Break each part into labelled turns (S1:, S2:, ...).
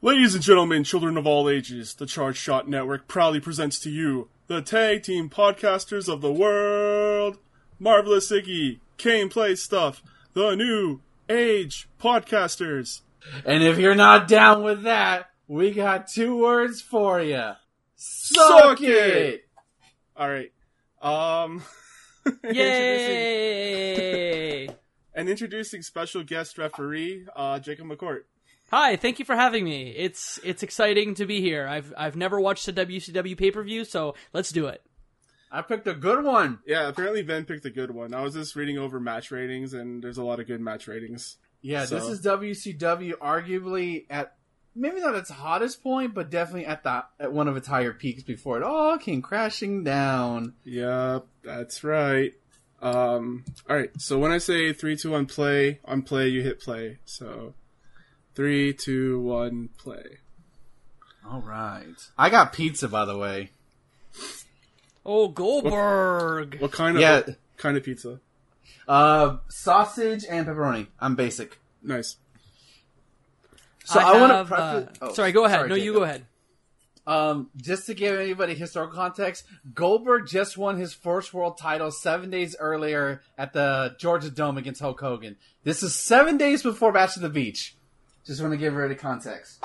S1: Ladies and gentlemen, children of all ages, the Charge Shot Network proudly presents to you the tag team podcasters of the world, Marvelous Iggy, Kane Plays Stuff, the new age podcasters.
S2: And if you're not down with that, we got two words for you.
S1: Suck it! All right. Um, introducing,
S3: Yay!
S1: and introducing special guest referee, uh, Jacob McCourt.
S3: Hi, thank you for having me. It's it's exciting to be here. I've I've never watched a WCW pay per view, so let's do it.
S2: I picked a good one.
S1: Yeah, apparently Ben picked a good one. I was just reading over match ratings, and there's a lot of good match ratings.
S2: Yeah, this
S1: So-
S2: is WCW arguably at maybe not its hottest point, but definitely at the at one of its higher peaks before it all came crashing down.
S1: Yep, that's right. Um, all right. So when I say three, two, one, play on play, you hit play. So three, two, one, play.
S2: All right. I got pizza by the way.
S3: Oh Goldberg!
S1: What kind of
S2: Yeah,
S1: what kind of pizza?
S2: uh sausage and pepperoni. I'm basic.
S1: Nice.
S2: So I, want to
S3: have, uh,
S2: preface oh,
S3: sorry, go ahead. no, you
S2: Jacob.
S3: go ahead.
S2: Um, just to give anybody historical context, Goldberg just won his first world title seven days earlier at the Georgia Dome against Hulk Hogan. This is seven days before Match of the Beach. Just want to give everybody context.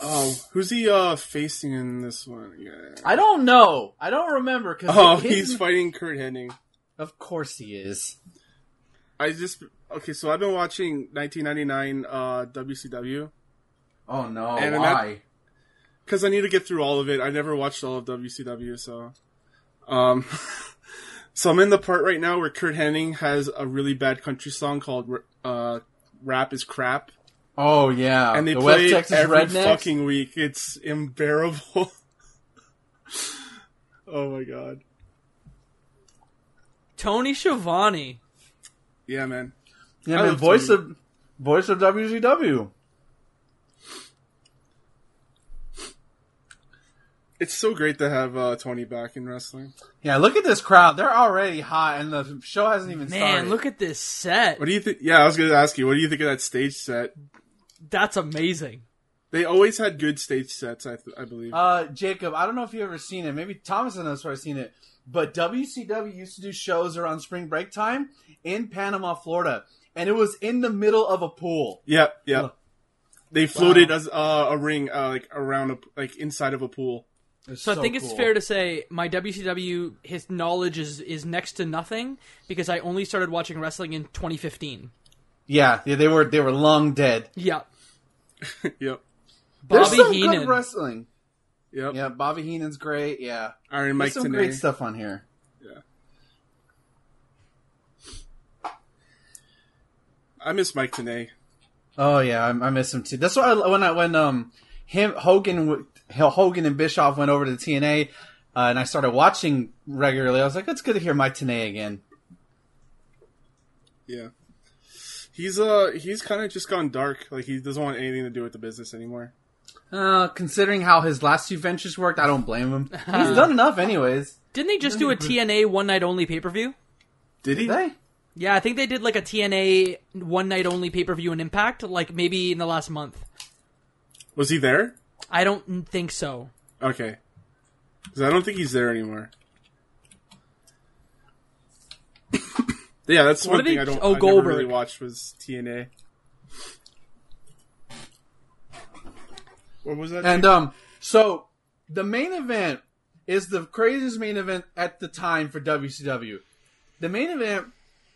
S1: Oh, who's he uh facing in this one? Yeah.
S2: I don't know. I don't remember because
S1: Oh, he's fighting Kurt Hennig.
S2: of course he is.
S1: I just okay. So I've been watching 1999 uh WCW
S2: Oh no,
S1: And in that-
S2: why?
S1: because I need to get through all of it. I never watched all of WCW, so um, so I'm in the part right now where Kurt Hennig has a really bad country song called uh, "Rap Is Crap,"
S2: Oh yeah,
S1: and they
S2: the
S1: play
S2: West
S1: it
S2: Texas
S1: every
S2: Rednecks.
S1: fucking week. It's unbearable. oh my god,
S3: Tony Schiavone.
S1: yeah, man.
S2: yeah,
S1: I
S2: man,
S1: love
S2: voice
S1: Tony.
S2: of voice of WCW.
S1: It's so great to have uh, Tony back in wrestling.
S2: Yeah, look at this crowd. They're already hot, and the show hasn't even
S3: Man,
S2: started.
S3: look at this set.
S1: What do you think? Yeah, I was going to ask you, what do you think of that stage set?
S3: That's amazing.
S1: They always had good stage sets, I, th- I believe.
S2: Uh, Jacob, I don't know if you've ever seen it. Maybe Thomas knows where I've seen it. But WCW used to do shows around spring break time in Panama, Florida. And it was in the middle of a pool.
S1: Yeah, yeah.
S2: Look.
S1: They floated as uh, a ring, uh, like around a like inside of a pool.
S3: So, I think it's fair to say my WCW his knowledge is is next to nothing because I only started watching wrestling in 2015.
S2: Yeah, they, they were they were long dead.
S3: Yeah,
S1: yep,
S2: There's
S3: Bobby
S2: some
S3: Heenan.
S2: good wrestling.
S1: yep.
S2: Yeah, Bobby Heenan's great. Yeah,
S1: Iron Mike
S2: there's some
S1: Tenay.
S2: great stuff on here.
S1: I miss Mike Tenay.
S2: Oh yeah, I, I miss him too. That's why I, when I when um him Hogan w- Hogan and Bischoff went over to TNA, uh, and I started watching regularly. I was like, it's good to hear Mike Tenay again.
S1: Yeah, he's uh he's kind of just gone dark. Like he doesn't want anything to do with the business anymore.
S2: Uh, considering how his last two ventures worked, I don't blame him. He's done enough, anyways.
S3: didn't they just do a TNA one night only pay per view?
S1: Did he?
S2: They?
S3: Yeah, I think they did like a TNA one night only pay per view in Impact, like maybe in the last month.
S1: Was he there?
S3: I don't think so.
S1: Okay, 'Cause I don't think he's there anymore. yeah, that's
S3: What
S1: one
S3: did
S1: thing
S3: they-
S1: I don't.
S3: oh,
S1: I never
S3: Goldberg.
S1: really watched was TNA. What was that?
S2: And um, so the main event is the craziest main event at the time for WCW. The main event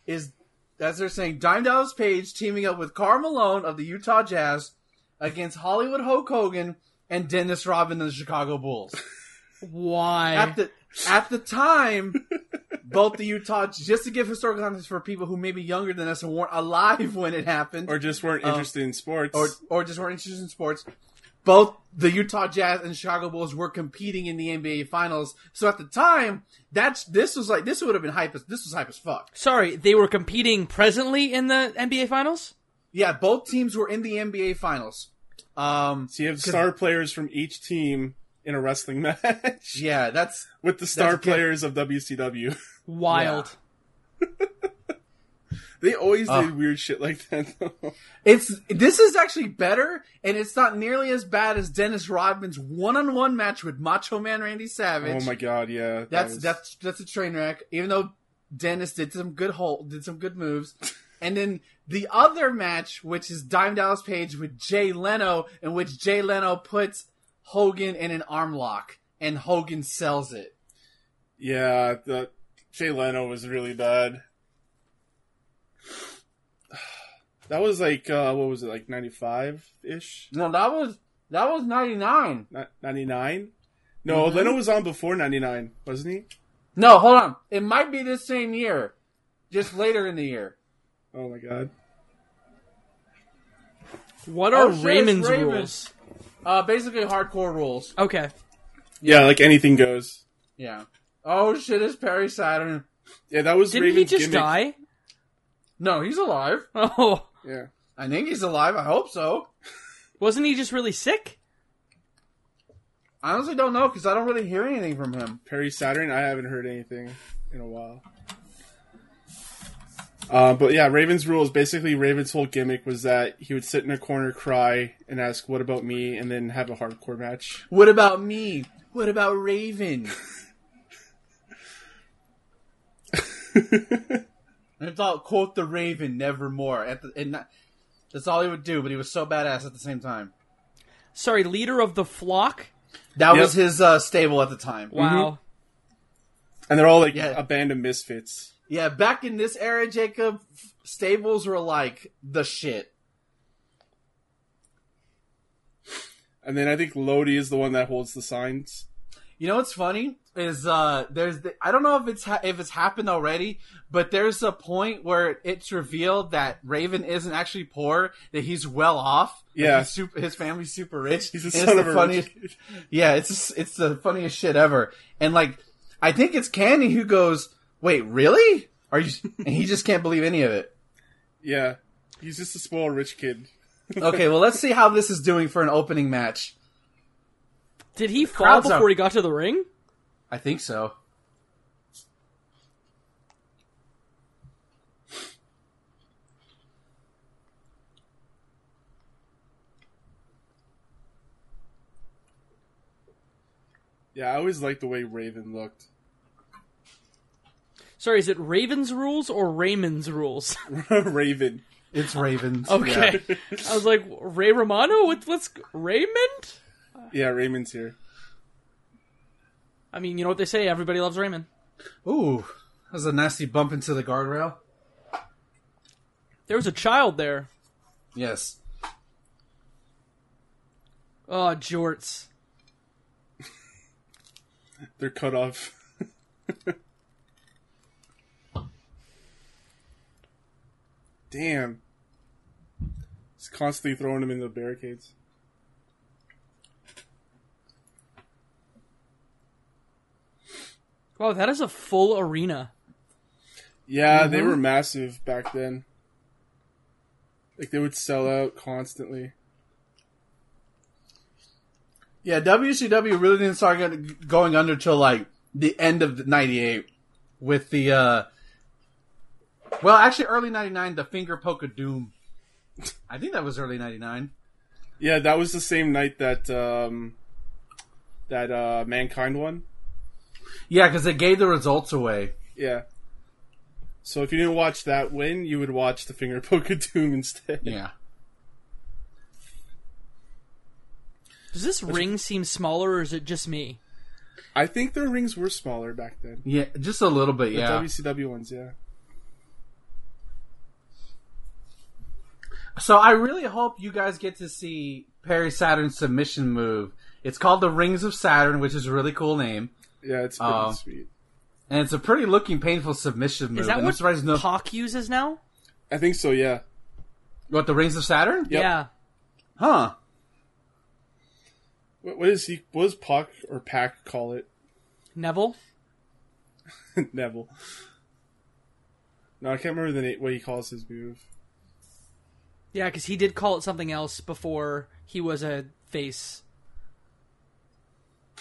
S2: is, as they're saying, Dime Dallas Page teaming up with Carl Malone of the Utah Jazz against Hollywood Hulk Hogan and Dennis Rodman of the Chicago Bulls.
S3: Why?
S2: at the at the time, both the Utah just to give historical context for people who may be younger than us and weren't alive when it happened,
S1: or just weren't interested in sports.
S2: or or just weren't interested in sports. Both the Utah Jazz and Chicago Bulls were competing in the NBA Finals. So at the time, that's this was like this would have been hype. As, this was hype as fuck.
S3: Sorry, they were competing presently in the NBA Finals.
S2: Yeah, both teams were in the NBA Finals. Um,
S1: so you have star players from each team in a wrestling match
S2: yeah, that's
S1: with the star
S2: That's okay.
S1: players of WCW.
S3: Wild.
S1: They always
S2: Oh.
S1: did weird shit like that. Though.
S2: It's this is actually better, and it's not nearly as bad as Dennis Rodman's one-on-one match with Macho Man Randy Savage.
S1: oh my god, yeah. that
S2: that's
S1: was-
S2: that's that's a train wreck. Even though Dennis did some good hold, did some good moves, and then the other match, which is Dime Dallas Page with Jay Leno, in which Jay Leno puts Hogan in an arm lock, and Hogan sells it.
S1: yeah. The Jay Leno was really bad. That was like uh, what was it like ninety five ish,
S2: No, that was that was '99.
S1: ninety nine. No,
S2: Mhm.
S1: Leno was on before ninety nine, wasn't he?
S2: No, hold on, it might be this same year, just later in the year.
S1: Oh my god.
S3: What are
S2: Oh, shit, it's
S3: Raymond's
S2: Raymond.
S3: rules?
S2: Uh, basically hardcore rules.
S3: Okay.
S1: Yeah, like anything goes.
S2: Yeah. Oh shit, is Perry Saturn?
S1: Yeah, that was
S3: Didn't he
S1: Raven's
S3: just
S1: gimmick.
S3: die?
S2: No, he's alive.
S3: Oh,
S1: Yeah.
S2: I think he's alive. I hope so.
S3: wasn't he just really sick?
S2: I honestly don't know because I don't really hear anything from him.
S1: Perry Saturn. I haven't heard anything in a while. Uh, but yeah, Raven's rules. Basically, Raven's whole gimmick was that he would sit in a corner, cry, and ask, "What about me?" and then have a hardcore match.
S2: What about me? What about Raven? and it's all quote the Raven nevermore. At the, and not, that's all he would do, but he was so badass at the same time.
S3: Sorry, leader of the flock.
S2: That
S1: Yep.
S2: was his uh, stable at the time.
S3: Wow.
S1: And they're all like
S2: Yeah.
S1: a band of misfits.
S2: Yeah, back in this era, Jacob, f- stables were like the shit.
S1: And then I think Lodi is the one that holds the signs.
S2: You know what's funny is uh there's the, I don't know if it's ha- if it's happened already, but there's a point where it's revealed that Raven isn't actually poor; that he's well off. Like,
S1: Yeah.
S2: he's super, his family's super rich.
S1: He's
S2: and
S1: the
S2: it's
S1: son of a
S2: funniest.
S1: rich-
S2: Yeah, it's it's the funniest shit ever. And like, I think it's Candy who goes, "Wait, really? Are you?" and he just can't believe any of it.
S1: Yeah, he's just a spoiled rich kid.
S2: Okay, well, let's see how this is doing for an opening match.
S3: Did he fall
S2: crowd's up.
S3: before he got to the ring?
S2: I think so.
S1: Yeah, I always liked the way Raven looked.
S3: Sorry, is it Raven's rules or Raymond's rules?
S1: Raven.
S2: It's Ravens.
S3: Okay. I was like, Ray Romano? What, what's Raymond?
S1: Yeah, Raymond's here.
S3: I mean, you know what they say. Everybody loves Raymond.
S2: Ooh, that was a nasty bump into the guardrail.
S3: There was a child there.
S2: Yes.
S3: Oh, jorts.
S1: They're cut off. Damn. It's constantly throwing them in the barricades.
S3: Wow, that is a full arena.
S1: Yeah, they
S2: Mm-hmm.
S1: were massive back then. Like they would sell out constantly.
S2: Yeah, WCW really didn't start get- going under till like the end of the '98 with the. uh Well, actually, early '99, the finger poke of doom. I think that was early '99.
S1: Yeah, that was the same night that um that uh mankind won.
S2: Yeah, because they gave the results away.
S1: Yeah. So if you didn't watch that win, you would watch the finger poke of doom instead.
S2: Yeah.
S3: Does this ring seem smaller or is it just me?
S1: I think their rings were smaller back then.
S2: Yeah, just a little bit.
S1: The
S2: Yeah.
S1: WCW ones, yeah.
S2: So I really hope you guys get to see Perry Saturn's submission move. It's called the Rings of Saturn, which is a really cool name,
S1: Yeah, it's pretty
S2: Oh.
S1: sweet.
S2: and it's a pretty looking painful submission move.
S3: Is that
S2: and I'm
S3: what
S2: surprised no-
S3: Pac uses now?
S1: I think so, yeah.
S2: What the Rings of Saturn?
S1: Yep.
S3: Yeah.
S2: Huh.
S1: What, what is he? What does Puck or Pack call it?
S3: Neville?
S1: Neville. No, I can't remember the name, what he calls his move.
S3: Yeah, because he did call it something else before he was a face.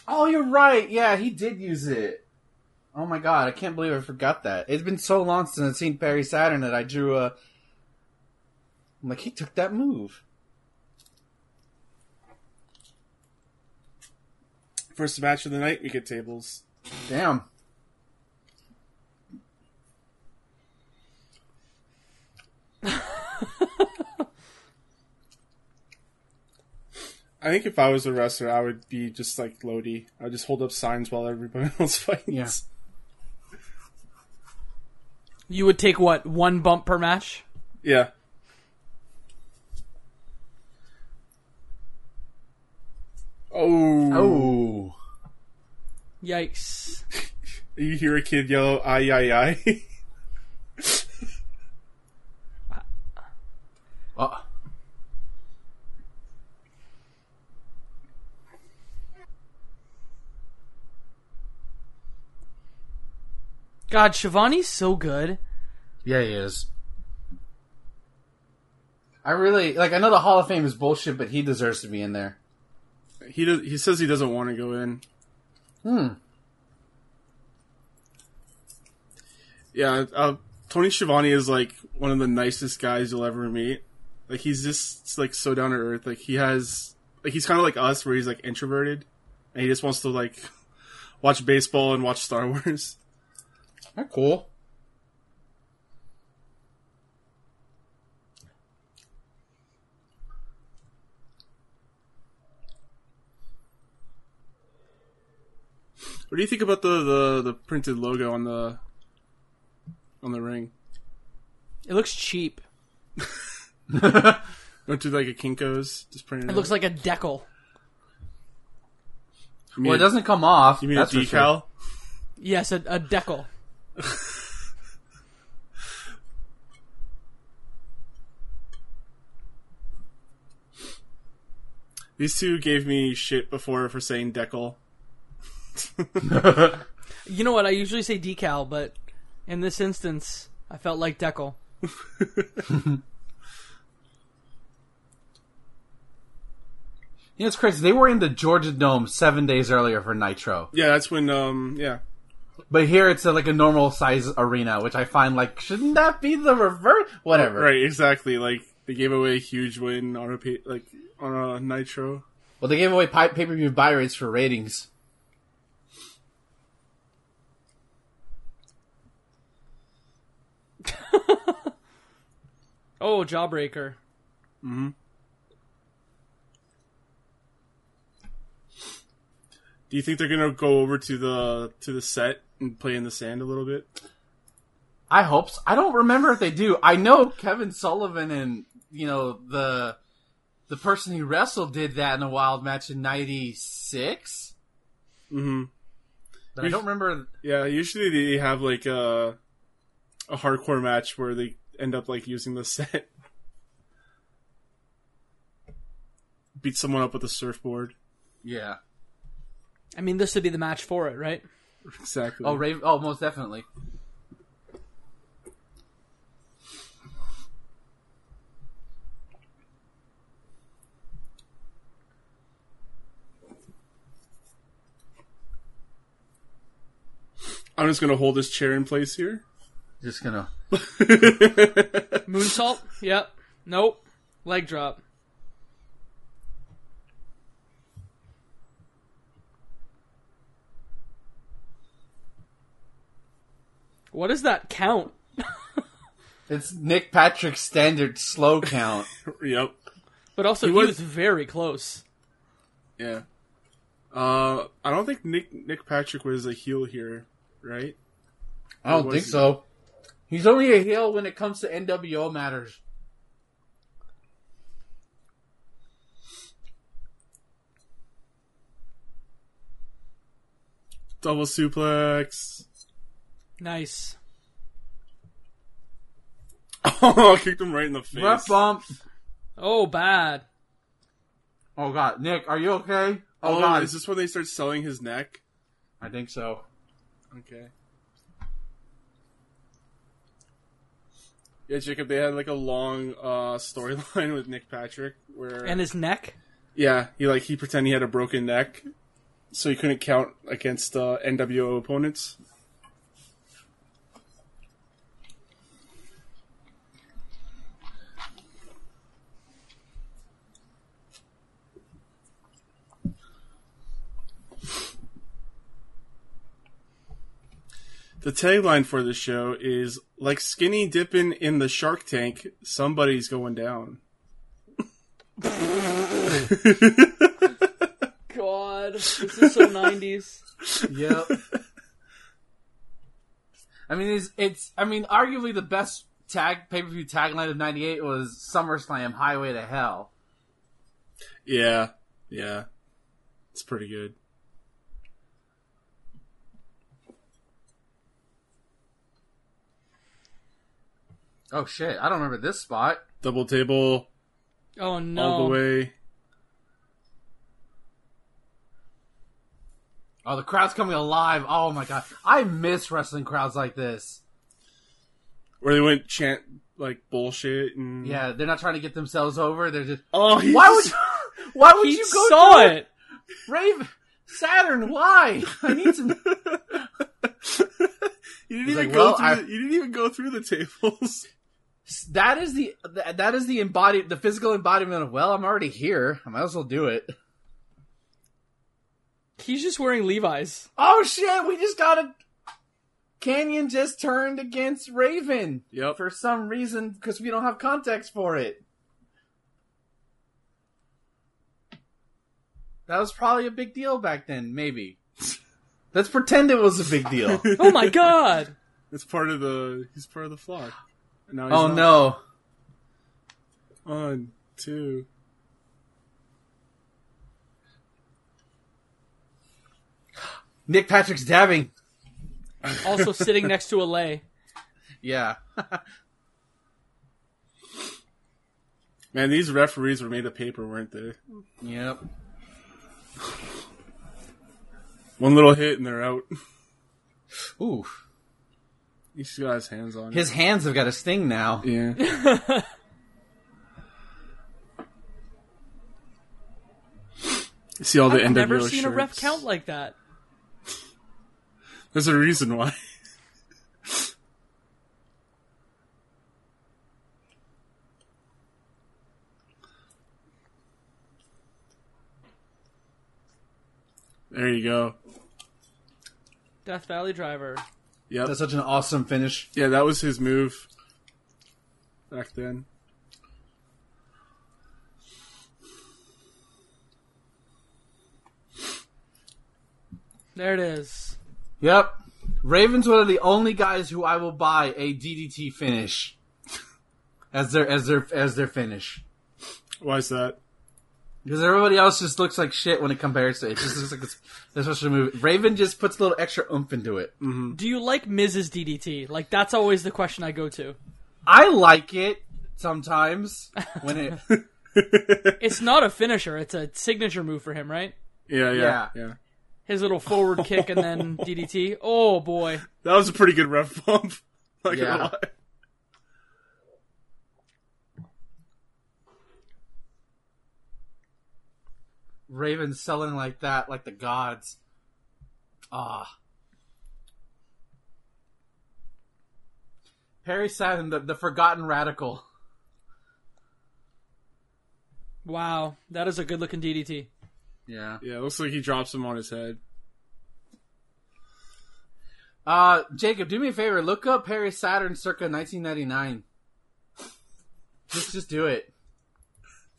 S2: Oh, you're right. Yeah, he did use it. Oh my god, I can't believe I forgot that. It's been so long since I've seen Perry Saturn that I drew a. I'm like, he took that move.
S1: First match of the night, we get tables.
S2: Damn.
S1: I think if I was a wrestler, I would be just like Lodi. I would just hold up signs while everybody else fights.
S2: Yeah.
S3: You would take what one bump per match?
S1: Yeah. Oh.
S2: Oh.
S3: Yikes!
S1: You hear a kid yell, "Ay ay ay!"
S2: Uh,
S3: God, Shivani's so good.
S2: yeah, he is. I really like. I know the Hall of Fame is bullshit, but he deserves to be in there.
S1: he does, he says he doesn't want to go in.
S2: Hmm.
S1: Yeah, uh, Tony Schiavone is like one of the nicest guys you'll ever meet. Like he's just like so down to earth. Like he has like he's kind of like us, where he's like introverted, and he just wants to like watch baseball and watch Star Wars.
S2: That's cool.
S1: What do you think about the the, the printed logo on the on the ring?
S3: It looks cheap.
S1: Went to like a Kinkos, just printed.
S3: It looks like a decal.
S1: You mean,
S2: Well, it doesn't come off.
S1: You mean
S2: that's
S1: a
S2: for
S1: decal?
S2: sure.
S3: Yes, a, a decal.
S1: These two gave me shit before for saying decal.
S3: You know what? I usually say decal, but in this instance, I felt like decal.
S2: You know, it's crazy. They were in the Georgia Dome seven days earlier for Nitro,
S1: Yeah, that's when. Um, yeah,
S2: but here it's uh like a normal size arena, which I find like shouldn't that be the reverse? Whatever.
S1: right, exactly. Like they gave away a huge win on a pa- like on a Nitro.
S2: Well, they gave away pay per view buy rates for ratings.
S3: Oh, jawbreaker.
S1: Do you think they're gonna go over to the to the set and play in the sand a little bit?
S2: I hope. So. I don't remember if they do. I know Kevin Sullivan and you know the the person he wrestled did that in a wild match in '96.
S1: Mm-hmm.
S2: But I don't remember.
S1: Yeah, usually they have like a a hardcore match where they end up like using the set. Beat someone up with a surfboard.
S2: Yeah.
S3: I mean, this would be the match for it, right?
S1: Exactly.
S2: Oh, Raven. Oh, most definitely.
S1: I'm just gonna hold this chair in place here.
S2: Just gonna.
S3: Moonsault. Yep. Nope. Leg drop. What does that count?
S2: It's Nick Patrick's standard slow count.
S1: yep.
S3: But also, he,
S1: was-
S3: was... very close.
S1: Yeah. Uh, I don't think Nick Nick Patrick was a heel here, right?
S2: I don't
S1: Was
S2: think
S1: he?
S2: so. He's only a heel when it comes to NWO matters.
S1: Double suplex.
S3: Nice.
S1: Oh, kicked him right in the face.
S2: Rough bump.
S3: Oh, bad.
S2: Oh God, Nick, are you okay? Oh,
S1: Oh,
S2: God,
S1: is this when they start selling his neck?
S2: I think so.
S1: Okay. Yeah, Jacob, they had like a long uh, storyline with Nick Patrick where
S3: And his neck.
S1: yeah, he like he pretended he had a broken neck, so he couldn't count against uh, NWO opponents. The tagline for this show is like skinny dipping in the shark tank, somebody's going down.
S3: God, this is so nineties.
S2: Yep. I mean, it's, it's I mean, arguably the best tag pay per view tagline of '98 was SummerSlam Highway to Hell.
S1: Yeah, yeah. It's pretty good.
S2: Oh shit! I don't remember this spot.
S1: Double table
S3: Oh no!
S1: all the way.
S2: Oh, the crowd's coming alive. Oh my god, I miss wrestling crowds like this.
S1: Where they went chant like bullshit and
S2: Yeah, they're not trying to get themselves over. They're just
S1: Oh, he
S2: why would
S1: just-
S2: why would
S3: he
S2: you go
S3: saw
S2: through
S3: it.
S2: Raven Saturn? Why? I need some.
S1: you didn't
S2: He's
S1: even
S2: like,
S1: go
S2: "Well,
S1: through.
S2: I-
S1: the, you didn't even go through the tables.
S2: That is the that is the embody the physical embodiment of well, I'm already here. I might as well do it.
S3: He's just wearing Levi's.
S2: Oh shit, we just got a Canyon just turned against Raven
S1: Yep.
S2: for some reason because we don't have context for it. That was probably a big deal back then, maybe. Let's pretend it was a big deal.
S3: Oh my god!
S1: It's part of the. He's part of the flock. And now he's
S2: oh
S1: not.
S2: no.
S1: One, two.
S2: Nick Patrick's dabbing.
S3: Also sitting next to a lay.
S2: Yeah.
S1: Man, these referees were made of paper, weren't they?
S2: yep.
S1: One little hit and they're out.
S2: Ooh.
S1: He's got his hands on it.
S2: His hands have got a sting now.
S1: Yeah. You See all the
S3: I've
S1: NWO
S3: never seen a
S1: shirts.
S3: ref count like that.
S1: There's a reason why. there you go.
S3: Death Valley Driver.
S1: Yep.
S2: That's such an awesome finish.
S1: Yeah, that was his move back then.
S3: There it is.
S2: Yep. Raven's one of the only guys who I will buy a DDT finish as their as their as their finish.
S1: Why is that?
S2: Because everybody else just looks like shit when it compares to it. it just looks like it's this special move. Raven just puts a little extra oomph into it.
S3: Do you like Mrs. DDT? Like that's always the question I go to.
S2: I like it sometimes when it
S3: It's not a finisher. It's a signature move for him, right?
S1: Yeah, yeah,
S2: Yeah.
S1: yeah.
S3: His little forward kick and then DDT. Oh boy.
S1: That was a pretty good ref bump. Not gonna
S2: Yeah.
S1: lie.
S2: Raven's selling like that, like the gods. Ah. Perry Saturn, the, the forgotten radical.
S3: Wow. That is a good looking DDT.
S2: Yeah.
S1: Yeah, it looks like he drops him on his head.
S2: Uh, Jacob, do me a favor. Look up Perry Saturn circa 1999. Just, just do it.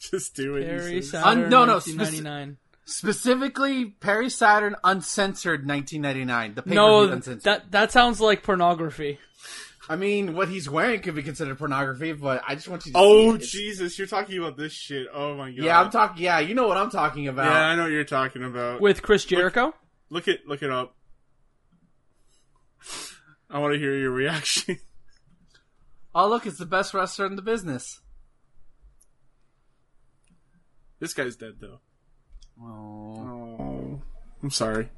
S1: Just do it. he
S3: Harry
S1: says.
S3: Saturn,
S2: Un- no, no, speci-
S3: 1999.
S2: Specifically, Perry Saturn uncensored 1999. The
S3: no,
S2: pay-per-view uncensored.
S3: that that sounds like pornography.
S2: I mean, what he's wearing could be considered pornography, but I just want you to. see
S1: Oh
S2: it.
S1: Jesus, you're talking about this shit. Oh my god.
S2: Yeah, I'm talking. Yeah, you know what I'm talking about.
S1: Yeah, I know what you're talking about.
S3: With Chris Jericho?
S1: Look it look it up. I want to hear your reaction.
S2: Oh, look, it's the best wrestler in the business.
S1: this guy's dead though.
S2: Oh.
S1: Oh, I'm sorry.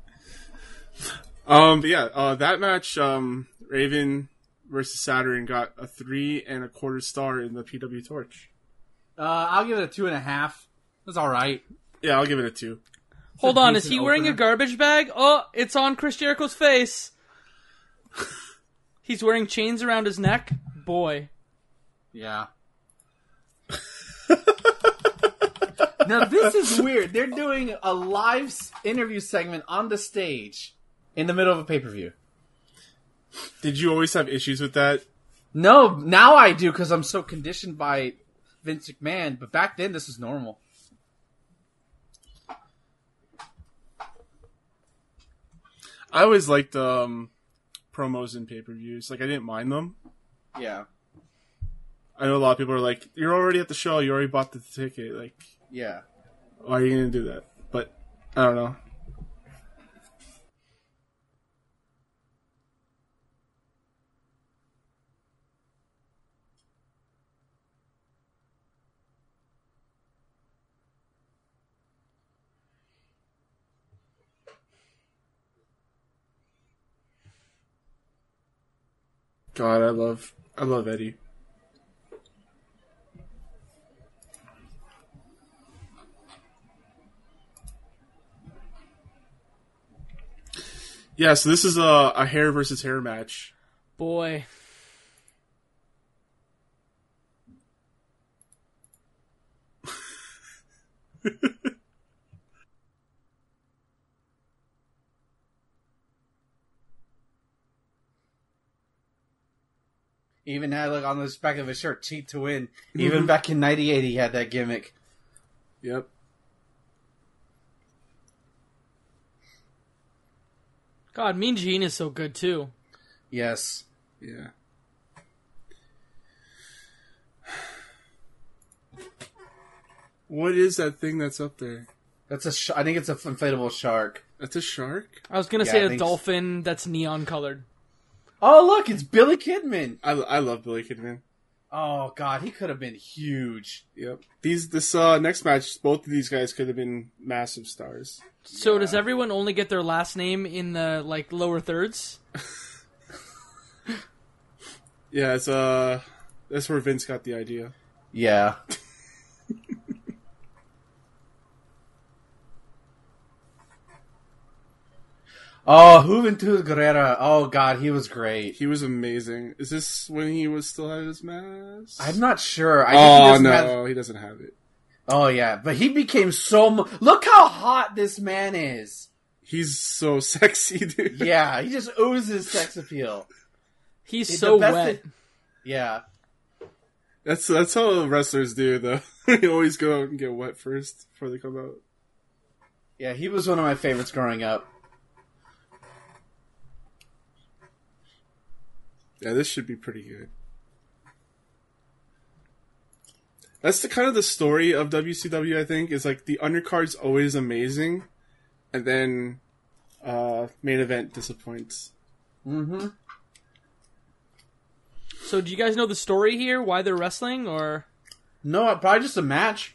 S1: Um, but yeah, uh, that match, um, Raven versus Saturn got a three and a quarter star in the PW Torch.
S2: Uh, I'll give it a two and a half. That's all right.
S1: Yeah, I'll give it a two.
S3: Hold on, is
S2: decent
S3: he wearing a
S2: opener.
S3: garbage bag? Oh, it's on Chris Jericho's face. He's wearing chains around his neck. Boy.
S2: Yeah. now this is weird. They're doing a live s- interview segment on the stage in the middle of a pay per view.
S1: Did you always have issues with that?
S2: No, now I do because I'm so conditioned by Vince McMahon. But back then, this was normal.
S1: I always liked um, promos and pay per views. Like I didn't mind them.
S2: Yeah,
S1: I know a lot of people are like, "You're already at the show. You already bought the ticket. Like,
S2: yeah.
S1: why are you gonna do that?" But I don't know. God, I love I love Eddie. Yeah, so this is a, a hair versus hair match.
S3: Boy,
S2: Even had like on the back of his shirt, cheat to win. Even back in '98, he had that gimmick.
S1: Yep.
S3: God, Mean Gene is so good too.
S2: Yes.
S1: Yeah. What is that thing that's up there?
S2: That's a. Sh- I think it's an inflatable shark.
S1: That's a shark.
S3: I was gonna
S2: Yeah,
S3: say
S2: I
S3: a
S2: think-
S3: dolphin that's neon colored.
S2: Oh look, it's Billy Kidman.
S1: I, I love Billy Kidman.
S2: Oh god, he could have been huge.
S1: Yep. These this uh next match, both of these guys could have been massive stars.
S3: So does everyone only get their last name in the like lower thirds?
S1: Yeah, it's uh that's where Vince got the idea.
S2: Yeah. oh, Juventud Guerrera. Oh god, he was great.
S1: He was amazing. Is this when he was still had his mask?
S2: I'm not sure. I think he
S1: oh
S2: doesn't
S1: no,
S2: have-
S1: he doesn't have it.
S2: Oh yeah, but he became so. Mu- Look how hot this man is.
S1: He's so sexy, dude.
S2: Yeah, he just oozes sex appeal.
S3: He's
S2: It's
S3: so
S2: the best
S3: wet.
S2: thing- yeah,
S1: That's that's how wrestlers do though. they always go out and get wet first before they come out.
S2: yeah, he was one of my favorites growing up.
S1: Yeah, this should be pretty good. That's the kind of the story of WCW. I think is like the undercard's always amazing, and then uh main event disappoints.
S2: Mm-hmm.
S3: so do you guys know the story here? Why they're wrestling or
S2: No, probably just a match.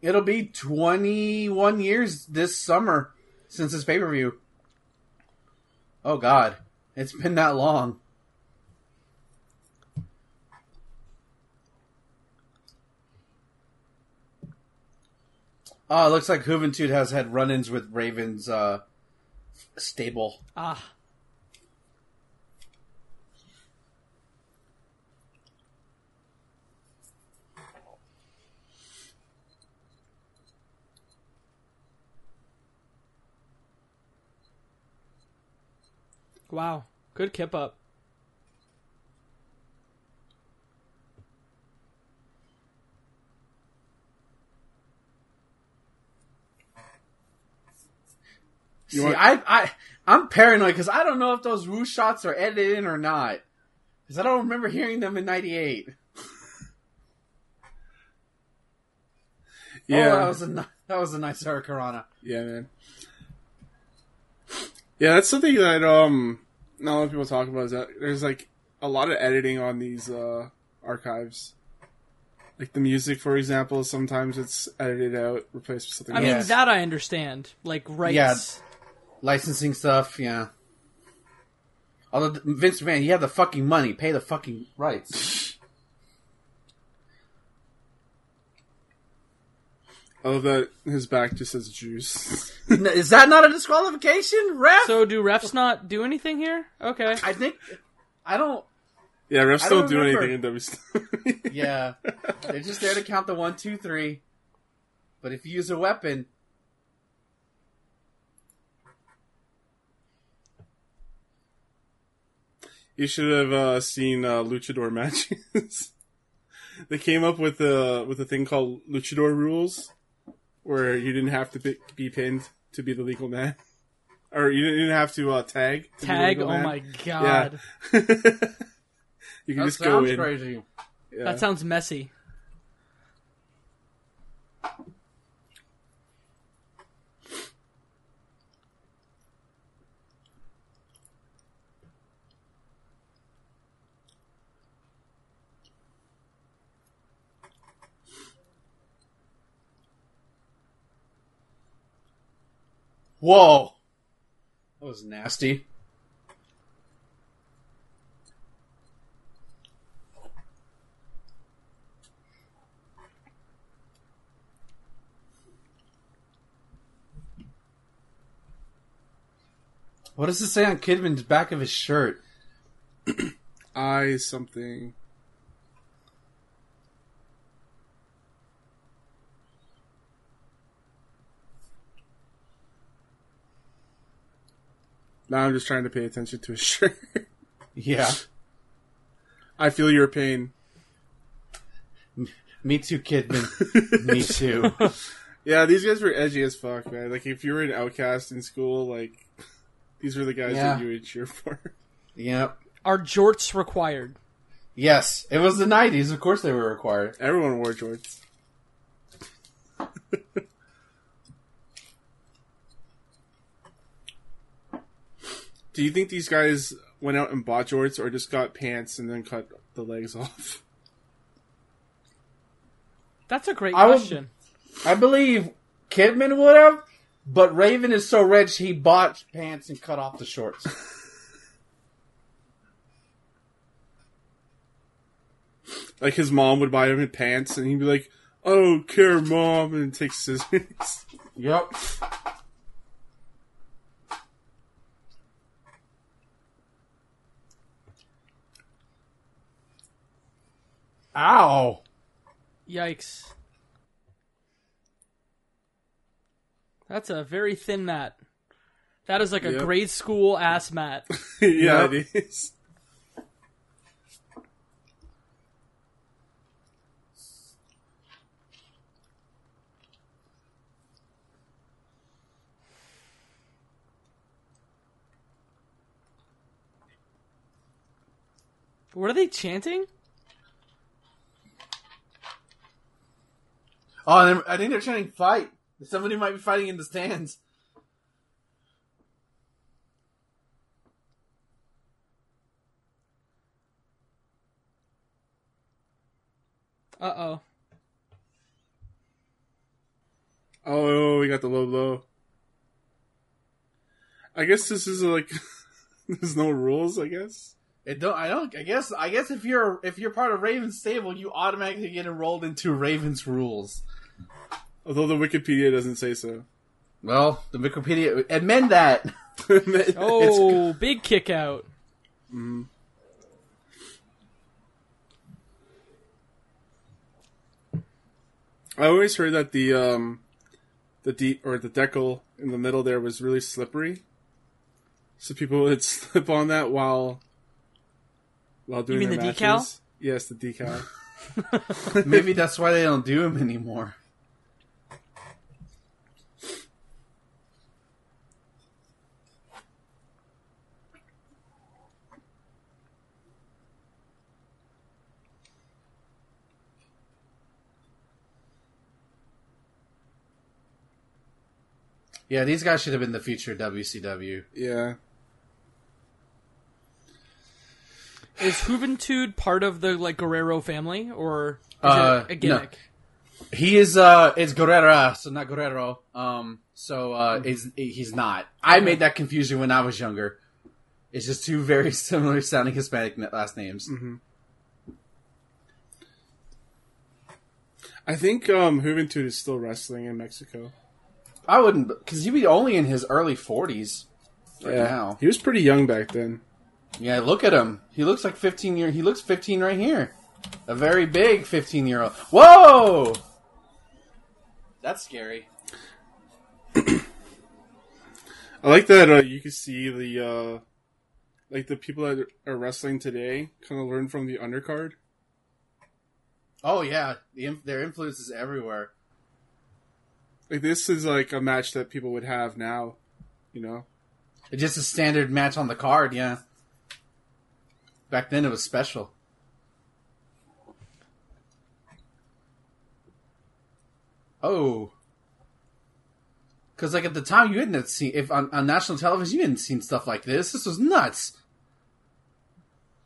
S2: It'll be 21 years this summer since this pay per view. Oh, God. It's been that long. Oh, it looks like Juventud has had run ins with Raven's uh, stable.
S3: ah? Wow, good kip up.
S2: See,
S1: want-
S2: I, I, I'm paranoid because I don't know if those woo shots are edited in or not. Because I don't remember hearing them in Oh, '98.
S1: Yeah,
S2: oh, that was a ni- that was a nice hurricanrana.
S1: Yeah, man. Yeah, that's something that um not a lot of people talk about is that there's like a lot of editing on these uh archives. Like the music, for example, sometimes it's edited out, replaced with something
S3: I
S1: else.
S3: mean
S2: Yes.
S3: that I understand, like rights.
S2: Yeah. Licensing stuff, yeah. Although th- Vince McMahon, you have the fucking money, pay the fucking rights.
S1: I love that his back just says juice.
S2: N- Is that not a disqualification, ref?
S3: So do refs not do anything here? Okay.
S2: I think I don't.
S1: yeah, refs
S2: I
S1: don't,
S2: don't
S1: do
S2: remember.
S1: anything in WWE.
S2: Yeah, they're just there to count the one, two, three. But if you use a weapon,
S1: You should have uh, seen uh, luchador matches. they came up with a with a thing called luchador rules, where you didn't have to be, be pinned to be the legal man, or you didn't have to uh, tag. To be the
S3: Tag.
S1: legal
S3: Oh
S1: man.
S3: my god,
S1: you can
S2: that
S1: just go
S2: sounds
S1: in.
S2: crazy.
S1: Yeah.
S3: that sounds messy.
S2: Whoa, that was nasty. What does it say on Kidman's back of his shirt?
S1: I something. Now I'm just trying to pay attention to his shirt.
S2: Yeah,
S1: I feel your pain.
S2: me too, Kidman. me too.
S1: Yeah, these guys were edgy as fuck, man. Like if you were an outcast in school, like these were the guys
S2: Yeah.
S1: that you would cheer for.
S2: Yep.
S3: Are jorts required?
S2: Yes, it was the '90s. Of course, they were required.
S1: Everyone wore jorts. Do you think these guys went out and bought jorts or just got pants and then cut the legs off?
S3: That's a great
S2: I would-
S3: question.
S2: I believe Kidman would have, but Raven is so rich he bought pants and cut off the shorts.
S1: Like his mom would buy him pants and he'd be like, I don't care, mom, and take scissors.
S2: yep. Ow.
S3: Yikes. That's a very thin mat. That is like a
S1: Yep.
S3: grade school ass mat.
S1: yeah,
S2: Yep.
S1: it is.
S3: What are they chanting?
S2: Oh, and I think they're trying to fight. Somebody might be fighting in the stands.
S3: Uh oh.
S1: Oh, we got the low blow. I guess this is like, there's no rules, I guess.
S2: It don't. I don't. I guess. I guess if you're if you're part of Raven's stable, you automatically get enrolled into Raven's rules.
S1: Although the Wikipedia doesn't say so.
S2: Well, the Wikipedia amend that.
S3: Oh, big kick out.
S1: I always heard that the um, the de- or the decal in the middle there was really slippery, so people would slip on that while while doing
S3: mean
S1: their
S3: the decal?
S1: matches. Yes, the decal.
S2: Maybe that's why they don't do him anymore. Yeah, these guys should have been the future WCW.
S1: yeah,
S3: Is Juventud part of the like Guerrero family or is
S2: Uh,
S3: it a
S2: no.
S3: gimmick?
S2: He is uh it's Guerrera, so not Guerrero. Um so uh is he's not. I made that confusion when I was younger. It's just two very similar sounding Hispanic na- last names.
S1: I think um, Juventud is still wrestling in Mexico.
S2: I wouldn't cuz he'd be only in his early 40s right now.
S1: he was pretty young back then.
S2: Yeah, look at him. He looks like 15 year he looks 15 right here. A very big 15 year old. Whoa!
S4: That's scary.
S1: I like that uh, you can see the uh, like the people that are wrestling today kind of learn from the undercard.
S2: Oh yeah, the, in- their influence is everywhere.
S1: Like this is like a match that people would have now, you know.
S2: It's just a standard match on the card, yeah. Back then it was special. Oh. Because, like, at the time, you hadn't seen, if on, on national television, you hadn't seen stuff like this. This was nuts.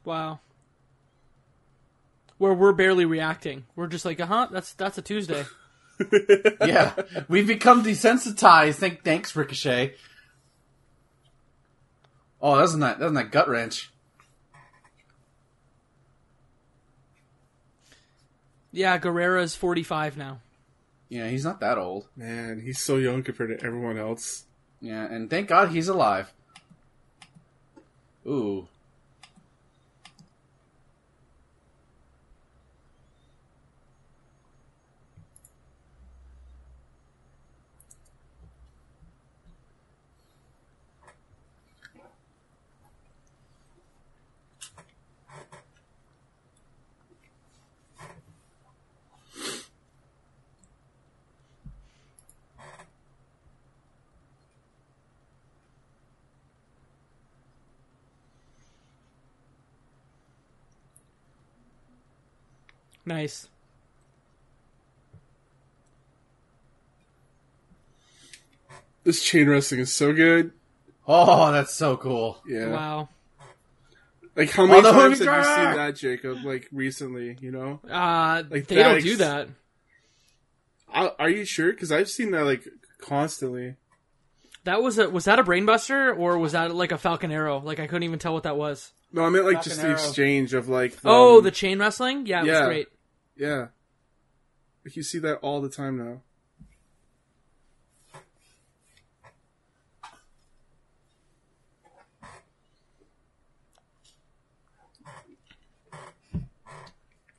S3: Wow. Where we're barely reacting. We're just like, uh huh, that's that's a Tuesday.
S2: Yeah. We've become desensitized. Thank, thanks, Ricochet. Oh, that was not, that was not gut wrench.
S3: yeah, Guerrera's forty five now.
S2: Yeah, he's not that old.
S1: Man, he's so young compared to everyone else.
S2: Yeah, and thank God he's alive. Ooh.
S3: Nice.
S1: This chain wrestling is so good.
S2: Oh, that's so cool.
S1: Yeah.
S3: Wow.
S1: Like how many
S2: the
S1: times
S2: hoodie
S1: have you
S2: driver!
S1: seen that, Jacob? Like recently, you know?
S3: Uh
S1: Like
S3: they
S1: that
S3: don't
S1: ex-
S3: do that.
S1: I, are you sure? Because I've seen that like constantly.
S3: That was a was that a brainbuster or was that like a Falcon Arrow? Like I couldn't even tell what that was.
S1: No, I meant like
S4: Falcon
S1: just
S4: Arrow.
S1: the exchange of like. The,
S3: oh, the chain wrestling? Yeah, it
S1: Um, yeah.
S3: was great.
S1: yeah. Like you see that all the time now.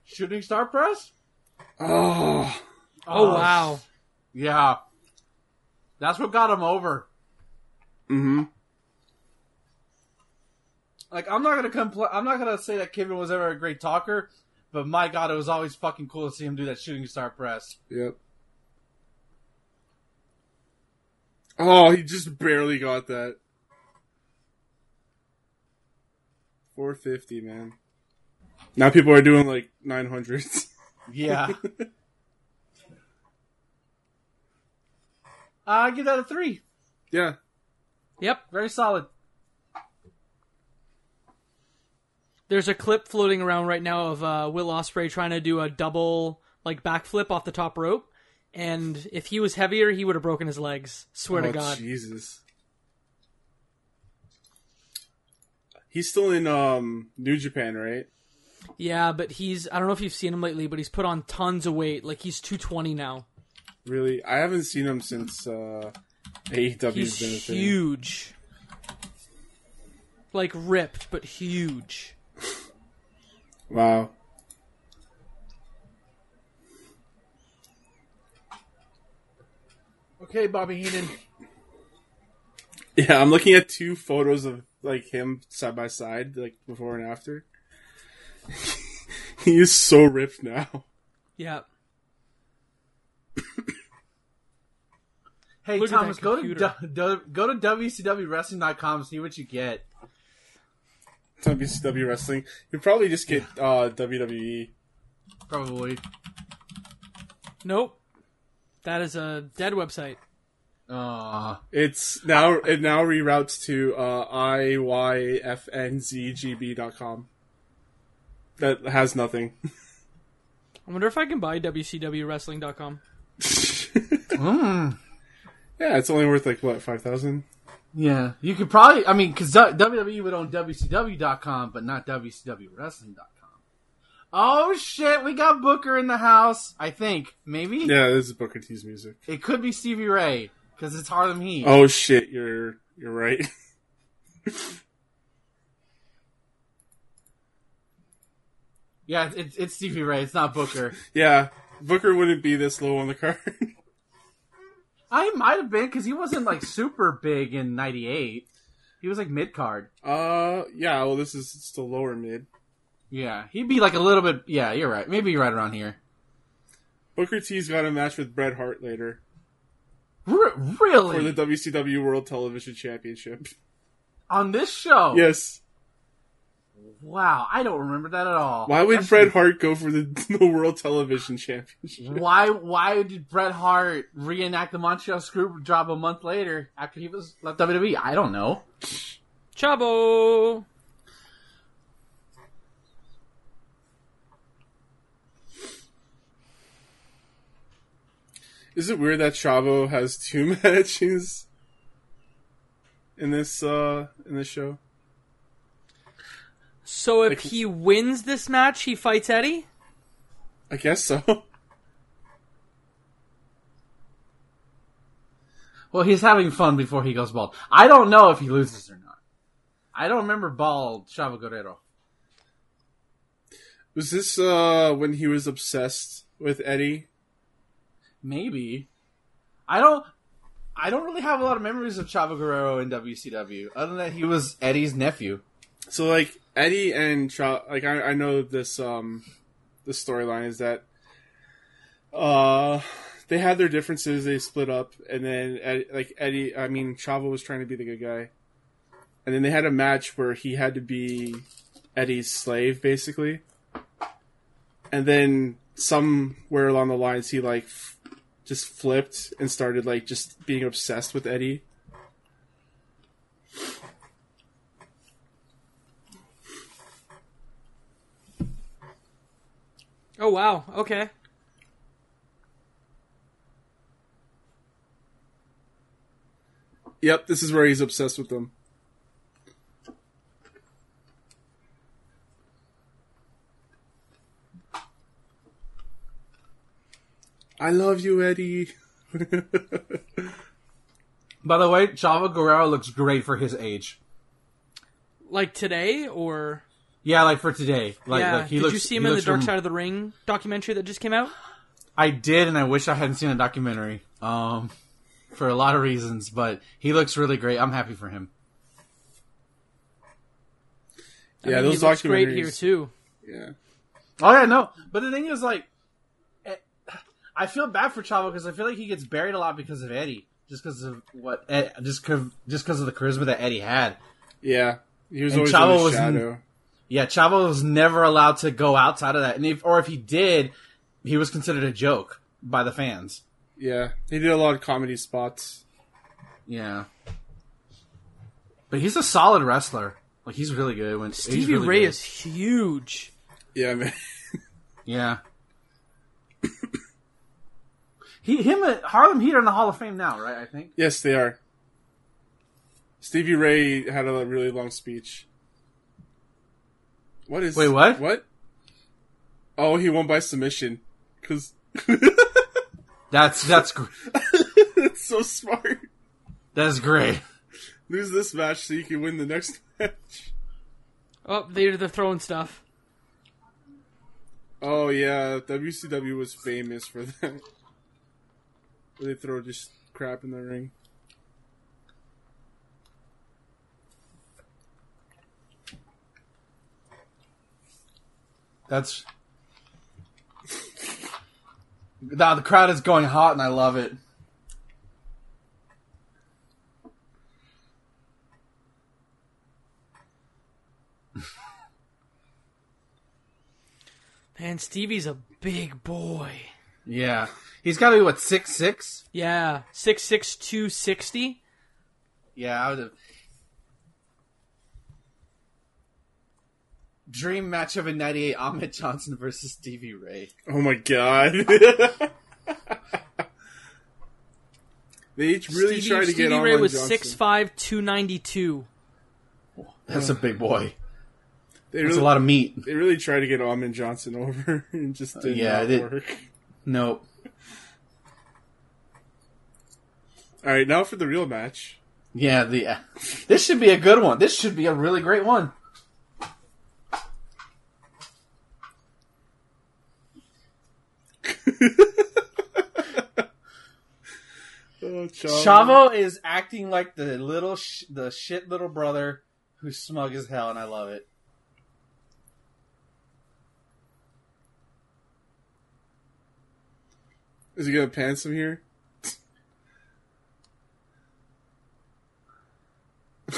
S2: Shooting star press?
S1: Oh,
S3: Oh, wow.
S2: Yeah. That's what got him over.
S1: mm-hmm.
S2: Like I'm not gonna compl- I'm not gonna say that Kevin was ever a great talker, but my god, it was always fucking cool to see him do that shooting star press.
S1: Yep. Oh, he just barely got that. 450, man. Now people are doing like 900s.
S2: Yeah. I give that a three.
S1: yeah.
S3: Yep.
S2: Very solid.
S3: There's a clip floating around right now of uh, Will Osprey trying to do a double like backflip off the top rope, and if he was heavier, he would have broken his legs. Swear
S1: oh,
S3: to God.
S1: Jesus. He's still in um New Japan, right?
S3: Yeah, but he's I don't know if you've seen him lately, but he's put on tons of weight. Like he's 220 now.
S1: Really? I haven't seen him since uh AEW's
S3: He's
S1: been a thing.
S3: huge. Like ripped, but huge.
S1: Wow.
S2: Okay, Bobby Heenan.
S1: Yeah, I'm looking at two photos of like him side by side, like before and after. he is so ripped now.
S3: Yeah.
S2: Hey
S3: Look at that
S2: Thomas, go to
S3: computer.
S2: du- du- go to WCWWrestling.com and see what you get.
S1: WCW wrestling, you probably just get uh, WWE.
S2: Probably.
S3: Nope. That is a dead website.
S2: Aww.
S1: It's now it now reroutes to uh, iyfnzgb.com. That has nothing.
S3: I wonder if I can buy WCWWrestling.com.
S1: Yeah, it's only worth like what five thousand.
S2: Yeah, you could probably. I mean, because WWE would own WCW.com, but not WCWWrestling.com. Oh shit, we got Booker in the house. I think maybe
S1: Yeah, this is Booker T's music.
S2: it could be Stevie Ray because it's Harlem Heat.
S1: Oh shit, you're you're right.
S2: Yeah, it's, it's Stevie Ray. It's not Booker.
S1: yeah, Booker wouldn't be this low on the card.
S2: I might have been because he wasn't like super big in '98. He was like mid card.
S1: Uh, yeah. Well, this is still lower mid.
S2: Yeah, he'd be like a little bit. Yeah, you're right. Maybe you're right around here.
S1: Booker T's got a match with Bret Hart later
S2: R-
S1: for
S2: really?
S1: the WCW World Television Championship.
S2: On this show?
S1: Yes.
S2: Wow, I don't remember that at all.
S1: Why would
S2: That's-
S1: Bret Hart go for the, the World Television Championship?
S2: Why? Why did Bret Hart reenact the Montreal Screwjob a month later after he was left WWE? I don't know.
S3: Chabo.
S1: Is it weird that Chavo has two matches in this uh in this show?
S3: So if
S1: Like-
S3: he wins this match, he fights Eddie.
S1: I guess so.
S2: Well, he's having fun before he goes bald. I don't know if he loses or not. I don't remember bald Chavo Guerrero.
S1: Was this uh when he was obsessed with Eddie?
S2: Maybe. I don't. I don't really have a lot of memories of Chavo Guerrero in WCW, other than that he was Eddie's nephew.
S1: So like Eddie and Chavo, like I, I know this um the storyline is that uh they had their differences, they split up, and then Ed, like Eddie, I mean Chavo was trying to be the good guy, and then they had a match where he had to be Eddie's slave basically, and then somewhere along the lines he like f- just flipped and started like just being obsessed with Eddie.
S3: Oh wow. Okay.
S1: Yep, this is where he's obsessed with them. I love you, Eddie.
S2: By the way, Chavo Guerrero looks great for his age.
S3: Like today, or
S2: Yeah, like for today. Like,
S3: yeah.
S2: like he
S3: Did
S2: looks.
S3: you see him
S2: he
S3: in the
S2: looks
S3: Dark
S2: rem-
S3: Side of the Ring documentary that just came out?
S2: I did, and I wish I hadn't seen a documentary. Um, for a lot of reasons, but he looks really great. I'm happy for him.
S3: I
S1: yeah,
S3: mean,
S1: those
S3: he looks
S1: documentaries.
S3: great here too.
S1: Yeah,
S2: Oh yeah, no. But the thing is, like, eh, I feel bad for Chavo because I feel like he gets buried a lot because of Eddie, just because of what, Ed, just cause, just because of the charisma that Eddie had.
S1: yeah. He was
S2: And
S1: always
S2: Chavo
S1: in the
S2: was in-
S1: shadow.
S2: Yeah, Chavo was never allowed to go outside of that, and if or if he did, he was considered a joke by the fans.
S1: Yeah, he did a lot of comedy spots.
S2: Yeah. But he's a solid wrestler. Like he's really good. When he's
S3: Stevie
S2: really
S3: Ray
S2: good.
S3: is huge.
S1: Yeah, man.
S2: Yeah. he him at Harlem Heat are in the Hall of Fame now, right? I think.
S1: yes, they are. Stevie Ray had a really long speech. What is?
S2: Wait, what?
S1: What? Oh, he won by submission because
S2: That's that's gr-
S1: That's so smart.
S2: that's great.
S1: Lose this match so you can win the next match.
S3: Oh, they're they're throwing stuff.
S1: Oh yeah, WCW was famous for that. Where they throw just crap in the ring.
S2: That's. Now the crowd is going hot, and I love it.
S3: Man, Stevie's a big boy.
S2: Yeah, he's got to be what six six.
S3: Yeah, six six two sixty.
S2: Yeah, I would have. Dream matchup in '98: Ahmed Johnson versus Stevie Ray.
S1: Oh my god. they each really
S3: Stevie,
S1: try to
S3: Stevie
S1: get on
S3: Ray
S1: Ron
S3: was
S1: Johnson.
S3: six five two ninety two.
S2: That's a big boy.
S1: They
S2: There's
S1: really,
S2: a lot of meat.
S1: they really try to get Almond Johnson over and just didn't
S2: yeah, it did.
S1: work.
S2: Nope.
S1: All right, now for the real match.
S2: Yeah, the yeah. this should be a good one. This should be a really great one.
S1: Oh, Chavo.
S2: Chavo is acting like the little sh- the shit little brother who's smug as hell, and I love it.
S1: Is he gonna pants him here?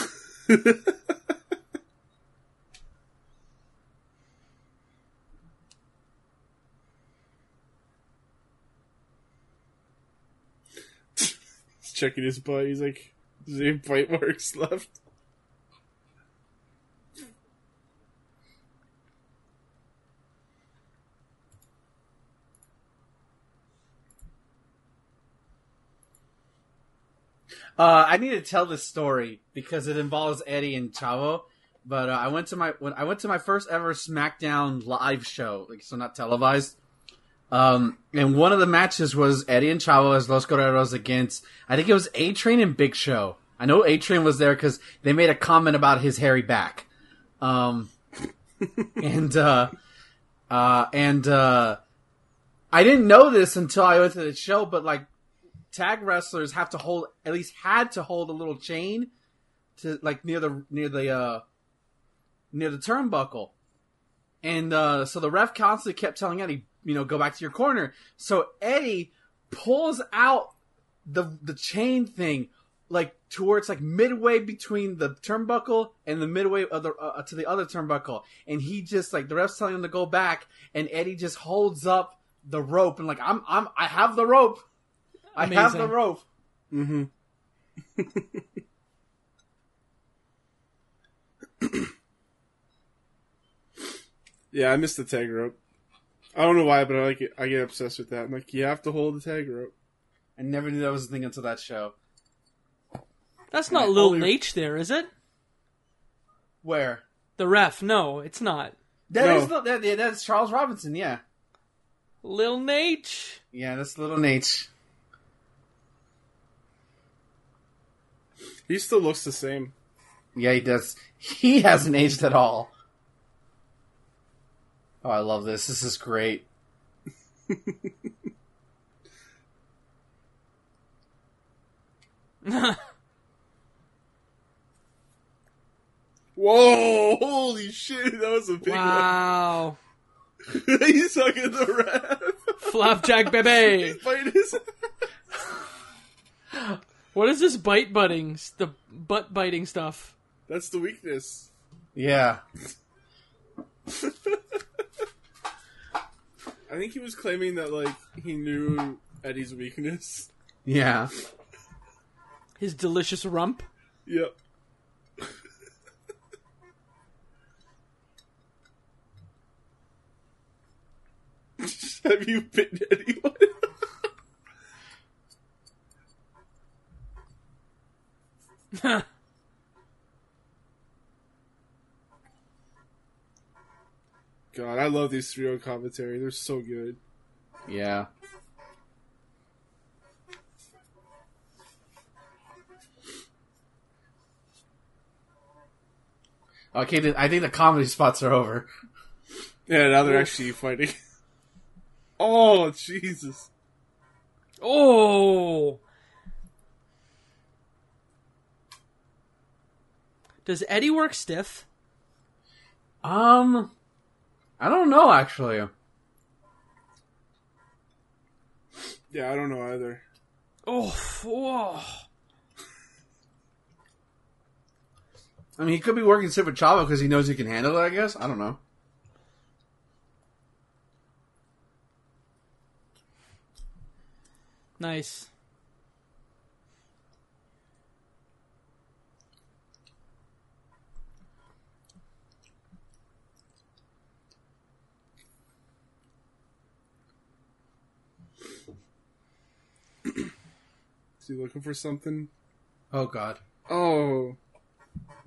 S1: He's checking his butt. He's like, "Is there any bite marks left?"
S2: Uh, I need to tell this story because it involves Eddie and Chavo. But uh, I went to my when I went to my first ever SmackDown live show, like so not televised. Um, and one of the matches was Eddie and Chavo as Los Guerreros against I think it was A Train and Big Show. I know A Train was there because they made a comment about his hairy back. Um, and uh, uh, and uh, I didn't know this until I went to the show, but like tag wrestlers have to hold at least had to hold a little chain to like near the near the uh near the turnbuckle and uh so the ref constantly kept telling eddie you know go back to your corner so eddie pulls out the the chain thing like towards like midway between the turnbuckle and the midway of the, uh, to the other turnbuckle and he just like the ref's telling him to go back and eddie just holds up the rope and like i'm i'm i have the rope I have the
S3: Amazing.
S2: rope.
S1: Mm-hmm. yeah, I missed the tag rope. I don't know why, but I like it. I get obsessed with that. I'm like, you have to hold the tag rope.
S2: I never knew that was a thing until that show.
S3: That's not
S1: Right,
S3: Lil
S1: all your-
S3: H there, is it?
S2: Where?
S3: The ref. No, it's not.
S2: that
S1: No.
S2: is the, that, yeah, that's Charles Robinson, yeah.
S3: Lil Nate.
S2: Yeah, that's little Nate.
S1: He still looks the same.
S2: Yeah, he does. He hasn't aged at all. Oh, I love this. This is great.
S1: Whoa! Holy shit! That was a big
S3: Wow.
S1: one. He's hugging the ref.
S3: Flapjack baby.
S1: He's biting his.
S3: What is this bite butting? The butt biting stuff.
S1: That's the weakness.
S2: Yeah.
S1: I think he was claiming that like he knew Eddie's weakness.
S2: Yeah.
S3: His delicious rump.
S1: Yep. Have you bitten anyone? God, I love these three O commentary. They're so good.
S2: Yeah. Okay, th- I think the comedy spots are over.
S1: Yeah, now they're actually fighting. oh Jesus!
S3: Oh. Does Eddie work stiff?
S2: Um, I don't know actually.
S1: Yeah, I don't know either.
S3: Oh, f- oh. whoa.
S2: I mean, he could be working sit with Chavo because he knows he can handle it. I guess I don't know.
S3: Nice.
S1: Is he looking for something?
S2: Oh God.
S1: Oh,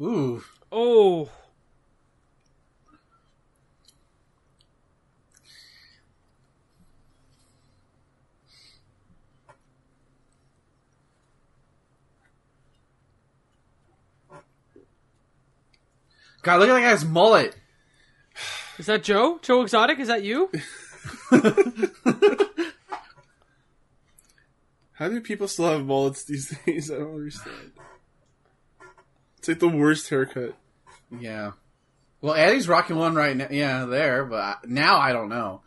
S2: Ooh.
S3: Oh.
S2: God, look at that guy's mullet.
S3: Is that Joe? Joe Exotic? Is that you?
S1: How do people still have mullets these days? I don't understand. It's like the worst haircut.
S2: Yeah. Well, Eddie's rocking one right now. Yeah, there, but I- now I don't know.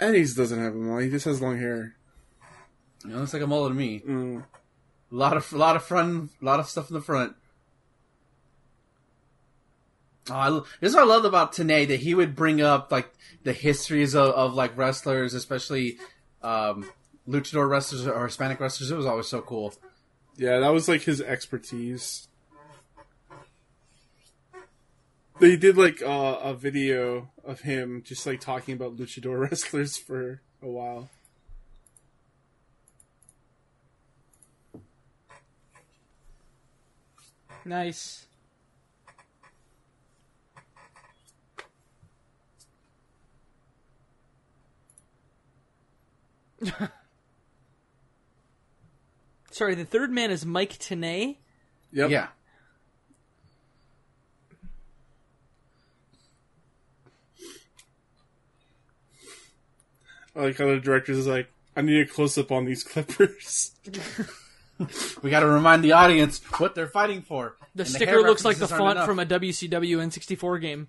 S1: Eddie's doesn't have a mullet. He just has long hair.
S2: You know, looks like a mullet to me.
S1: Mm.
S2: A lot of, a lot of front, a lot of stuff in the front. Oh, I, lo- this is what I loved about Tanay that he would bring up like the histories of, of like wrestlers, especially um, luchador wrestlers or Hispanic wrestlers. It was always so cool.
S1: Yeah, that was like his expertise. They did like uh, a video of him just like talking about luchador wrestlers for a while.
S3: Nice. Sorry, the third man is Mike Tanay.
S1: Yep.
S2: Yeah.
S1: I Like other directors is like, I need a close up on these clippers.
S2: We got to remind the audience what they're fighting for.
S3: The
S2: And
S3: sticker
S2: hair
S3: looks like the
S2: references aren't
S3: font
S2: enough.
S3: from a WCW N64 game.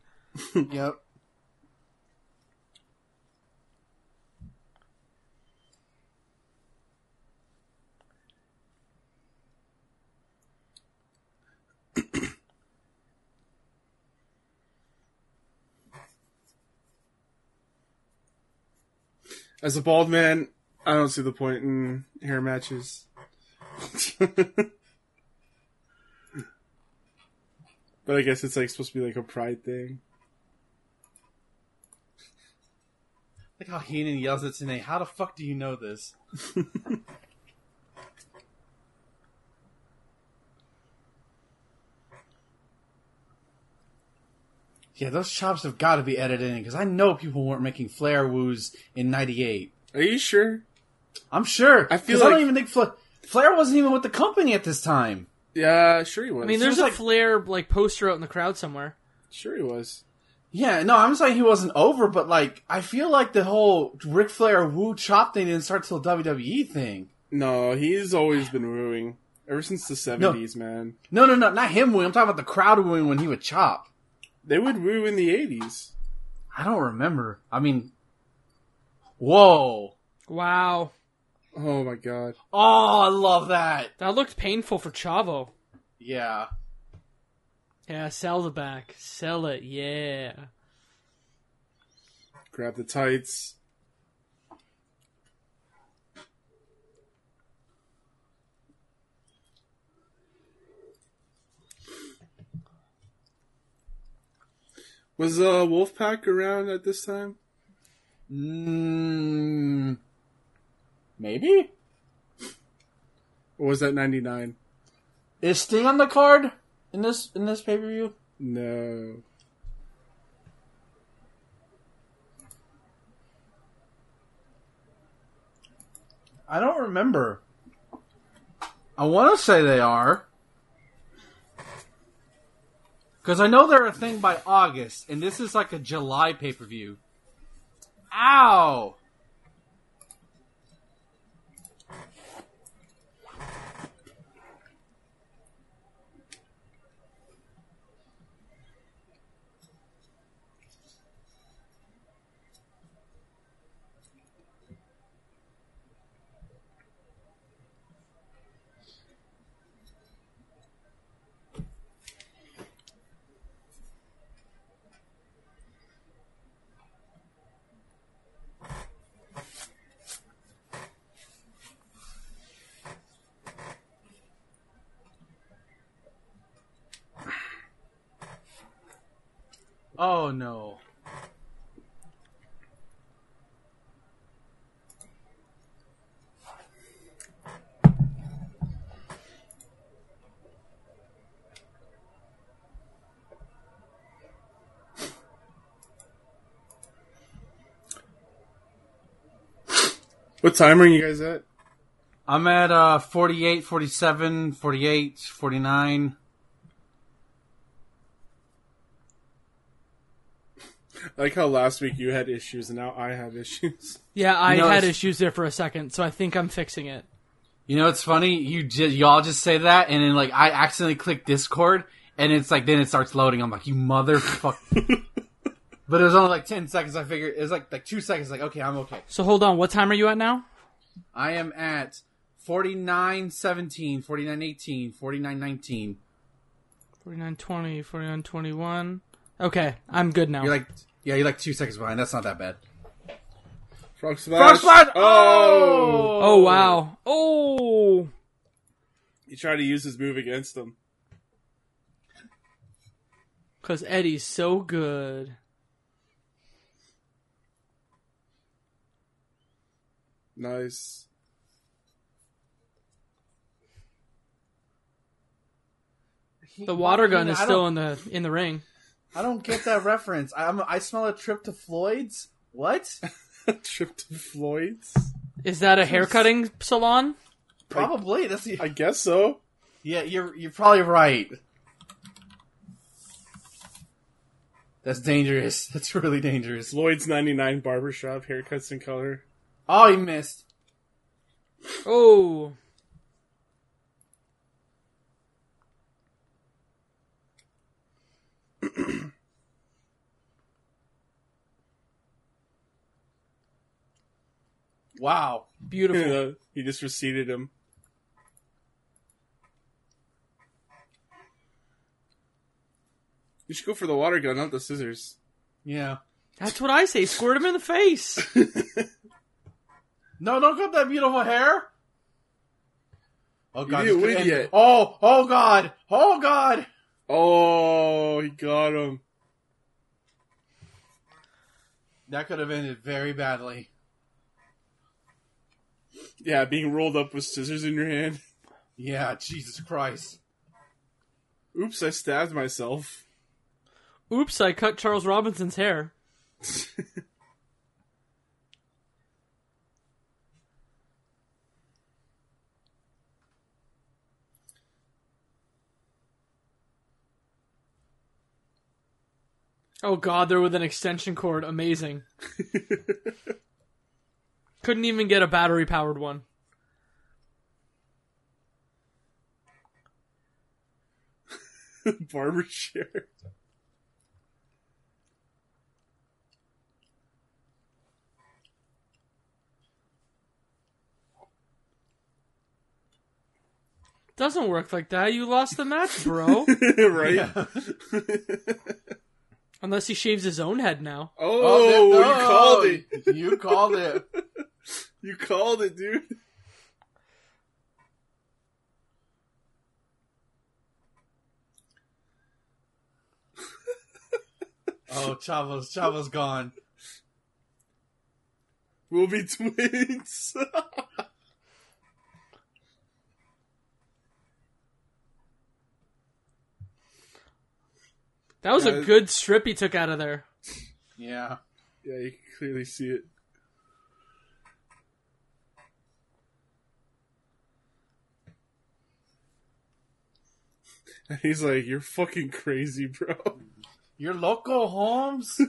S2: Yep.
S1: As a bald man, I don't see the point in hair matches. but I guess it's like supposed to be like a pride thing.
S2: Like how Heenan yells at Tanae, how the fuck do you know this? yeah, those chops have got to be edited in because I know people weren't making Flair woos in '98.
S1: Are you sure?
S2: I'm sure.
S1: I feel
S2: 'Cause I
S1: like-
S2: don't even think Flair, Flair wasn't even with the company at this time.
S1: Yeah, sure he was.
S3: I mean, there's
S2: Seems
S3: a
S2: like-
S3: flare like poster out in the crowd somewhere.
S1: sure he was.
S2: Yeah, no, I'm saying he wasn't over, but like I feel like the whole Ric Flair woo chop thing didn't start till WWE thing.
S1: No, he's always been wooing ever since the seventies, man.
S2: No, no, no, not him wooing. I'm talking about the crowd wooing when he would chop.
S1: They would woo in the eighties.
S2: I don't remember. I mean, whoa!
S3: Wow,
S1: Oh my god.
S2: Oh, I love that.
S3: that looked painful for Chavo.
S2: Yeah,
S3: Yeah, sell the back, sell it. Yeah,
S1: Grab the tights. Was uh, Wolfpack around at this time?
S2: mm, maybe
S1: Or was that 99?
S2: is Sting on the card in this in this pay per view?
S1: No.
S2: I don't remember. I want to say they are. Because I know they're a thing by August, and this is like a July pay per view. Ow! Oh no.
S1: What time are you guys at?
S2: I'm at uh 48, 47, 48, 49.
S1: I like how last week you had issues and now I have issues.
S3: Yeah, I
S2: You know,
S3: had
S2: it's-
S3: issues there for a second, so I think I'm fixing it.
S2: You know, it's funny. You just y'all just say that, and then like I accidentally click Discord, and it's like then it starts loading. I'm like, you motherfucker. but it was only like ten seconds. I figured it was like like two seconds. Like, okay, I'm okay.
S3: So hold on, what time are you at now?
S2: I am at 4917, 4918, 4919.
S3: 4920, 4921. Okay, I'm good now.
S2: You're like, yeah, you're like two seconds behind. That's not that bad.
S1: Frog splash.
S2: Frog splash!
S1: Oh!
S3: oh wow. Oh.
S1: He tried to use his move against him.
S3: Cuz Eddie's so good.
S1: Nice.
S3: The water gun is still in the in the ring.
S2: I don't get that reference. I, I'm, I smell a trip to Floyd's. What?
S1: Trip to Floyd's.
S3: Is that a hair cutting salon?
S2: Probably. That's the,
S1: I guess so.
S2: yeah. You're you're probably right. That's dangerous. That's really dangerous.
S1: Floyd's 99 barbershop haircuts in color.
S2: Oh, he missed.
S3: Oh.
S2: Wow.
S1: You
S3: Beautiful.
S1: know, Uh, he just receded him. You should go for the water gun, not the scissors.
S2: Yeah.
S3: That's what I say. Squirt him in the face.
S2: No, don't cut that beautiful hair. Oh god,
S1: You
S2: this could end-
S1: idiot.
S2: Oh, oh god, oh god.
S1: Oh, he got him.
S2: That could have ended very badly.
S1: Yeah, being rolled up with scissors in your hand.
S2: Yeah, Jesus Christ.
S1: Oops, I stabbed myself.
S3: Oops, I cut Charles Robinson's hair. oh god, they're with an extension cord. Amazing. Couldn't even get a battery powered one.
S1: Barber chair.
S3: Doesn't work like that. You lost the match, bro.
S1: right?
S2: Yeah. Oh,
S3: Unless he shaves his own head now.
S1: Oh,
S2: there-
S1: you called it.
S2: You called it.
S1: You called it, dude.
S2: Oh, Chavo's Chavo's gone.
S1: We'll be twins.
S3: That was
S1: Yeah.
S3: a good strip he took out of there.
S2: Yeah.
S1: yeah, you can clearly see it. And he's like, "You're fucking crazy, bro."
S2: Your local Holmes.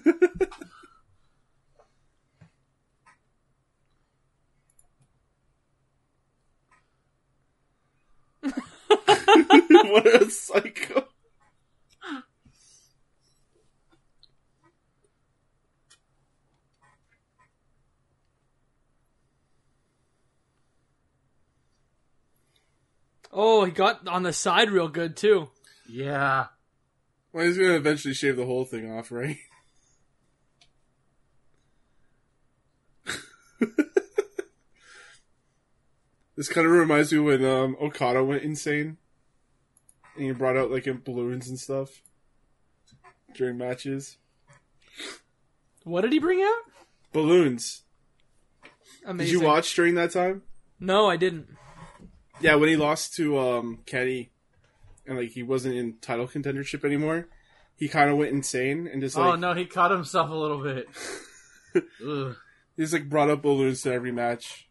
S1: what a psycho!
S3: Oh, he got on the side real good too.
S2: yeah.
S1: Well, he's gonna eventually shave the whole thing off, right? this kind of reminds me when um, Okada went insane, and he brought out like balloons and stuff during matches.
S3: What did he bring out?
S1: Balloons.
S3: Amazing.
S1: Did you watch during that time?
S3: No, I didn't.
S1: Yeah, when he lost to um, Kenny, and like he wasn't in title contendership anymore, he kind of went insane and just like
S2: oh no, he caught himself a little bit. Ugh.
S1: He's like brought up balloons to every match.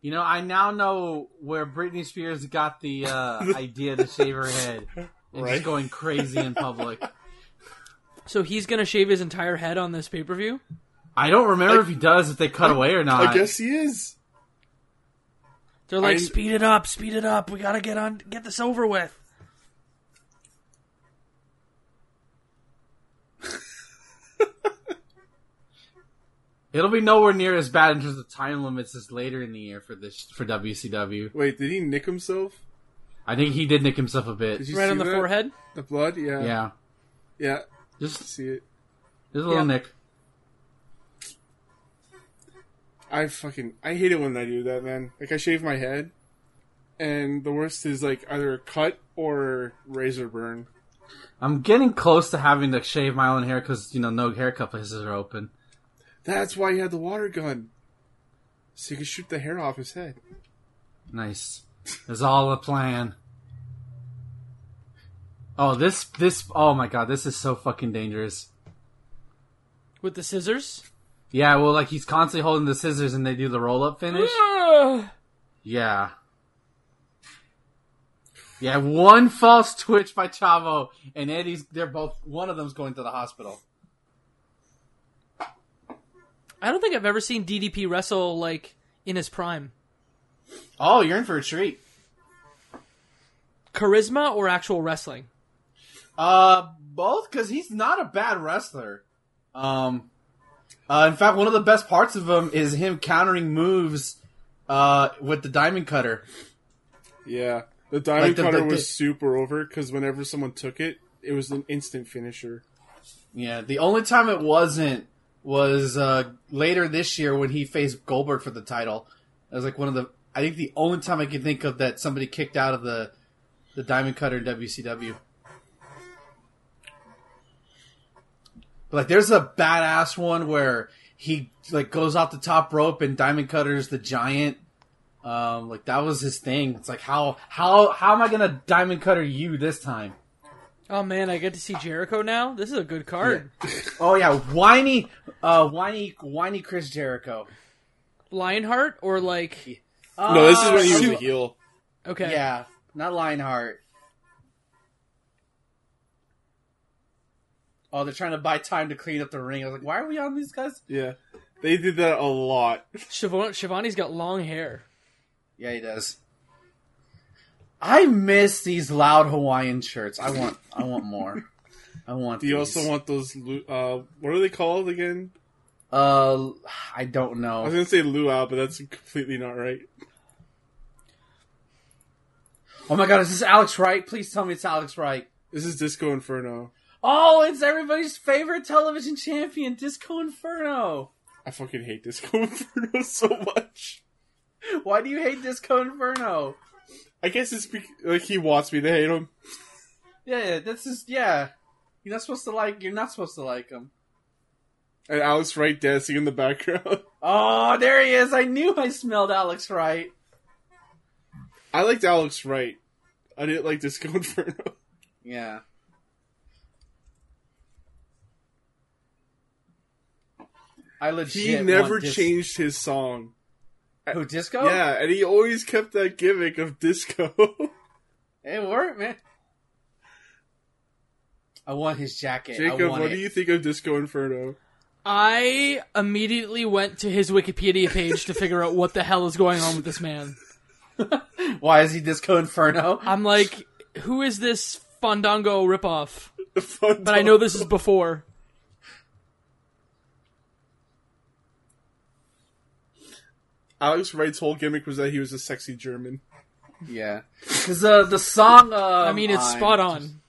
S2: You know, I now know where Britney Spears got the uh, idea to shave her head and
S1: Right.
S2: just going crazy in public.
S3: So he's gonna shave his entire head on this pay per view.
S2: I don't remember if he does, if they cut away or not.
S1: I guess he is.
S3: They're like,
S1: I-
S3: speed it up, speed it up. We gotta get on, get this over with.
S2: It'll be nowhere near as bad in terms of time limits as later in the year for this for WCW.
S1: Wait, did he nick himself?
S2: I think he did nick himself a
S1: Did
S2: bit.
S1: you
S3: Right
S1: see
S3: on the
S1: that?
S3: forehead.
S1: The blood? Yeah.
S2: Yeah,
S1: Yeah.
S2: just
S1: See it.
S2: just a little
S3: Yeah.
S2: nick.
S1: I fucking I hate it when I do that, man. Like I shave my head, and the worst is like either a cut or razor burn.
S2: I'm getting close to having to shave my own hair because you know no haircut places are open.
S1: That's why he had the water gun, so you could shoot the hair off his head.
S2: Nice. It's all a plan. Oh, this this oh my god, this is so fucking dangerous.
S3: with the scissors.
S2: Yeah, well, like he's constantly holding the scissors and they do the roll up finish.
S1: Ah!
S2: Yeah. Yeah, one false twitch by Chavo and Eddie's. They're both. One of them's going to the hospital.
S3: I don't think I've ever seen DDP wrestle like in his prime.
S2: Oh, you're in for a treat.
S3: Charisma or actual wrestling?
S2: Uh, both because he's not a bad wrestler. Um, uh, in fact, one of the best parts of him is him countering moves, uh, with the diamond cutter.
S1: Yeah, the diamond
S2: Like the-
S1: cutter
S2: the-
S1: was
S2: the-
S1: super over because whenever someone took it, it was an instant finisher.
S2: Yeah, the only time it wasn't was uh, later this year when he faced Goldberg for the title. That was like one of the I think the only time I can think of that somebody kicked out of the the Diamond Cutter in WCW. But like, there's a badass one where he like goes off the top rope and Diamond Cutter's the giant. Um, like that was his thing. It's like how how how am I gonna Diamond Cutter you this time?
S3: Oh man, I get to see Jericho now. This is a good card.
S2: Oh yeah, whiny, uh, whiny, whiny Chris Jericho.
S3: Lionheart or like
S1: no, this is
S2: Uh,
S1: when he was
S2: su-
S1: a heel.
S3: okay,
S2: Yeah, not Lionheart. Oh, they're trying to buy time to clean up the ring. I was like, why are we on these guys?
S1: Yeah, they did that a lot.
S3: Shivani, Shivani's got long hair.
S2: Yeah, he does. I miss these loud Hawaiian shirts. I want, I want more. I want.
S1: Do you
S2: these.
S1: also want those? lu- Uh, what are they called again?
S2: Uh, I don't
S1: I was
S2: know.
S1: gonna say luau, but that's completely not right.
S2: Oh my god, is this Alex Wright? Please tell me it's Alex Wright.
S1: This is Disco Inferno.
S2: Oh, it's everybody's favorite television champion, Disco Inferno.
S1: I fucking hate Disco Inferno so much.
S2: Why do you hate Disco Inferno?
S1: I guess it's bec like he wants me to hate him.
S2: Yeah, that's just yeah. You're not supposed to like. You're not supposed to like him.
S1: And Alex Wright dancing in the background.
S2: Oh, there he is. I knew I smelled Alex Wright.
S1: I liked Alex Wright. I didn't like Disco Inferno.
S2: Yeah. I legit.
S1: He never
S2: want dis-
S1: changed his song.
S2: Who disco?
S1: Yeah, and he always kept that gimmick of disco.
S2: it worked, man. I want his jacket. I
S1: Jacob,
S2: want
S1: what
S2: it.
S1: do you think of Disco Inferno?
S3: I immediately went to his Wikipedia page to figure out what the hell is going on with this man.
S2: Why is he disco inferno?
S3: I'm like, who is this Fandango ripoff?
S1: The fun
S3: But I know this is before.
S1: Alex Wright's whole gimmick was that he was a sexy German.
S2: Yeah, because uh, the song. Uh,
S3: I mean, it's spot on.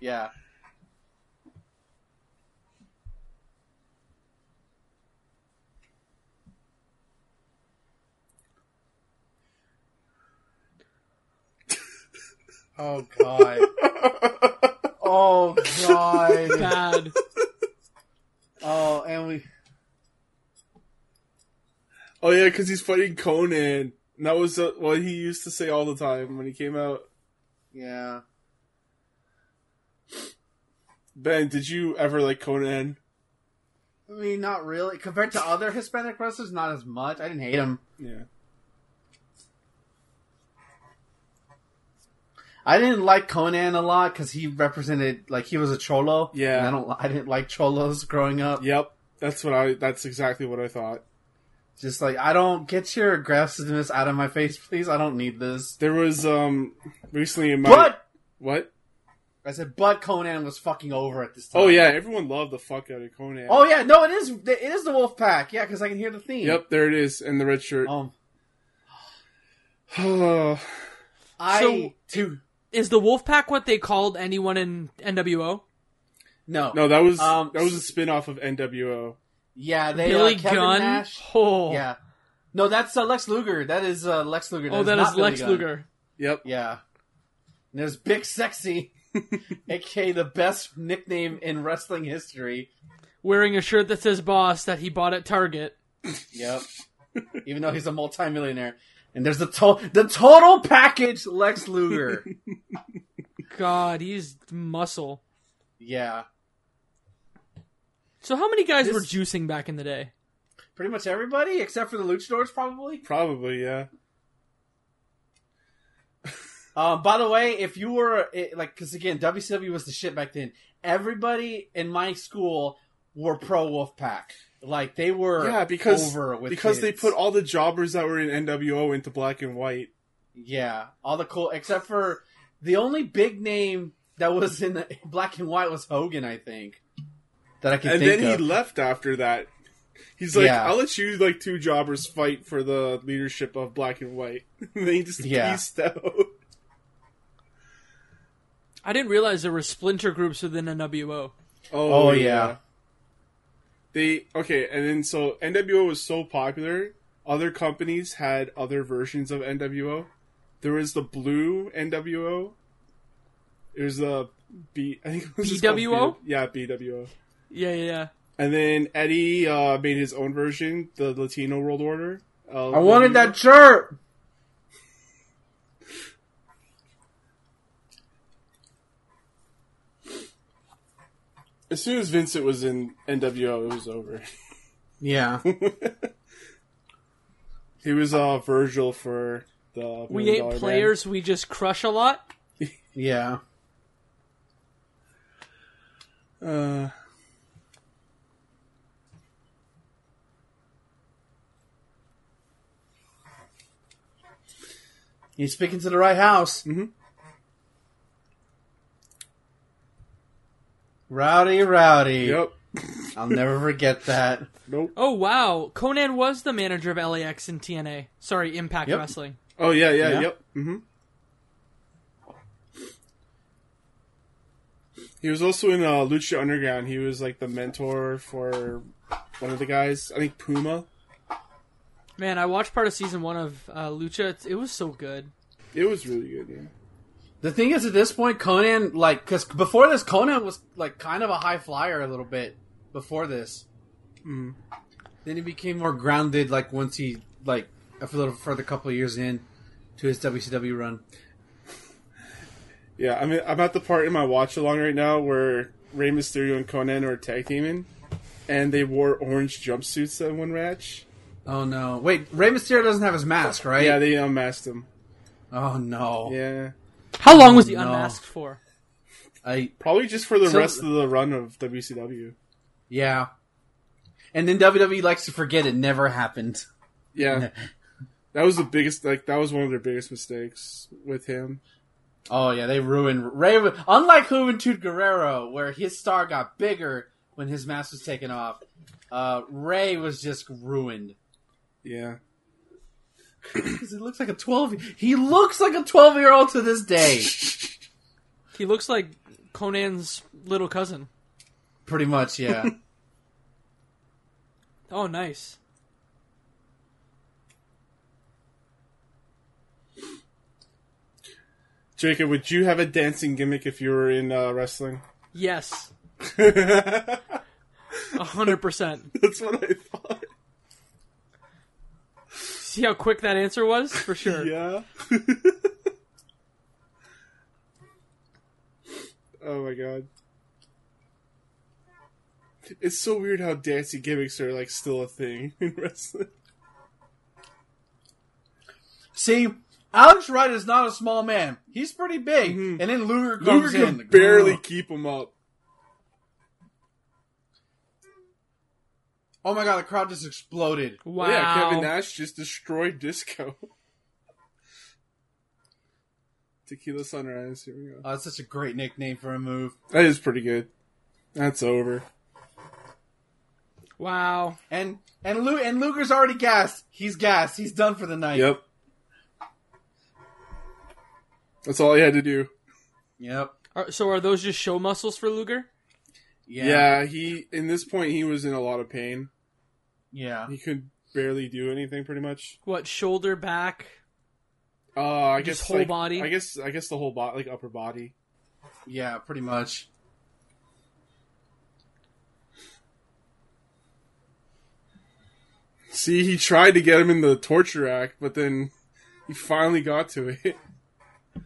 S2: Yeah. Oh god. Oh god.
S3: Bad.
S2: Oh, and we
S1: Oh yeah, because he's fighting Conan. And that was uh, what he used to say all the time when he came out.
S2: yeah.
S1: Ben, did you ever like Conan?
S2: I mean, not really. Compared to other Hispanic wrestlers, not as much. I didn't hate him.
S1: Yeah.
S2: I didn't like Conan a lot because he represented like he was a cholo.
S1: Yeah.
S2: and I don't. I didn't like cholos growing up.
S1: Yep, that's what I. That's exactly what I thought.
S2: Just like I don't get your aggressiveness out of my face, please. I don't need this.
S1: There was um recently in my
S2: But
S1: what?
S2: I said, but Conan was fucking over at this time.
S1: Oh yeah, everyone loved the fuck out of Conan.
S2: Oh yeah. No, it is. It is the wolf pack. Yeah, because I can hear the theme.
S1: Yep, there it is, and the red shirt.
S2: Um, Oh. I
S3: So-
S2: too.
S3: Is the Wolfpack what they called anyone in NWO?
S2: No.
S1: no, that was
S2: Um,
S1: that was a spin off of NWO.
S2: Yeah, they
S3: Billy
S2: uh, Kevin
S3: Gunn.
S2: Nash.
S3: Oh,
S2: Yeah. No, that's uh, Lex Luger. That is uh, Lex Luger.
S3: oh, that
S2: not
S3: is
S2: Billy
S3: Lex
S2: Gunn.
S3: Luger.
S1: Yep.
S2: Yeah. And there's Big Sexy, aka the best nickname in wrestling history.
S3: wearing a shirt that says "Boss" that he bought at Target.
S2: Yep. Even though he's a multimillionaire. And there's the to- the total package Lex Luger.
S3: God, he's muscle.
S2: yeah.
S3: So how many guys
S2: This-
S3: were juicing back in the day?
S2: Pretty much everybody except for the luchadors probably.
S1: Probably, yeah.
S2: Um, by the way, if you were it, like cuz again, WCW was the shit back then. Everybody in my school were pro Wolfpack. Like they were
S1: Yeah, because
S2: over with
S1: because they
S2: kids.
S1: put all the jobbers that were in NWO into black and white.
S2: Yeah, all the cool except for the only big name that was in the black and white was Hogan, I think. That I can
S1: and
S2: think
S1: then he
S2: of.
S1: left after that. He's like,
S2: Yeah.
S1: I'll let you like two jobbers fight for the leadership of black and white. and they just
S2: Yeah.
S1: pieced out.
S3: I didn't realize there were splinter groups within NWO.
S2: Oh, yeah.
S1: They okay, and then so NWO was so popular, other companies had other versions of NWO. There was the blue NWO. It was the B I think it was just called
S3: BWO?
S1: B- yeah, BWO.
S3: Yeah, yeah, yeah.
S1: And then Eddie uh, made his own version, the Latino World Order. Uh,
S2: I wanted that shirt.
S1: As soon as Vincent was in NWO, it was over.
S2: Yeah,
S1: He was uh, Virgil for the
S3: We
S1: Million Dollar
S3: ain't
S1: Man.
S3: players. We just crush a lot.
S2: yeah.
S1: Uh,
S2: He's speaking to the right house.
S1: Mhm.
S2: Rowdy, rowdy.
S1: yep.
S2: I'll never forget that.
S1: Nope.
S3: Oh wow, Conan was the manager of LAX and TNA. Sorry, Impact
S2: Yep.
S3: Wrestling.
S1: Oh yeah, yeah,
S2: Yeah.
S1: yep. hmm He was also in uh, Lucha Underground. He was like the mentor for one of the guys. I think Puma.
S3: Man, I watched part of season one of uh, Lucha. It's- It was so good.
S1: It was really good. Yeah.
S2: The thing is, at this point, Conan, like, because before this, Conan was, like, kind of a high flyer a little bit before this.
S1: Mhm.
S2: Then he became more grounded, like, once he, like, a little further couple of years in to his WCW run.
S1: Yeah, I mean, I'm at the part in my watch along right now where Rey Mysterio and Conan are tag teaming, and they wore orange jumpsuits at one match.
S2: Oh, no. Wait, Rey Mysterio doesn't have his mask, right?
S1: Yeah, they unmasked him.
S2: oh, no.
S1: Yeah,
S3: How long was he
S2: no.
S3: unmasked for?
S2: I,
S1: probably just for the
S2: So-
S1: rest of the run of WCW.
S2: yeah. And then WWE likes to forget it never happened.
S1: Yeah, that was the biggest. Like that was one of their biggest mistakes with him.
S2: Oh yeah, they ruined Ray. Unlike Juventud Guerrero, where his star got bigger when his mask was taken off, uh, Ray was just ruined
S1: Yeah,
S2: because he looks like a twelve. He looks like a twelve-year-old to this day,
S3: He looks like Conan's little cousin.
S2: pretty much. Yeah,
S3: Oh, nice.
S1: Jacob, would you have a dancing gimmick if you were in uh, wrestling?
S3: Yes,
S1: That's
S3: a hundred percent.
S1: what I thought.
S3: See how quick that answer was? For sure.
S1: Yeah. oh my god. It's so weird how dancing gimmicks are like still a thing in wrestling.
S2: see, Alex Wright is not a small man. He's pretty big.
S1: Mhm.
S2: And then Mm-hmm. Luger
S1: Luger
S2: comes
S1: can
S2: in.
S1: barely keep him up.
S2: Oh my god, the crowd just exploded.
S3: Wow.
S1: Yeah, Kevin Nash just destroyed Disco. Tequila Sunrise. Here we go.
S2: Oh, that's such a great nickname for a move.
S1: That is pretty good. That's over.
S3: Wow.
S2: And and Lu- and Luger's already gassed. He's gassed. He's done for the night.
S1: Yep. That's all he had to do.
S2: Yep.
S3: Are, so are those just show muscles for Luger?
S2: Yeah.
S1: Yeah. he in this point he was in a lot of pain.
S2: Yeah.
S1: He could barely do anything pretty much.
S3: What shoulder, back?
S1: Uh I
S3: Just
S1: guess
S3: whole
S1: like-
S3: body?
S1: I guess I guess the whole body like upper body.
S2: Yeah, pretty much.
S1: See, he tried to get him in the torture act, but then he finally got to it.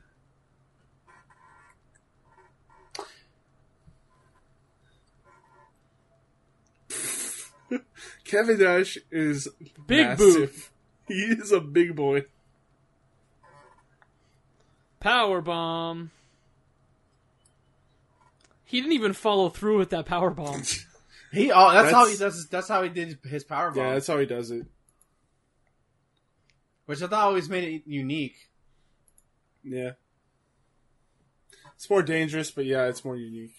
S1: Kevin Nash is
S3: Big boot.
S1: massive. He is a big boy.
S3: Power bomb. He didn't even follow through with that power bomb.
S2: He oh that's, how
S1: That's-
S2: he does his, that's how he did his power bomb,
S1: Yeah, that's how he does it.
S2: which I thought always made it unique.
S1: Yeah. It's more dangerous, but yeah, it's more unique.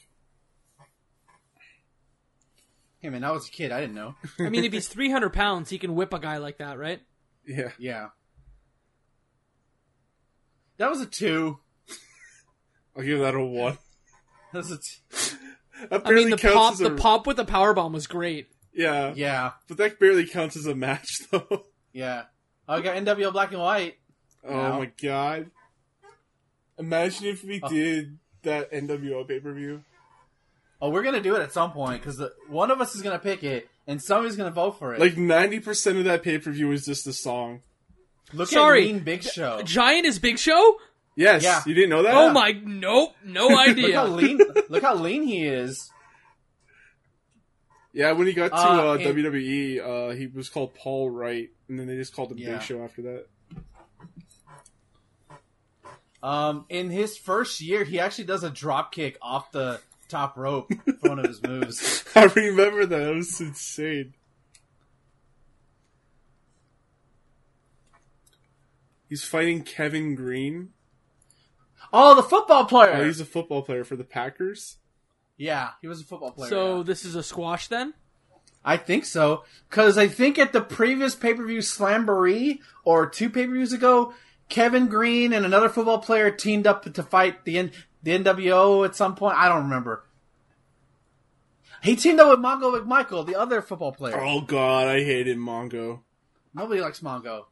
S2: Hey man, I was a kid, I didn't know.
S3: I mean, if he's 300 pounds, he can whip a guy like that, right?
S1: Yeah.
S2: Yeah. That was a two.
S1: I'll give that a one.
S2: That was a t-
S1: That
S3: I
S1: barely
S3: mean, the
S1: counts
S3: pop,
S1: as a
S3: the pop with the power bomb was great.
S1: Yeah,
S2: yeah,
S1: But that barely counts as a match though.
S2: yeah. Oh, we got NWO Black and White.
S1: Oh
S2: No.
S1: my god. Imagine if we
S2: Oh.
S1: did that NWO pay per view.
S2: Oh, we're gonna do it at some point because one of us is gonna pick it, and somebody's gonna vote for it.
S1: Like ninety percent of that pay per view was just the song.
S2: look
S3: sorry.
S2: at Mean Big Show.
S3: Giant is Big Show?
S1: Yes,
S2: Oh. Yeah.
S1: you didn't know that.
S3: Oh my, nope, no
S2: Look how
S3: idea.
S2: lean, look how lean he is.
S1: Yeah, when he got to
S2: Uh,
S1: uh,
S2: and-
S1: WWE, uh, he was called Paul Wright, and then they just called him
S2: Yeah.
S1: Big Show after that.
S2: Um, in his first year, he actually does a drop kick off the top rope for one of his moves.
S1: I remember that. That was insane. He's fighting Kevin Green.
S2: Oh, the football
S1: Oh,
S2: player.
S1: he's a football player for the Packers.
S2: yeah, he was a football player.
S3: So
S2: yeah.
S3: this is a squash then?
S2: I think so because I think at the previous pay per view Slamboree or two pay per views ago, Kevin Green and another football player teamed up to fight the N- the NWO at some point. I don't remember. He teamed up with Mongo McMichael, the other football player.
S1: Oh god, I hated Mongo.
S2: Nobody likes Mongo.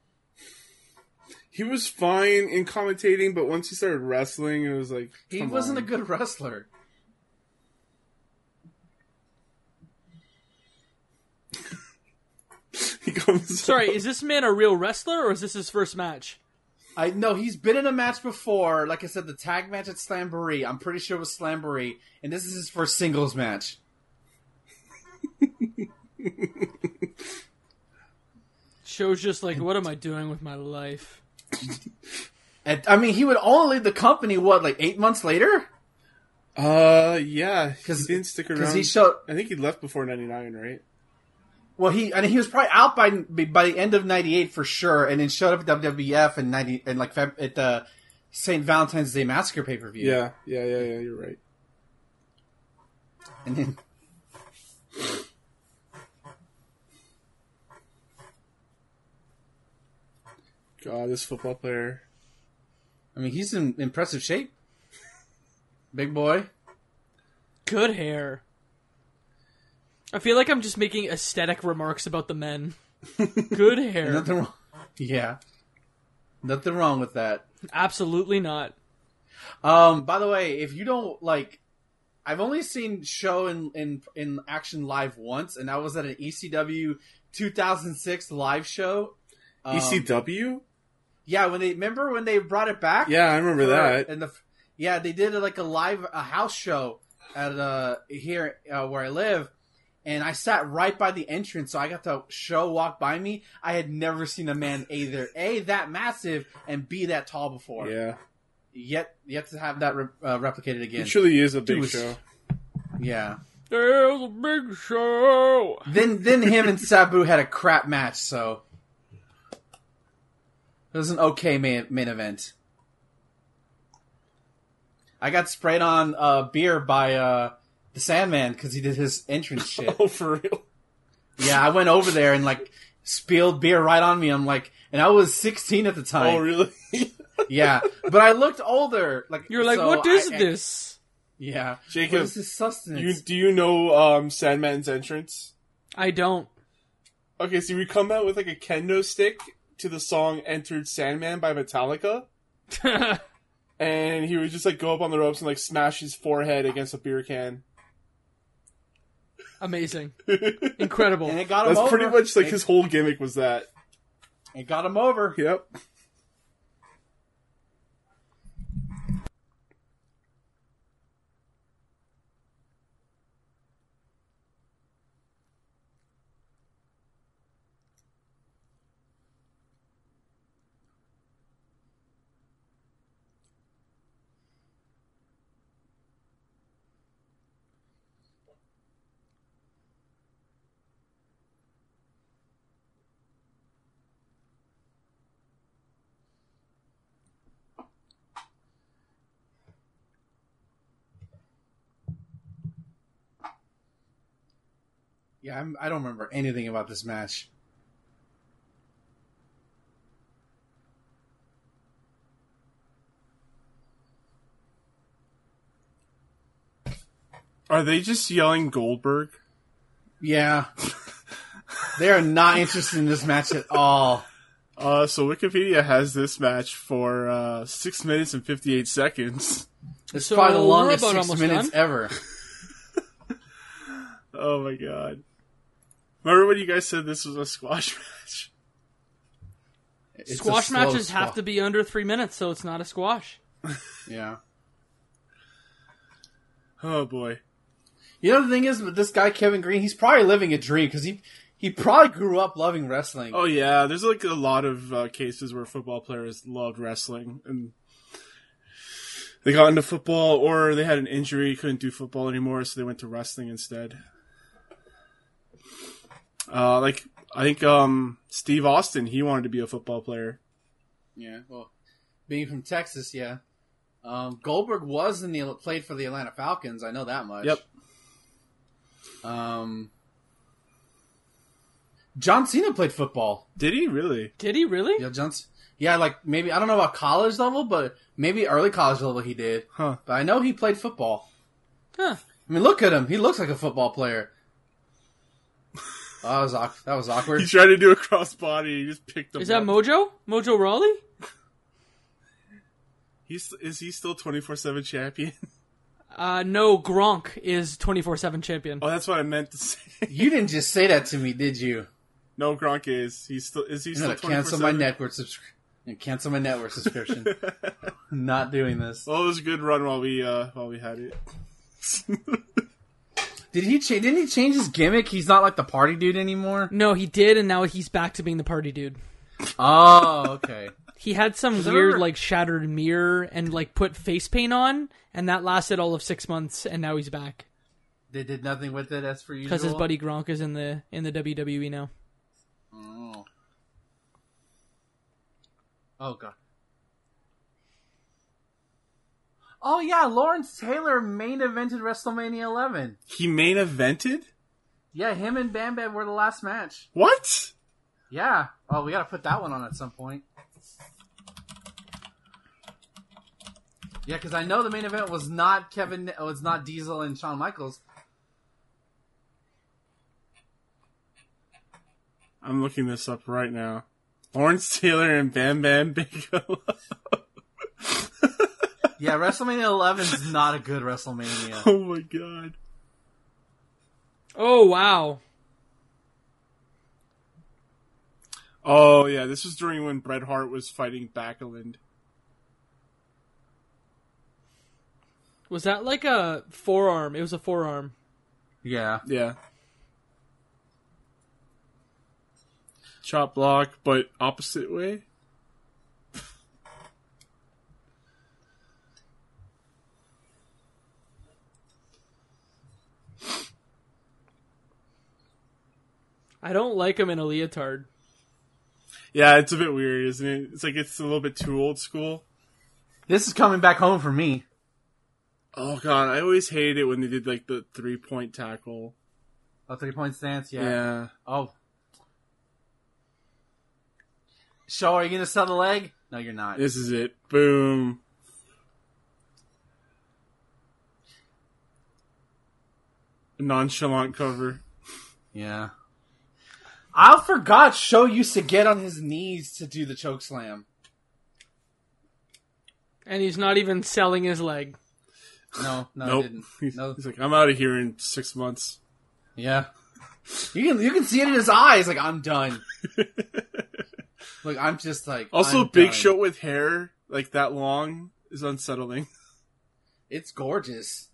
S1: He was fine in commentating, but once he started wrestling, it was like
S2: He
S1: come
S2: wasn't
S1: on.
S2: a good wrestler.
S1: He comes
S3: Sorry, is this man a real wrestler or is this his first match?
S2: I know he's been in a match before. Like I said, the tag match at Slamboree. I'm pretty sure it was Slamboree, and this is his first singles match.
S3: Show's just like, what am I doing with my life?
S2: And, I mean, he would only leave the company what like eight months later.
S1: Uh, yeah, because
S2: 'Cause-
S1: he didn't stick around.
S2: because he showed.
S1: I think he left before '99, right?
S2: Well, he I mean, he was probably out by by the end of '98 for sure, and then showed up at WWF in '90 and like Feb, at the St. Valentine's Day Massacre pay per view.
S1: Yeah, yeah, yeah, yeah. You're right.
S2: And then,
S1: God, this football player.
S2: I mean, he's in impressive shape, big boy.
S3: Good hair. I feel like I'm just making aesthetic remarks about the men. Good hair.
S2: Nothing wrong. Yeah, nothing wrong with that.
S3: Absolutely not.
S2: Um, by the way, if you don't like, I've only seen show in in in action live once, and that was at an E ECW 2006 live show.
S1: E
S2: Um,
S1: ECW.
S2: Yeah, when they remember when they brought it back.
S1: Yeah, I remember that.
S2: And the yeah, they did like a live a house show at uh here uh, where I live, and I sat right by the entrance, so I got to show walk by me. I had never seen a man either a that massive and b that tall before.
S1: Yeah,
S2: Yet, yet to have that re- uh, replicated again.
S1: it truly is a big
S2: was-
S1: show.
S2: Yeah.
S3: There's a big show.
S2: Then, then him and Sabu had a crap match, so it was an okay main, main event. I got sprayed on uh, beer by uh, the Sandman because he did his entrance shit.
S1: Oh, for real?
S2: Yeah, I went over there and like spilled beer right on me. I'm like, and I was 16 at the time.
S1: Oh, really?
S2: Yeah, but I looked older. Like
S3: You're like,
S2: so
S3: what is
S2: I- I-
S3: this?
S2: yeah,
S1: Jacob,
S2: what is this substance?
S1: You do you know um, Sandman's entrance?
S3: I don't.
S1: Okay, so we come out with like a kendo stick to the song "Entered Sandman" by Metallica, and he would just like go up on the ropes and like smash his forehead against a beer can.
S3: Amazing.
S1: That's
S3: Incredible.
S2: and it got him over.
S1: pretty much like
S2: it,
S1: his whole gimmick was that.
S2: It got him over.
S1: Yep.
S2: Yeah, I'm, I don't remember anything about this match.
S1: Are they just yelling Goldberg?
S2: Yeah, they are not interested in this match at all.
S1: Uh, so Wikipedia has this match for uh, six minutes and fifty-eight seconds.
S2: It's
S3: So
S2: probably the
S3: we're
S2: longest
S3: about
S2: six
S3: almost
S2: minutes
S3: done?
S2: ever.
S1: Oh my god! Remember when you guys said this was a squash match?
S2: It's a
S3: squash
S2: slow
S3: matches have
S2: squash.
S3: to be under three minutes, so it's not a squash.
S2: Yeah.
S1: Oh boy.
S2: You know the thing is, with this guy Kevin Green, he's probably living a dream because he he probably grew up loving wrestling.
S1: Oh yeah, there's like a lot of uh, cases where football players loved wrestling and they got into football or they had an injury, couldn't do football anymore, so they went to wrestling instead. Uh, like I think um, Steve Austin, he wanted to be a football player.
S2: Yeah, well, being from Texas, yeah. Um, Goldberg was in the played for the Atlanta Falcons. I know that much.
S1: Yep.
S2: Um, John Cena played football.
S1: Did he really?
S3: Did he really?
S2: Yeah, John. C- Yeah, like maybe I don't know about college level, but maybe early college level he did.
S1: Huh.
S2: But I know he played football.
S3: Huh.
S2: I mean, look at him. He looks like a football player. Oh, that was awk- that was awkward.
S1: He tried to do a crossbody. He just picked him.
S3: Is that
S1: up.
S3: Mojo? Mojo Rawley?
S1: He's is he still twenty four seven champion?
S3: Uh, no, Gronk is 24 7 champion.
S1: oh, that's what I meant to say.
S2: You didn't just say that to me, did you?
S1: No, Gronk is. He's still is he
S2: I'm
S1: still
S2: gonna
S1: twenty four
S2: cancel my
S1: seven?
S2: network subscription. Cancel my network subscription. Not doing this.
S1: Well, Oh, it was a good run while we uh while we had it.
S2: Did he? Cha- didn't he change his gimmick? He's not like the party dude anymore.
S3: No, he did, and now he's back to being the party dude.
S2: Oh, okay.
S3: He had some
S2: there
S3: weird,
S2: ever-
S3: like, shattered mirror and, like, put face paint on, and that lasted all of six months, and now he's back.
S2: they did nothing with it. That's for usual.
S3: Because his buddy Gronk is in the in the WWE now.
S2: Oh. Oh god. Oh yeah, Lawrence Taylor main evented WrestleMania 11.
S1: He main evented?
S2: Yeah, him and Bam Bam were the last match.
S1: What?
S2: Yeah. Oh, we gotta put that one on at some point. Yeah, because I know the main event was not Kevin, oh, it's not Diesel and Shawn Michaels.
S1: I'm looking this up right now. Lawrence Taylor and Bam Bam Bigelow.
S2: Yeah, WrestleMania 11 is not a good WrestleMania.
S1: oh my god.
S3: Oh, wow.
S1: Oh yeah, this was during when Bret Hart was fighting Backlund.
S3: Was that like a forearm? It was a forearm.
S2: Yeah.
S1: Yeah. chop block, but opposite way.
S3: I don't like him in a leotard.
S1: Yeah, it's a bit weird, isn't it? It's like it's a little bit too old school.
S5: This is coming back home for me.
S1: Oh god, I always hated it when they did like the three point tackle.
S2: Oh,
S5: A three point stance, yeah.
S1: Yeah.
S5: Oh. So are you gonna sell the leg? No, you're not.
S1: This is it. Boom. Nonchalant cover.
S5: yeah.
S2: I forgot Show used to get on his knees to do the choke slam.
S3: And he's not even selling his leg.
S5: No, no,
S1: nope.
S5: I didn't.
S1: He's,
S5: No.
S1: he's like, I'm out of here in six months.
S5: Yeah.
S2: You can you can see it in his eyes. Like I'm done. like I'm just like
S1: Also,
S2: I'm
S1: Big
S2: done.
S1: Show with hair like that long is unsettling.
S2: It's gorgeous.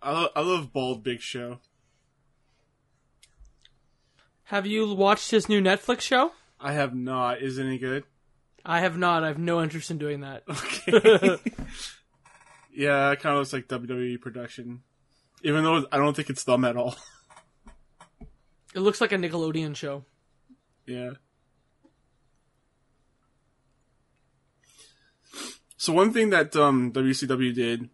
S1: I, lo- I love bald Big Show.
S3: Have you watched his new Netflix show?
S1: I have not. Is it any good?
S3: I have not. I have no interest in doing that.
S1: Okay. yeah, it kind of looks like WWE production, even though I don't think it's them at all.
S3: It looks like a Nickelodeon show.
S1: Yeah. So one thing that um, WCW did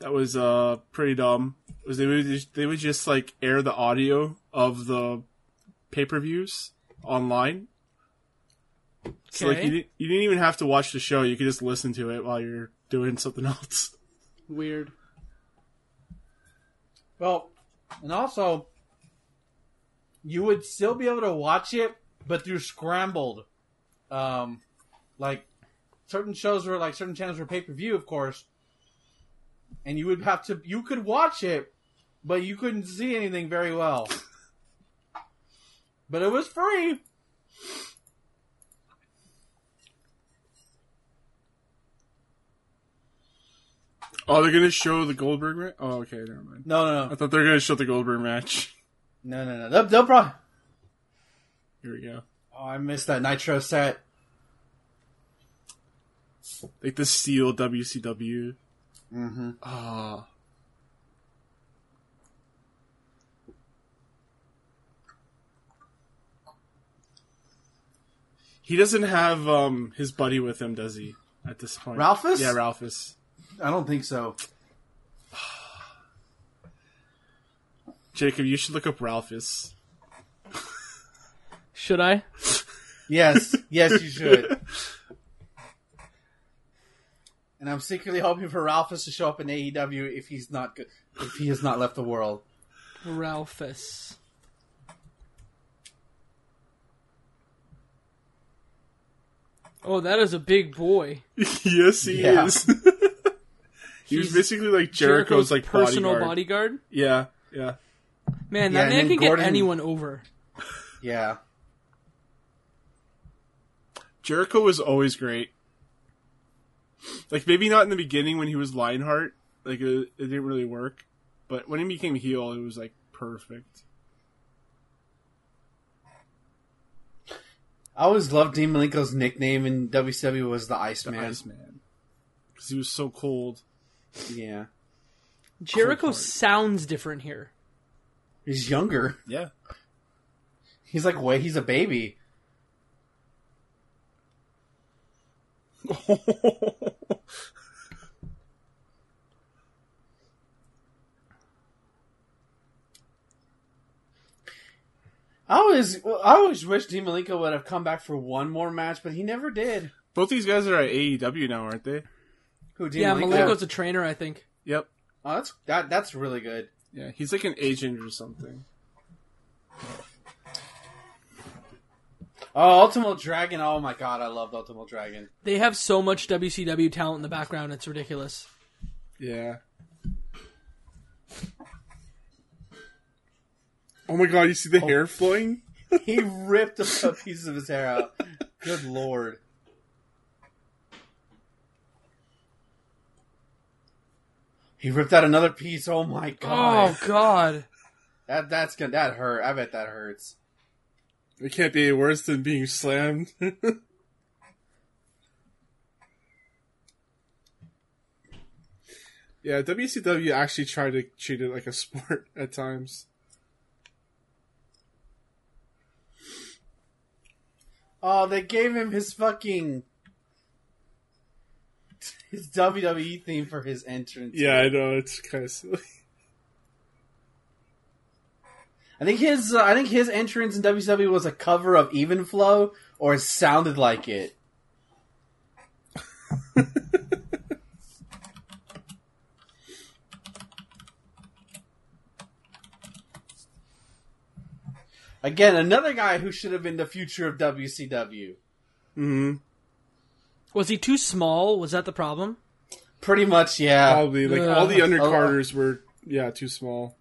S1: that was uh, pretty dumb was they would just, they would just like air the audio of the pay per views online. So like
S3: Okay.
S1: you didn't, you didn't even have to watch the show; you could just listen to it while you're doing something else.
S3: Weird.
S2: Well, and also, you would still be able to watch it, but through scrambled, um, like certain shows were like certain channels were pay per view, of course, and you would have to you could watch it, but you couldn't see anything very well. But it was free.
S1: Oh, they're gonna show the Goldberg. Ra- oh, okay, never mind.
S2: No, no,
S1: I
S2: no,
S1: thought they were gonna show the Goldberg match.
S2: no, no, no. They'll, they'll probably.
S1: Here we go.
S2: Oh, I missed that Nitro set.
S1: Like the Steel WCW.
S2: Mm-hmm.
S1: Ah. He doesn't have um his buddy with him, does he? At this point,
S2: Ralphus?
S1: Yeah, Ralphus.
S2: I don't think so.
S1: Jacob, you should look up Ralphus.
S3: Should I?
S2: Yes, yes, you should. and I'm secretly hoping for Ralphus to show up in AEW if he's not good, if he has not left the world.
S3: Ralphus. Oh, that is a big boy.
S1: yes, he
S2: Yeah.
S1: is. he was
S3: He's
S1: basically like Jericho's, like
S3: personal
S1: bodyguard.
S3: bodyguard.
S1: Yeah, yeah.
S3: Man,
S2: Yeah,
S3: that
S2: and
S3: man
S2: then
S3: can
S2: Gordon-
S3: get anyone over.
S2: Yeah,
S1: Jericho was always great. Like maybe not in the beginning when he was Lionheart, like it, it didn't really work, but when he became heel, it was like perfect.
S2: I always loved Dean Malenko's nickname in WCW was the
S1: The
S2: Iceman.
S1: Iceman, because he was so cold.
S2: Yeah,
S3: Jericho
S1: hard.
S3: sounds different here.
S2: he's younger.
S1: Yeah,
S2: He's like wait, he's a baby. I always, I always wish Dean Malenko would have come back for one more match, but he never did.
S1: both these guys are at AEW now, aren't they?
S2: Who Dean
S3: yeah,
S2: Malenko?
S3: Malenko's a trainer, I think.
S1: Yep.
S2: Oh, that's that. That's really good.
S1: Yeah, he's like an agent or something.
S2: Oh, Ultimate Dragon. Oh my god, I loved Ultimate Dragon.
S3: They have so much WCW talent in the background, it's ridiculous.
S1: Yeah. Oh my god, you see the hair flowing?
S2: He ripped a a piece of his hair out. Good lord. He ripped out another piece. Oh my god.
S3: Oh, God.
S2: That that's gonna that hurt. I bet that hurts.
S1: It can't be any worse than being slammed. yeah, WCW actually tried to treat it like a sport at times.
S2: Oh, they gave him his fucking his WWE theme for his entrance.
S1: Yeah, I know it's kind of silly.
S2: I think his uh, I think his entrance in WWE was a cover of Even Flow, or it sounded like it. Again, another guy who should have been the future of WCW.
S1: hmm
S3: Was he too small? Was that the problem?
S2: Pretty much, yeah,
S1: Probably like all the
S3: Ugh.
S1: undercarders were yeah too small.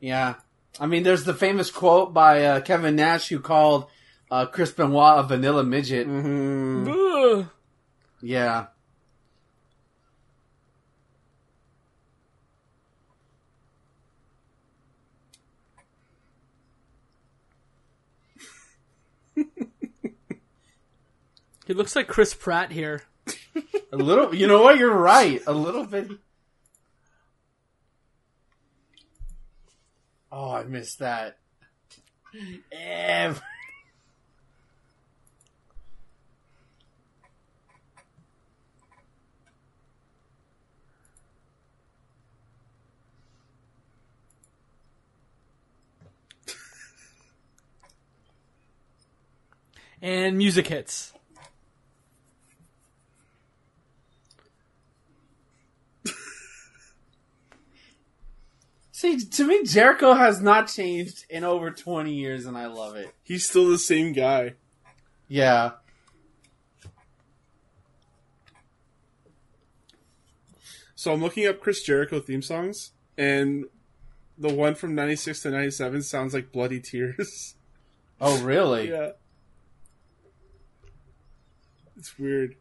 S2: yeah. I mean, there's the famous quote by uh, Kevin Nash who called uh, Chris Benoit a vanilla midget.
S1: Mm-hmm.
S3: Ugh.
S2: Yeah.
S3: He looks like Chris Pratt here.
S2: A little, you know what? You're right. A little bit. Oh, I missed that. Ev-
S3: And music hits.
S2: See, to me, Jericho has not changed in over 20 years, and I love it.
S1: He's still the same guy.
S2: Yeah.
S1: So I'm looking up Chris Jericho theme songs, and the one from '96 to '97 sounds like "Bloody Tears."
S2: Oh, really?
S1: yeah, it's weird.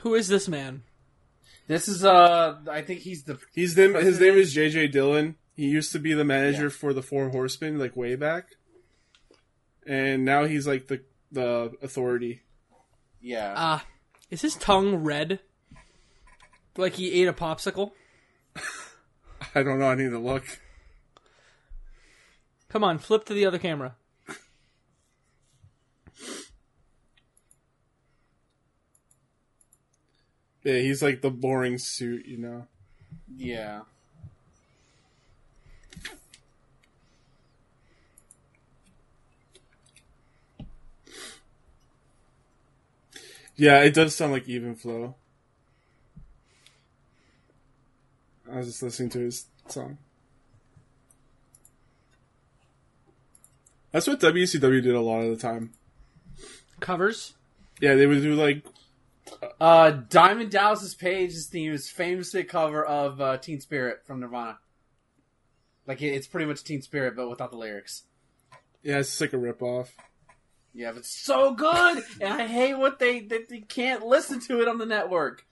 S3: Who is this man?
S2: This is, uh, I think he's the.
S1: He's them. His name is JJ Dillon. He used to be the manager for the Four Horsemen, like way back, and now he's like the the authority.
S2: Yeah.
S3: Ah, is his tongue red? Like he ate a popsicle?
S1: I don't know. I need to look.
S3: Come on, flip to the other camera.
S1: Yeah, he's like the boring suit, you know.
S2: yeah.
S1: Yeah, it does sound like even flow. I was just listening to his song. That's what WCW did a lot of the time.
S3: Covers?
S1: Yeah, they would do like
S2: Uh, Diamond Dallas Page's theme is famously a cover of uh, Teen Spirit from Nirvana. Like, it, it's pretty much Teen Spirit, but without the lyrics.
S1: yeah, it's just like a ripoff.
S2: Yeah, but it's so good, and I hate what they that they can't listen to it on the network.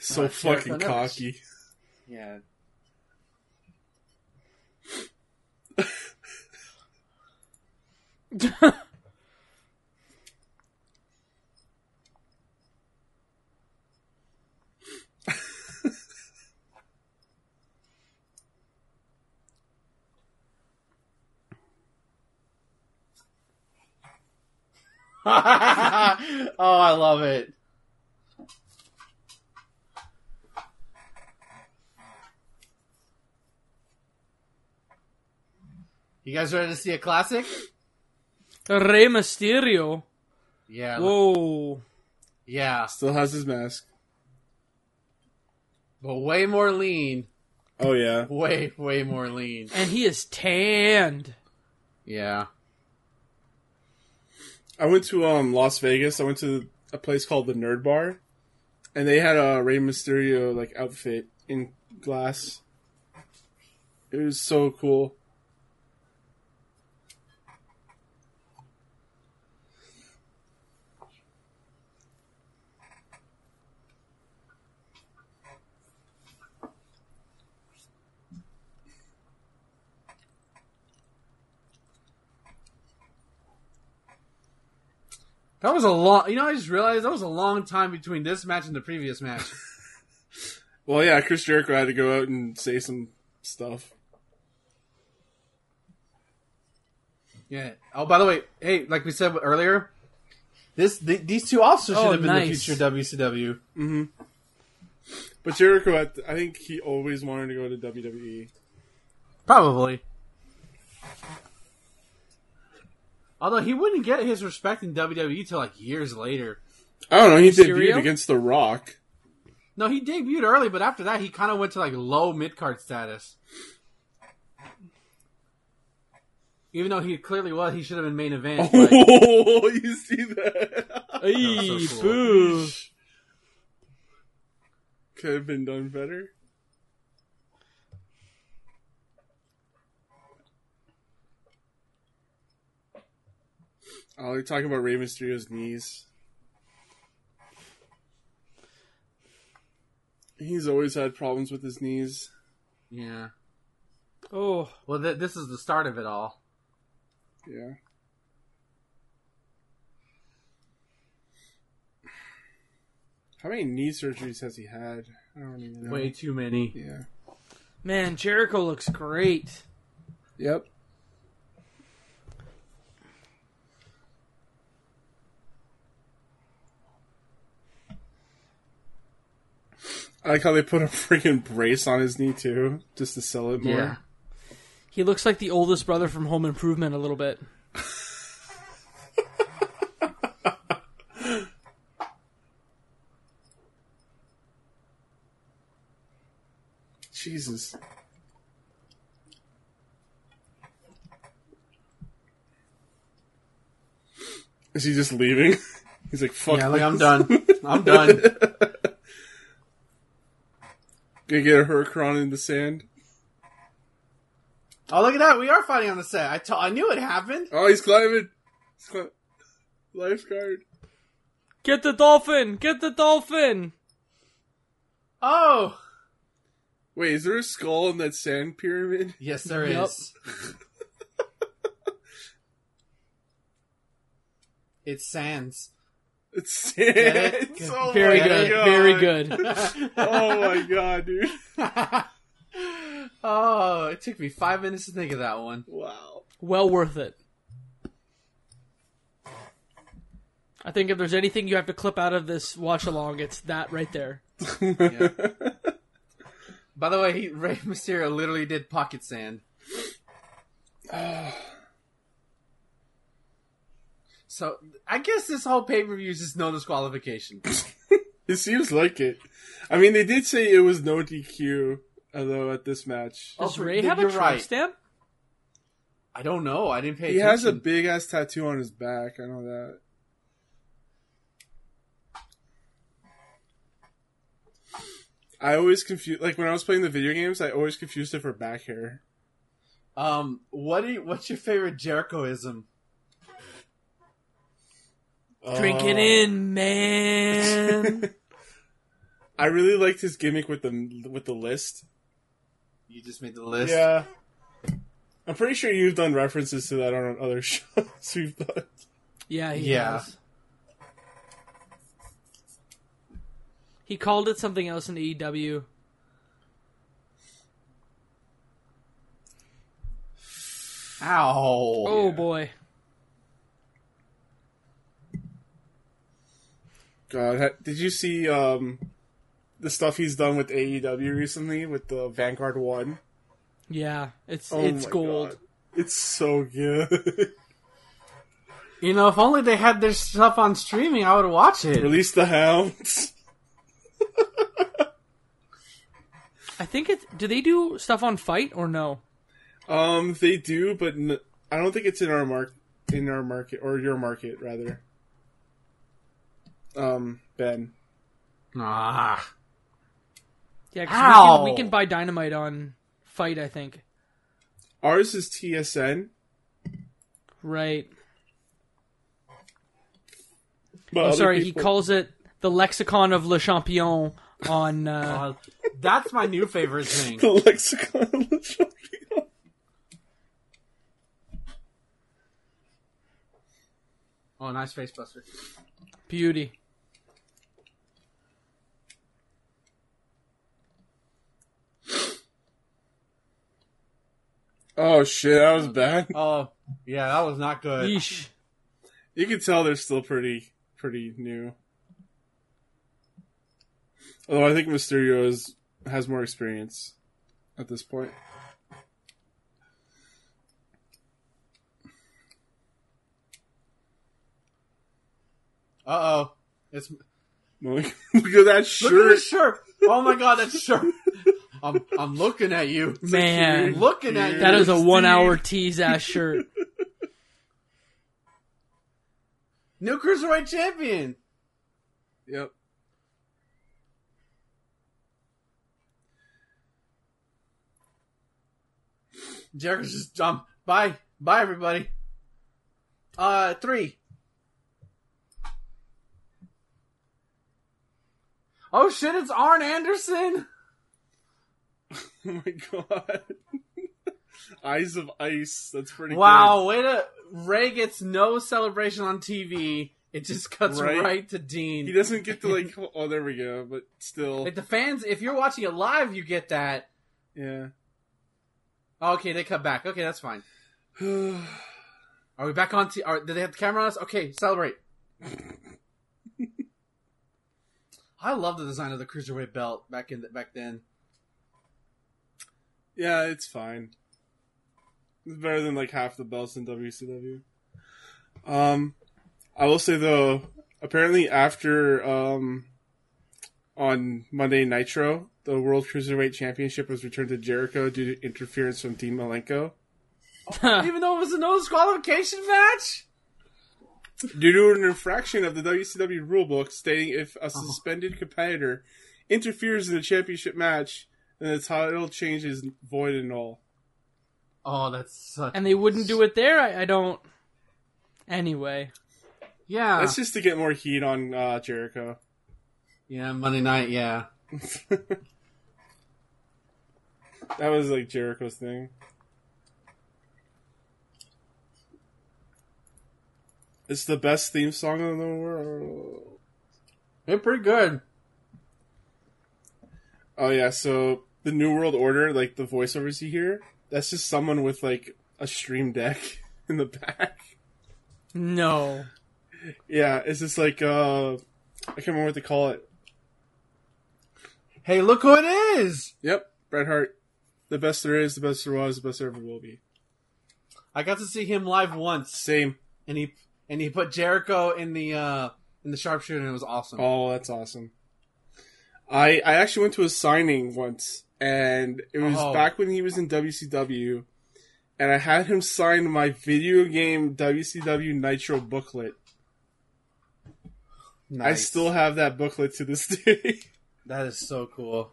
S1: So
S2: Oh, sure,
S1: fucking
S2: I know.
S1: cocky.
S2: Yeah. oh, I love it. You guys ready to see a classic?
S3: Rey Mysterio.
S2: Yeah.
S3: Whoa.
S2: Yeah.
S1: Still has his mask.
S2: But way more lean.
S1: Oh yeah.
S2: Way, way more lean.
S3: And he is tanned.
S2: Yeah.
S1: I went to um Las Vegas. I went to a place called the Nerd Bar, and they had a Rey Mysterio like outfit in glass. It was so cool.
S2: That was a long. You know, I just realized that was a long time between this match and the previous match.
S1: Well, yeah, Chris Jericho had to go out and say some stuff.
S2: yeah. Oh, by the way, hey, like we said earlier, this th- these two also should
S3: Oh,
S2: have been
S3: nice.
S2: the future WCW.
S1: But Jericho, had I think he always wanted to go to E. WWE.
S2: Probably. Although he wouldn't get his respect in WWE till like years later.
S1: I don't know. He
S3: Mysterio?
S1: debuted against The Rock.
S2: No, he debuted early, but after that, he kind of went to like low mid card status. Even though he clearly was, he should have been main event. but-
S1: Oh, you see that?
S3: Hey,
S2: so cool.
S3: boo.
S1: Could have been done better. Oh, they're talking about Rey Mysterio's knees. He's always had problems with his knees.
S2: yeah.
S3: Oh,
S2: Well, th- this is the start of it all.
S1: Yeah. How many knee surgeries has he had? I don't even know.
S2: Way too many.
S1: Yeah.
S3: man, Jericho looks great.
S1: Yep. I like how they put a freaking brace on his knee too, just to sell it more.
S2: Yeah.
S3: He looks like the oldest brother from Home Improvement a little bit.
S1: Jesus. Is he just leaving? He's like, fuck.
S2: Yeah, like I'm
S1: this.
S2: done. I'm done.
S1: Gonna get a Huracan in the sand.
S2: Oh, look at that. We are fighting on the set. I, t- I knew it happened.
S1: Oh, he's climbing. He's climbing. Lifeguard.
S3: Get the dolphin! Get the dolphin!
S2: Oh.
S1: Wait, is there a skull in that sand pyramid?
S2: Yes, there is.
S3: Yep.
S4: It's Sans.
S1: It's sand.
S2: Yeah.
S1: Oh
S3: Very
S1: my
S3: good.
S1: God.
S3: Very good.
S1: Oh my god, dude.
S2: oh, it took me five minutes to think of that one.
S1: Wow.
S3: Well worth it. I think if there's anything you have to clip out of this watch along, it's that right there.
S2: By the way, he, Rey Mysterio literally did pocket sand. so I guess this whole pay per view is just no disqualification.
S1: It seems like it. I mean, they did say it was no DQ, although at this match.
S2: Oh,
S3: Does Ray
S2: you're
S3: have a track
S2: right.
S3: stamp?
S2: I don't know. I didn't pay.
S1: He
S2: attention.
S1: has a big ass tattoo on his back. I know that. I always confuse like when I was playing the video games. I always confused it for back hair.
S2: Um, what do you, what's your favorite Jerichoism?
S3: Drink
S2: Oh.
S3: it
S1: Oh.
S3: in, man.
S1: I really liked his gimmick with the with the list.
S2: You just made the list.
S1: Yeah, I'm pretty sure you've done references to that on other shows we've done.
S3: yeah, he
S2: Yeah.
S3: has. He called it something else in E AEW.
S2: Ow.
S3: Oh boy.
S1: God, ha- did you see um, the stuff he's done with AEW recently with the Vanguard One?
S3: Yeah, it's
S1: Oh
S3: it's
S1: my
S3: gold.
S1: God. It's so good.
S2: You know, if only they had their stuff on streaming, I would watch it.
S1: Release the hounds.
S3: I think it's. Do they do stuff on Fight or no?
S1: Um, they do, but n- I don't think it's in our mark, in our market or your market rather. Um, Ben.
S2: Ah.
S3: Yeah, 'cause we,
S2: Ow.
S3: can, we can buy Dynamite on Fight. I think.
S1: Ours is TSN,
S3: Right.
S1: but
S3: I'm
S1: other
S3: Oh, sorry. He
S1: people-
S3: calls it the lexicon of Le Champion on. Uh,
S2: Uh, that's my new favorite thing.
S1: the lexicon. of Champion.
S6: Oh, nice face buster.
S3: Beauty.
S1: Oh shit, that was bad.
S2: Oh, yeah, that was not good.
S3: Yeesh.
S1: You can tell they're still pretty pretty new. Although I think Mysterio is, has more experience at this point.
S2: Uh oh. It's
S1: Like, look at that
S2: look at
S1: shirt.
S2: this shirt. Oh my god, that shirt. I'm I'm looking at you.
S3: Man.
S2: I'm looking at you.
S3: That is a one hour tease ass shirt.
S2: new cruiserweight champion.
S1: Yep.
S2: Jericho's just um bye. Bye everybody. Uh three. Oh shit, it's Arn Anderson.
S1: Oh my god. Eyes of ice. That's pretty
S2: Wow, way to Ray gets no celebration on TV. It just cuts
S1: Right.
S2: right, to Dean.
S1: good. He doesn't get to like oh there we go, but still
S2: Like the fans, if you're watching it live, you get that.
S1: yeah.
S2: Oh, okay, they cut back. Okay, that's fine. Are we back on? T- are, did they have the camera on us? Okay, celebrate. I love the design of the cruiserweight belt back in the, back then.
S1: yeah, it's fine. It's better than like half the belts in WCW. Um I will say though, apparently after um on Monday Nitro, the World Cruiserweight Championship was returned to Jericho due to interference from Dean Malenko.
S2: Even though it was a no disqualification match.
S1: due to an infraction of the WCW rulebook stating if a suspended competitor interferes in a championship match, then the title change is void and null.
S2: Oh, that's such.
S3: And they wouldn't do it there? I, I don't. Anyway.
S2: yeah,
S1: That's just to get more heat on uh, Jericho.
S2: yeah. Monday night, yeah.
S1: That was like Jericho's thing. It's the best theme song in the world.
S2: They're pretty good.
S1: Oh yeah, so the New World Order, like the voiceovers you hear, that's just someone with like a stream deck in the back.
S3: No.
S1: Yeah, it's just like uh I can't remember what they call it.
S2: Hey, look who it is!
S1: Yep, Bret Hart. The best there is, the best there was, the best there ever will be.
S2: I got to see him live once,
S1: Same.
S2: and he and he put Jericho in the uh in the sharpshooter, and it was awesome.
S1: Oh, that's awesome. I I actually went to a signing once and it was
S2: Oh.
S1: back when he was in WCW and I had him sign my video game WCW Nitro booklet. I
S2: Nice.
S1: still have that booklet to this day.
S2: That is so cool.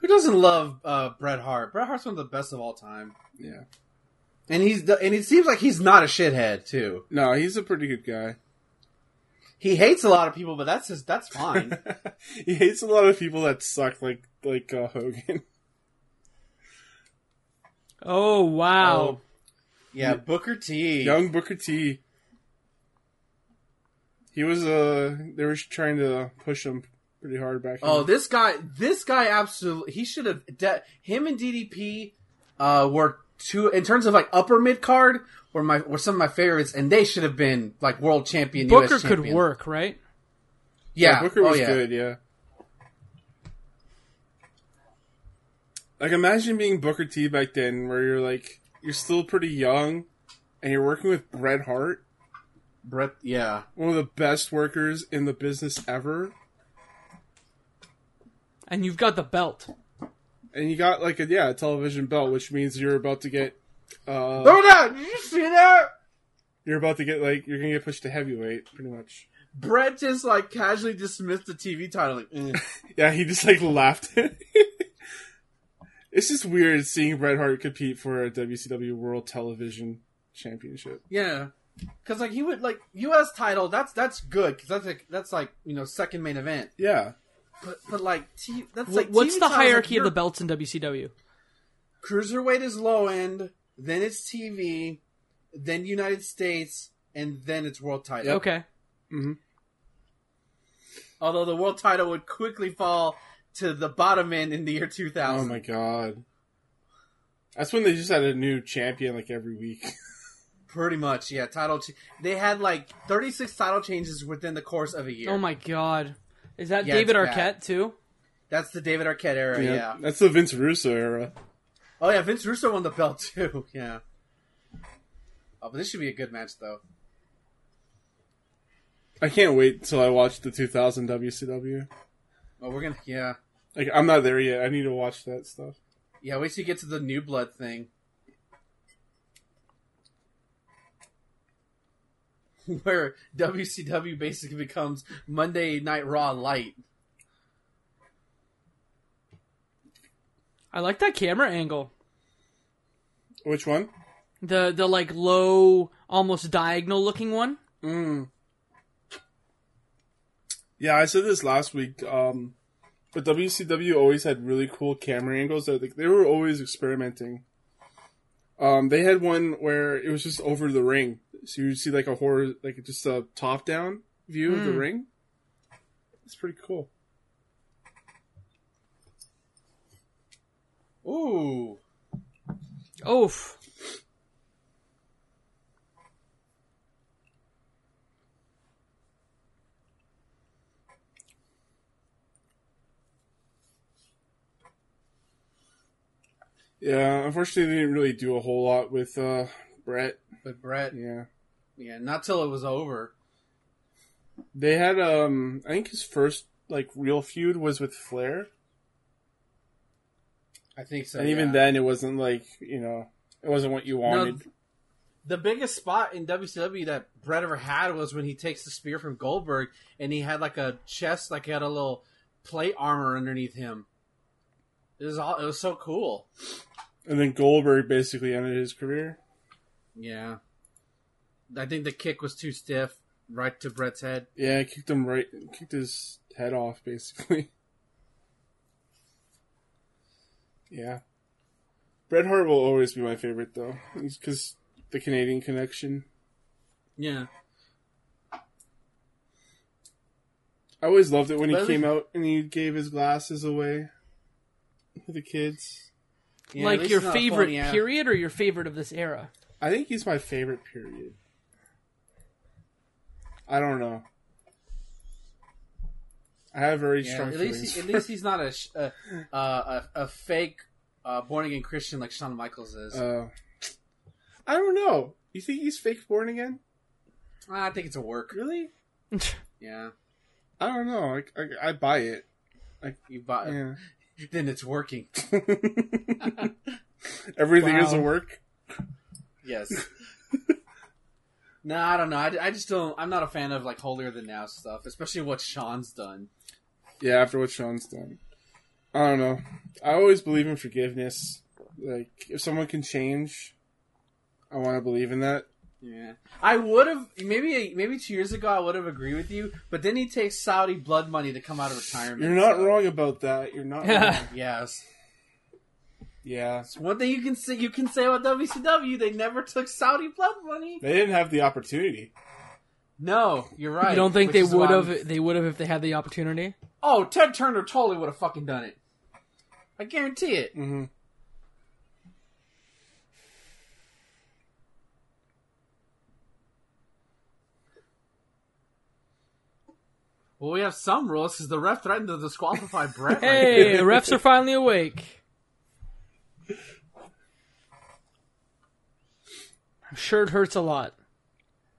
S2: Who doesn't love uh, Bret Hart? Bret Hart's one of the best of all time,
S1: yeah.
S2: and he's the, and it seems like he's not a shithead too.
S1: No, he's a pretty good guy.
S2: He hates a lot of people, but that's his, that's fine.
S1: he hates a lot of people that suck, like like uh, Hogan.
S3: Oh, wow.
S2: Oh. yeah, Booker T.
S1: Young Booker T. He was uh they were trying to push him pretty hard back.
S2: Oh,
S1: in.
S2: this guy, this guy, absolutely. He should have. De- him and DDP uh, were two in terms of like upper mid card were my were some of my favorites, and they should have been like world champion. US
S3: Booker could
S2: champion.
S3: work, right?
S2: Yeah,
S1: Booker was
S2: oh, yeah.
S1: good. Yeah. Like imagine being Booker T back then, where you're like you're still pretty young, and you're working with Bret Hart,
S2: Bret, yeah.
S1: one of the best workers in the business ever.
S3: And you've got the belt.
S1: and you got like a yeah a television belt, which means you're about to get uh,
S2: Throw that! Did you see that?
S1: you're about to get like you're gonna get pushed to heavyweight pretty much.
S2: Brett just like casually dismissed the TV title. Like, eh.
S1: Yeah, he just like laughed. it's just weird seeing Bret Hart compete for a WCW World Television Championship.
S2: yeah, because like he would like U.S. title. That's that's good because that's like that's like you know second main event.
S1: Yeah,
S2: But but like t- that's
S3: Wh-
S2: like
S3: What's
S2: TV
S3: the
S2: titles, like,
S3: hierarchy of
S2: you're-
S3: the belts in WCW?
S2: cruiserweight is low end, then it's TV, then United States, and then it's world title.
S3: Okay.
S2: Although the world title would quickly fall to the bottom end in the year 2000.
S1: Oh my god. That's when they just had a new champion like every week.
S2: Pretty much, yeah. Title ch- they had like 36 title changes within the course of a year.
S3: Oh my god. Is that
S2: Yeah,
S3: David
S2: it's
S3: Arquette
S2: bad.
S3: too?
S2: That's the David Arquette era, yeah.
S1: That's the Vince Russo era.
S2: Oh yeah, Vince Russo won the belt too. Yeah. Oh, but this should be a good match though.
S1: I can't wait until I watch the 2000 WCW.
S2: Oh, we're gonna yeah.
S1: Like I'm not there yet. I need to watch that stuff.
S2: Yeah, wait till you get to the new blood thing. Where WCW basically becomes Monday Night Raw light.
S3: I like that camera angle.
S1: Which one?
S3: The the like low, almost diagonal looking one.
S1: Mm. Yeah, I said this last week. Um, but WCW always had really cool camera angles. That like they were always experimenting. Um, they had one where it was just over the ring, so you'd see like a horror, like just a top down view of the
S3: Mm.
S1: ring. It's pretty cool.
S2: Ooh.
S3: Oof.
S1: Yeah, unfortunately, they didn't really do a whole lot with uh, Brett.
S2: But Brett,
S1: Yeah,
S2: yeah, not till it was over.
S1: they had um, I think his first like real feud was with Flair.
S2: I think so.
S1: and even then, it wasn't like you know, it wasn't what you wanted.
S2: the biggest spot in WCW that Brett ever had was when he takes the spear from Goldberg and he had like a chest, like he had a little plate armor underneath him. It was all it was so cool.
S1: And then Goldberg basically ended his career.
S2: Yeah. I think the kick was too stiff, right to Brett's head.
S1: Yeah, kicked him right, kicked his head off basically. yeah, Bret Hart will always be my favorite though, because the Canadian connection.
S2: Yeah.
S1: I always loved it when he
S2: But-
S1: came out and he gave his glasses away to the kids.
S2: Yeah, at
S3: like
S2: least
S3: your
S2: it's not
S3: favorite
S2: funny, yeah.
S3: period or your favorite of this era?
S1: I think he's my favorite period. I don't know. I have very
S2: Yeah,
S1: strong
S2: at
S1: feelings.
S2: least, he- at
S1: for-
S2: least he's not a sh- a, a, a, a fake uh, born again Christian like Shawn Michaels is.
S1: Uh, I don't know. You think he's fake born again?
S2: I think it's a work.
S1: Really?
S2: Yeah,
S1: I don't know. I, I, I buy it.
S2: you bought it.
S1: Yeah.
S2: Then it's working.
S1: Everything is
S3: Wow.
S1: a work.
S2: Yes. no, I don't know. I, I just don't. I'm not a fan of like holier than now stuff, especially what Sean's done.
S1: Yeah, after what Sean's done. I don't know. I always believe in forgiveness. Like, if someone can change, I want to believe in that.
S2: Yeah, I would have maybe maybe two years ago I would have agreed with you, but then he takes Saudi blood money to come out of retirement.
S1: You're not
S2: so-
S1: wrong about that. You're not wrong.
S2: Yes,
S1: yeah.
S2: it's one thing you can say you can say about WCW. They never took Saudi blood money.
S1: They didn't have the opportunity.
S2: No, you're right.
S3: You don't think
S2: which
S3: they
S2: is why
S3: would
S2: I'm-
S3: have? They would have if they had the opportunity.
S2: Oh, Ted Turner totally would have fucking done it. I guarantee it.
S1: Mm-hmm.
S2: Well, we have some rules because the ref threatened to disqualify Brett.
S3: Hey, refs are finally awake. I'm sure it hurts a lot.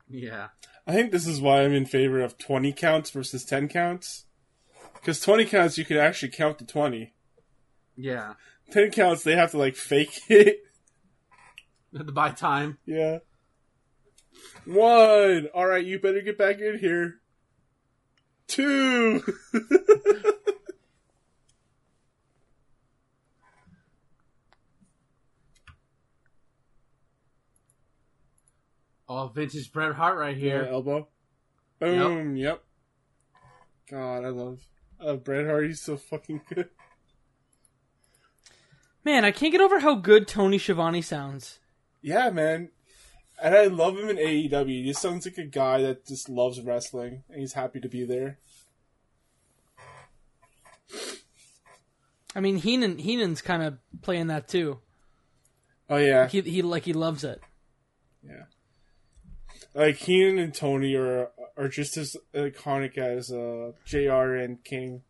S2: Yeah.
S1: I think this is why I'm in favor of 20 counts versus 10 counts. Because 20 counts, you can actually count to 20.
S2: Yeah.
S1: 10 counts, they have to like fake it.
S2: Had to buy time.
S1: Yeah. One. All right, you better get back in here. Two.
S2: Oh, vintage Bret Hart right
S1: Yeah,
S2: here.
S1: elbow. Boom. Yep. God, I love. Uh, Bret Hart, he's so fucking good.
S3: Man, I can't get over how good Tony Schiavone sounds.
S1: Yeah, man. And I love him in AEW. He just sounds like a guy that just loves wrestling and he's happy to be there.
S3: I mean, Heenan Heenan's kind of playing that too.
S1: Oh yeah,
S3: He he like he loves it.
S1: like Heenan and Tony are are just as iconic as uh, Jr. and King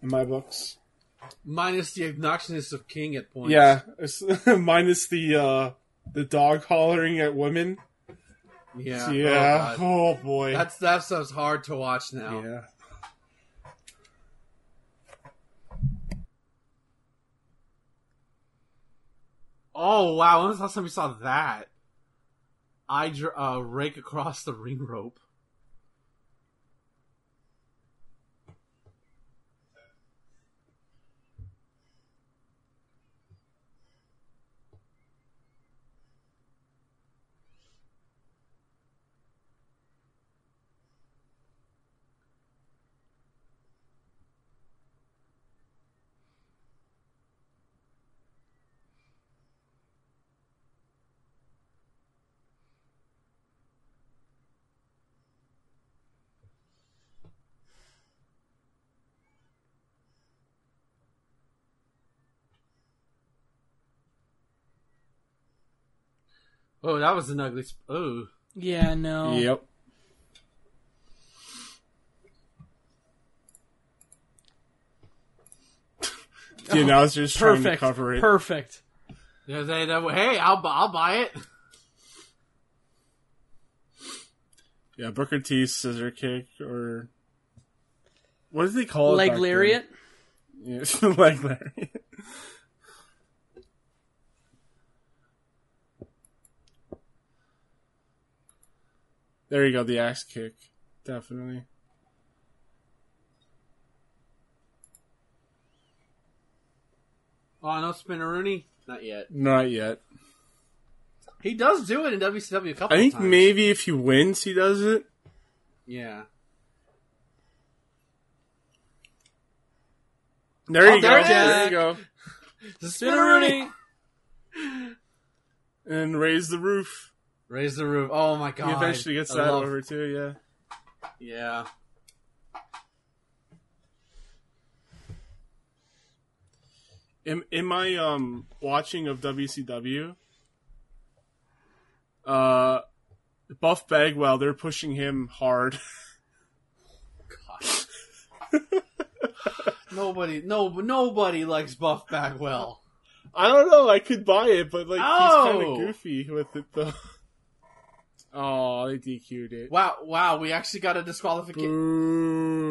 S1: in my books.
S2: Minus the obnoxiousness of King at points.
S1: Yeah, it's- minus the uh, the dog hollering at women.
S2: Yeah.
S1: Yeah, oh,
S2: Oh, God.
S1: boy.
S2: That's that stuff's hard to watch now.
S1: yeah.
S2: Oh wow, when was the last time we saw that? I dr- uh, rake across the ring rope. Oh, that was an ugly. Sp- oh,
S3: Yeah, no.
S1: Yep. The announcer's trying to
S3: Perfect.
S1: cover it.
S3: Perfect.
S2: yeah, they, they, hey, I'll bu- I'll buy it.
S1: yeah, Booker T scissor kick or what did they call it?
S3: Leg
S1: back then?
S3: lariat.
S1: Yeah, leg lariat. There you go, the axe kick, definitely.
S2: Oh, no, Spinneroonie, not yet.
S1: Not yet.
S2: He does do it in WCW a couple.
S1: I think
S2: times.
S1: maybe if he wins, he does it.
S2: Yeah.
S1: There you go.
S2: Oh, there it
S1: There
S3: is.
S1: you go.
S3: Spinneroonie.
S1: And raise the roof.
S2: Raise the roof. Oh my god.
S1: he eventually gets
S2: I
S1: that
S2: love-
S1: over too. Yeah.
S2: Yeah.
S1: in in my um watching of WCW, uh, Buff Bagwell, they're pushing him hard.
S2: Nobody, no, nobody likes Buff Bagwell.
S1: I don't know. I could buy it, but like he's
S2: Oh!
S1: kind of goofy with it though. Oh, they DQ'd it.
S2: Wow, wow, we actually got a disqualification.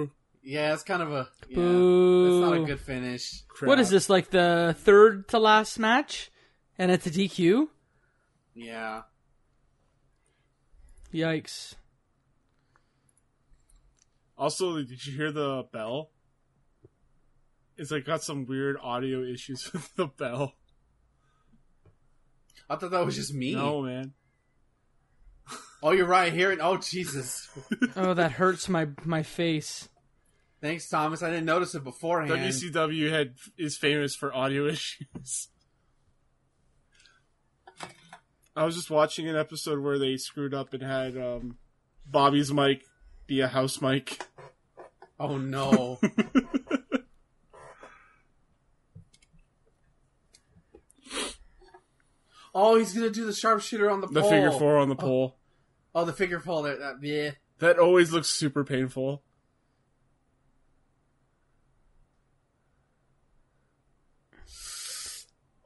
S1: Boo,
S2: Yeah, it's kind of a. Yeah,
S3: Boo.
S2: That's not a good finish.
S1: crap.
S3: What is this like the third to last match, and it's a DQ?
S2: Yeah.
S3: Yikes!
S1: Also, did you hear the bell? It's like got some weird audio issues with the bell.
S2: I thought that was just me.
S1: No, man.
S2: Oh, you're right. Here and oh, Jesus.
S3: Oh, that hurts my my face.
S2: Thanks, Thomas. I didn't notice it beforehand.
S1: WCW had is famous for audio issues. I was just watching an episode where they screwed up and had um, Bobby's mic be a house mic.
S2: oh no. oh, he's gonna do the sharpshooter on the,
S1: The
S3: Oh.
S2: pole.
S1: figure four on the
S3: Uh,
S1: pole.
S2: Oh, the figure four. There, that, yeah.
S1: That always looks super painful.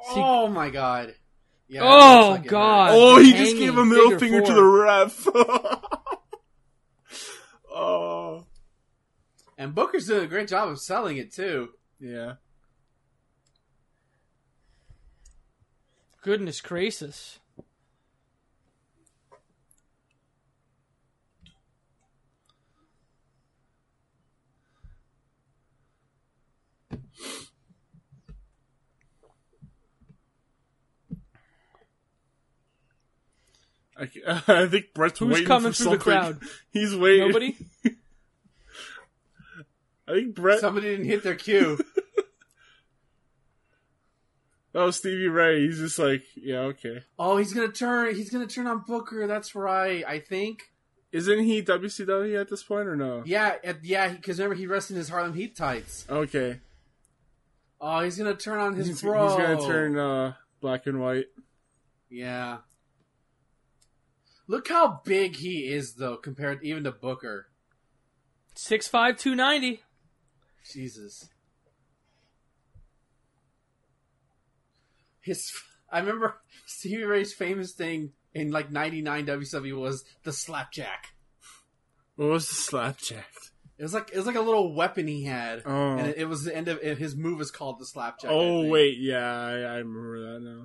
S2: Oh my god. Yeah, that
S3: Oh,
S2: looks like it
S3: God.
S2: hurt.
S1: Oh, he just
S3: hanging
S1: gave a middle
S3: figure
S1: finger to
S3: four.
S1: the ref. oh,
S2: And Booker's doing a great job of selling it too.
S1: yeah.
S3: Goodness gracious!
S1: I, I think Brett's
S3: Who's
S1: waiting
S3: coming
S1: for
S3: through the
S1: something.
S3: crowd?
S1: He's waiting.
S3: Nobody.
S1: I think Brett.
S2: Somebody didn't hit their cue.
S1: Oh, Stevie Ray. He's just like, yeah, okay.
S2: Oh, he's gonna turn. He's gonna turn on Booker. That's right. I think.
S1: Isn't he WCW at this point or no?
S2: Yeah, at, yeah. Because remember, he rested in his Harlem Heat tights.
S1: Okay.
S2: Oh, he's gonna turn on his
S1: He's, he's
S2: bro.
S1: gonna turn uh, black and white.
S2: Yeah. Look how big he is, though, compared even to Booker.
S3: Six five two ninety.
S2: Jesus. His, I remember Stevie Ray's famous thing in like '99 WWE E was the slapjack.
S1: What was the slapjack?
S2: It was like it was like a little weapon he had,
S1: Oh.
S2: and it, it was the end of it, his move was called the slapjack. I
S1: Oh
S2: think.
S1: wait, yeah, I, I remember that now.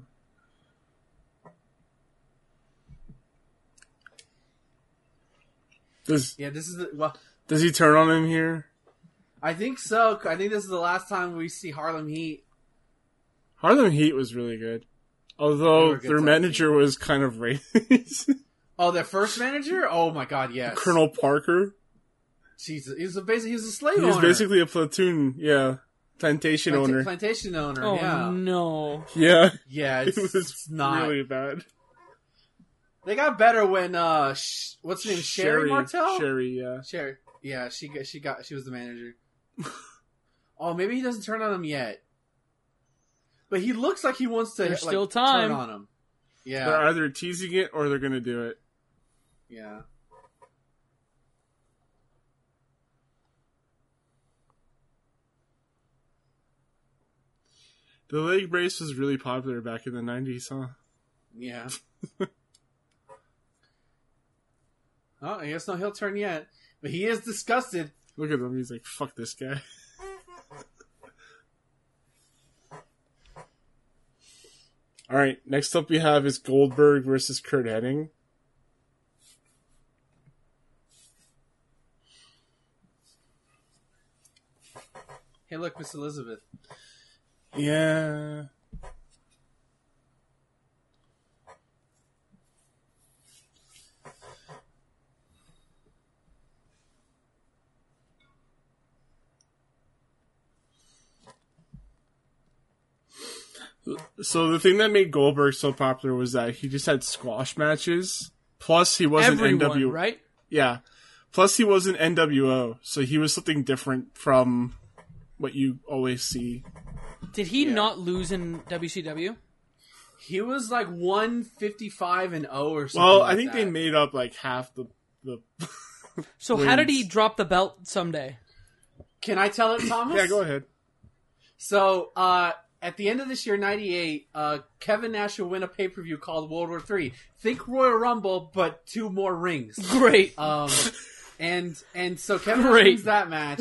S1: Does
S2: yeah, this is the, well,
S1: does he turn on him here?
S2: I think so. I think this is the last time we see Harlem Heat.
S1: Harlem Heat was really good,
S2: They
S1: although
S2: were a good
S1: their
S2: tag
S1: manager was kind of racist.
S2: Oh, their first manager? Oh my God, yes,
S1: Colonel Parker.
S2: Jesus, he was a basic, he was a slave
S1: He was
S2: owner,
S1: basically a platoon, yeah, plantation
S2: Planta-
S1: owner.
S2: plantation owner.
S3: Oh
S2: yeah,
S3: no!
S1: yeah,
S2: yeah,
S1: it
S2: it's,
S1: was
S2: it's not.
S1: really bad.
S2: They got better when uh, sh- what's her name? Sherry, Martel.
S1: Sherry, yeah.
S2: Sherry. Yeah, she got, she got she was the manager. oh, maybe he doesn't turn on him yet, but he looks like he wants to
S3: There's
S2: like,
S3: still time.
S2: turn on him. Yeah,
S1: They're either teasing it or they're gonna do it.
S2: yeah.
S1: The leg brace was really popular back in the nineties, huh?
S2: Yeah. oh, I guess no, he'll turn yet. But he is disgusted.
S1: Look at him. He's like, fuck this guy. All right. Next up, we have is Goldberg versus Kurt Hennig.
S2: Hey, look, Miss Elizabeth.
S1: Yeah. So the thing that made Goldberg so popular was that he just had squash matches. Plus, he wasn't
S3: Everyone,
S1: NW.
S3: right?
S1: Yeah. Plus, he was an NWO, so he was something different from what you always see.
S3: Did he not lose in WCW?
S2: He was like one fifty five and zero or something.
S1: Well,
S2: like
S1: I think they
S2: that.
S1: made up like half the the.
S3: So how did
S1: Wins.
S3: he drop the belt someday?
S2: Can I tell it, Thomas?
S1: yeah, go ahead.
S2: So, uh, at the end of this year, 98, uh, Kevin Nash will win a pay per view called World War Three. Think Royal Rumble, but two more rings.
S3: Great.
S2: Um, and and so Kevin Nash
S3: Great.
S2: wins that match,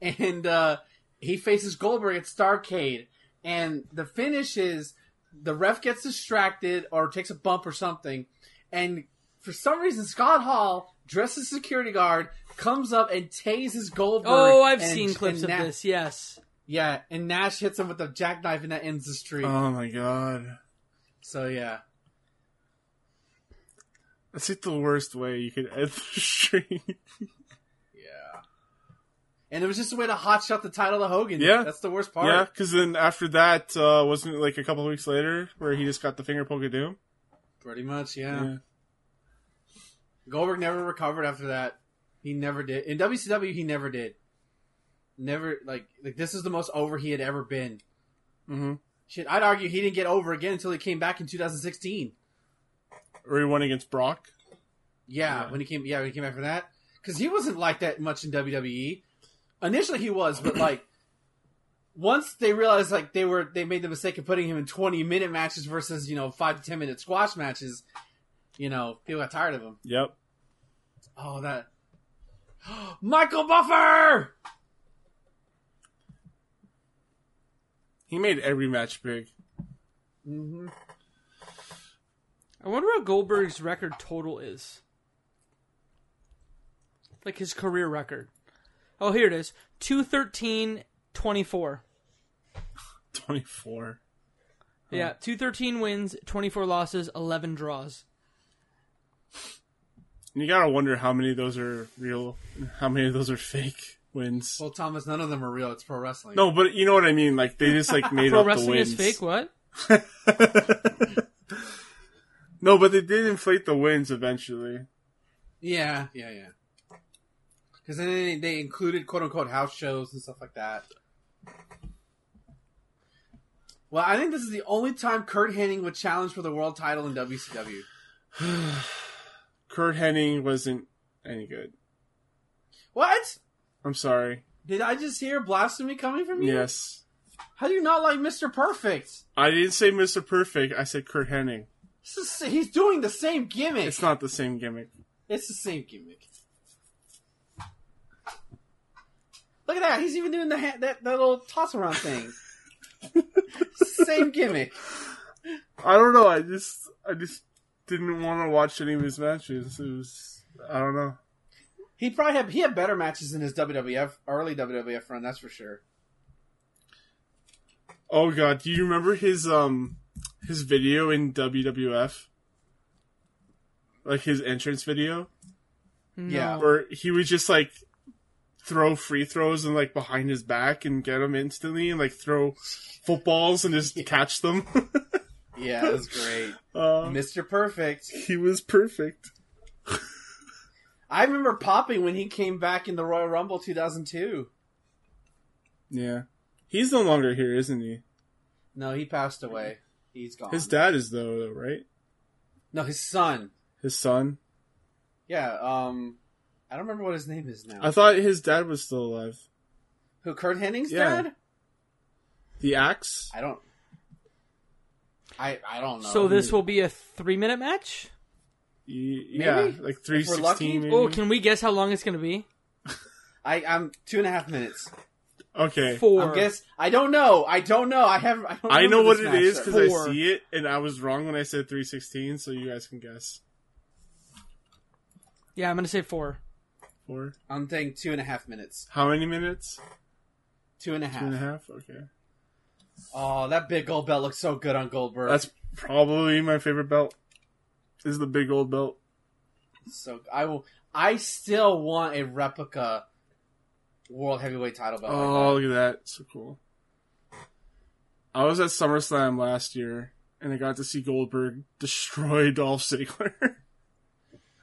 S2: and uh, he faces Goldberg at Starcade, and the finish is the ref gets distracted or takes a bump or something, and for some reason Scott Hall dressed as security guard comes up and tases Goldberg.
S3: oh, I've
S2: and-
S3: seen clips
S2: and
S3: of
S2: Na-
S3: this. Yes.
S2: Yeah, and Nash hits him with a jackknife, and that ends the streak.
S1: Oh my god,
S2: so yeah,
S1: that's like the worst way you could end the stream.
S2: yeah. And it was just a way to hotshot the title to Hogan.
S1: Yeah.
S2: that's the worst part.
S1: yeah, because then after that, uh, wasn't it like a couple of weeks later where he just got the finger poke of doom?
S2: Pretty much, yeah. Goldberg never recovered after that. He never did. In WCW, he never did. Never like like this is the most over he had ever been.
S1: hmm
S2: Shit, I'd argue he didn't get over again until he came back in 2016.
S1: Or he won against Brock.
S2: Yeah,
S1: Yeah.
S2: when he came, yeah, when he came back from that, because he wasn't like that much in WWE. Initially, he was, but like once they realized like they were they made the mistake of putting him in 20 minute matches versus you know five to 10 minute squash matches. You know, people got tired of him.
S1: Yep.
S2: Oh, that Michael Buffer.
S1: He made every match big.
S2: Mm-hmm.
S3: I wonder what Goldberg's record total is. Like his career record. Oh, here it is. 213 24.
S1: Twenty four.
S3: Yeah, 213 wins, 24 losses, 11 draws.
S1: And you gotta wonder how many of those are real, and how many of those are fake wins.
S2: Well, Thomas, none of them are real. It's pro wrestling.
S1: No, but you know what I mean. Like they just like made
S3: Pro
S1: up the
S3: wrestling
S1: wins.
S3: is fake, what?
S1: no, but they did inflate the wins eventually.
S2: Yeah, yeah, yeah. Because then they, they included quote unquote house shows and stuff like that. Well, I think this is the only time Kurt Hennig would challenge for the world title in WCW.
S1: Kurt Hennig wasn't any good.
S2: What?
S1: I'm sorry.
S2: Did I just hear blasphemy coming from you?
S1: Yes.
S2: How do you not like Mr. Perfect?
S1: I didn't say Mr. Perfect, I said Kurt Hennig.
S2: This is, he's doing the same gimmick.
S1: It's not the same gimmick.
S2: It's the same gimmick. Look at that. He's even doing the ha- that, that little toss around thing. same gimmick.
S1: I don't know, I just I just didn't want to watch any of his matches. It was I don't know.
S2: He probably had he had better matches in his WWF early WWF run, that's for sure.
S1: Oh god, do you remember his um his video in WWF? Like his entrance video?
S3: Oh.
S2: Yeah.
S1: Where he would just like throw free throws and like behind his back and get them instantly and like throw footballs and just catch them.
S2: Yeah, that was great.
S1: um,
S2: Mr. Perfect.
S1: he was perfect.
S2: I remember popping when he came back in the Royal Rumble 2002.
S1: Yeah. He's no longer here, isn't he?
S2: No, he passed away. He's gone.
S1: His dad is though, right?
S2: no, his son.
S1: His son.
S2: Yeah, um I don't remember what his name is now.
S1: I thought his dad was still alive.
S2: Who Kurt Henning's
S1: Yeah.
S2: dad?
S1: The axe?
S2: I don't I I don't know.
S3: So this will be a three-minute match.
S1: Y- Yeah,
S2: Maybe?
S1: like
S2: If we're lucky?
S1: 316 maybe.
S3: Oh, can we guess how long it's going to be?
S2: I I'm two and a half minutes.
S1: Okay.
S3: Four.
S2: I guess I don't know. I don't know. I have. I, don't
S1: I know
S2: remember
S1: what
S2: this
S1: it
S2: match,
S1: is
S2: sir.
S1: because I
S3: Four.
S1: see it, and I was wrong when I said 316, so you guys can guess.
S3: Yeah, I'm going to say four.
S1: Four.
S2: I'm saying two and a half minutes.
S1: How many minutes?
S2: Two and a half.
S1: Two and a half? Okay.
S2: Oh, that big gold belt looks so good on Goldberg.
S1: That's probably my favorite belt. Is the big old belt.
S2: so. I will. I still want a replica world heavyweight title belt. like
S1: Oh, look at that. So cool. I was at SummerSlam last year, and I got to see Goldberg destroy Dolph Ziggler.
S2: that.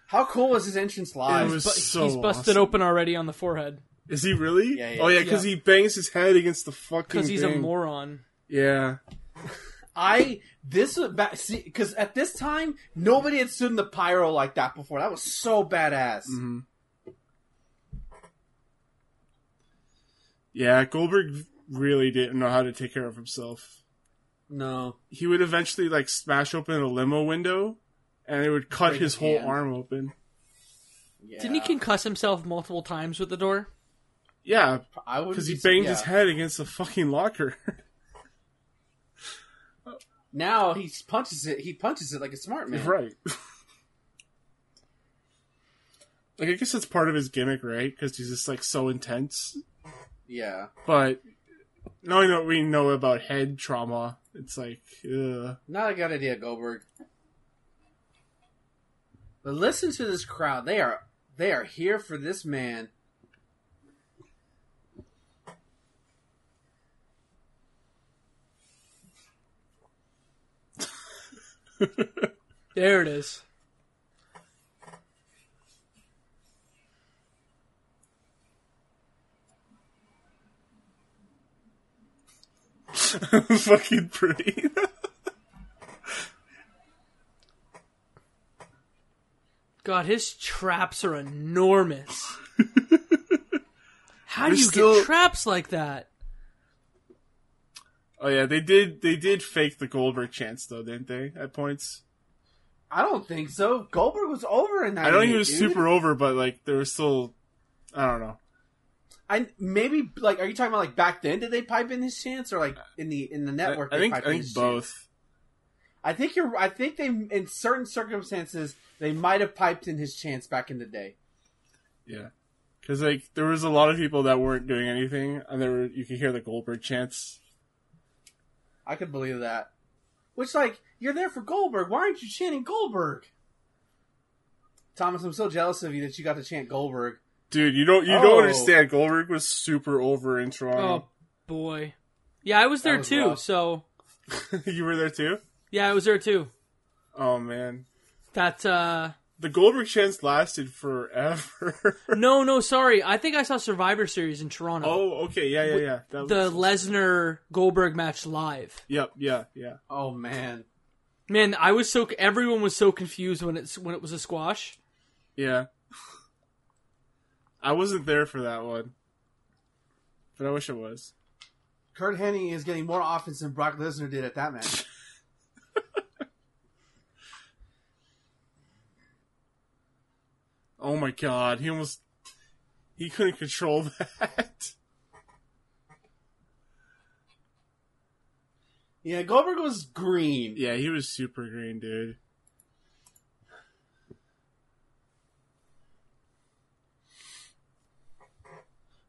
S2: How cool was his entrance
S1: it
S2: live?
S1: was
S3: But
S1: so
S3: he's busted
S1: awesome.
S3: open already on the forehead
S1: Is he really?
S2: Yeah, yeah.
S1: oh, yeah, because he bangs his head against the fucking
S3: because he's a
S1: thing.
S3: moron.
S1: Yeah.
S2: I this was back see because at this time nobody had stood in the pyro like that before. That was so badass.
S1: hmm Yeah, Goldberg really didn't know how to take care of himself.
S2: No,
S1: He would eventually, like, smash open a limo window, and it would cut
S2: Break
S1: his
S2: his
S1: whole
S2: hand.
S1: arm open.
S2: yeah.
S3: Didn't he concuss himself multiple times with the door?
S1: Yeah,
S2: I would
S1: because he banged his
S2: yeah.
S1: head against the fucking locker.
S2: Now he punches it. He punches it like a smart man.
S1: right. like, I guess that's part of his gimmick, right? Because he's just, like, so intense.
S2: Yeah.
S1: But knowing what we know about head trauma, it's like, ugh.
S2: Not a good idea, Goldberg. But listen to this crowd. They are they are here for this man.
S3: There it is.
S1: fucking pretty.
S3: God, his traps are enormous. How do
S1: They're
S3: you
S1: still-
S3: get traps like that?
S1: Oh yeah, they did. They did fake the Goldberg chance though, didn't they? At points,
S2: I don't think so. Goldberg was over in that.
S1: I don't think he was super over, but like there was still, I don't know.
S2: I maybe like are you talking about like back then? Did they pipe in his chance or like in the in the network?
S1: I, I
S2: they
S1: think I
S2: piped in his
S1: think both.
S2: chance? I think you're. I think they in certain circumstances they might have piped in his chance back in the day.
S1: Yeah, because like there was a lot of people that weren't doing anything, and there were you could hear the Goldberg chance.
S2: I could believe that. Which, like, you're there for Goldberg. Why aren't you chanting Goldberg? Thomas, I'm so jealous of you that you got to chant Goldberg.
S1: Dude, you don't you
S2: Oh.
S1: don't understand. Goldberg was super over in Toronto.
S3: Oh boy. Yeah, I was there
S2: was
S3: too.
S2: rough.
S3: So
S1: you were there too.
S3: Yeah, I was there too.
S1: Oh man,
S3: That uh
S1: the Goldberg chance lasted forever.
S3: no, no, sorry. I think I saw Survivor Series in Toronto.
S1: oh, okay, yeah, yeah, yeah. That was,
S3: The Lesnar Goldberg match live.
S1: yep, yeah, yeah.
S2: Oh man,
S3: Man, I was so everyone was so confused when it's when it was a squash.
S1: Yeah. I wasn't there for that one. But I wish I was.
S2: Kurt Hennig is getting more offense than Brock Lesnar did at that match.
S1: Oh my god, he almost he couldn't control that.
S2: yeah, Goldberg was green.
S1: yeah, he was super green, dude.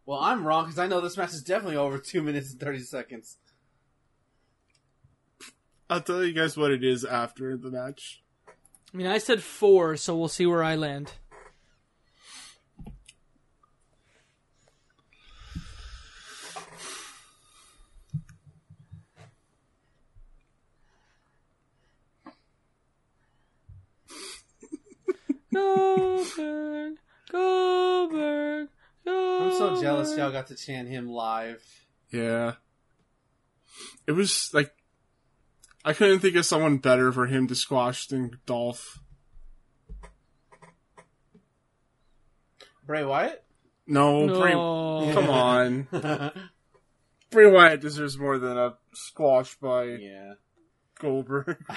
S2: Well, I'm wrong because I know this match is definitely over two minutes and thirty seconds.
S1: I'll tell you guys what it is after the match.
S3: I mean, I said 4, so we'll see where I land. Goldberg, Goldberg,
S2: I'm so jealous
S3: Goldberg.
S2: y'all got to chant him live.
S1: Yeah. It was like I couldn't think of someone better for him to squash than Dolph.
S2: Bray Wyatt.
S1: No,
S3: No.
S1: Bray, come on. Bray Wyatt deserves more than a squash by
S2: yeah.
S1: Goldberg.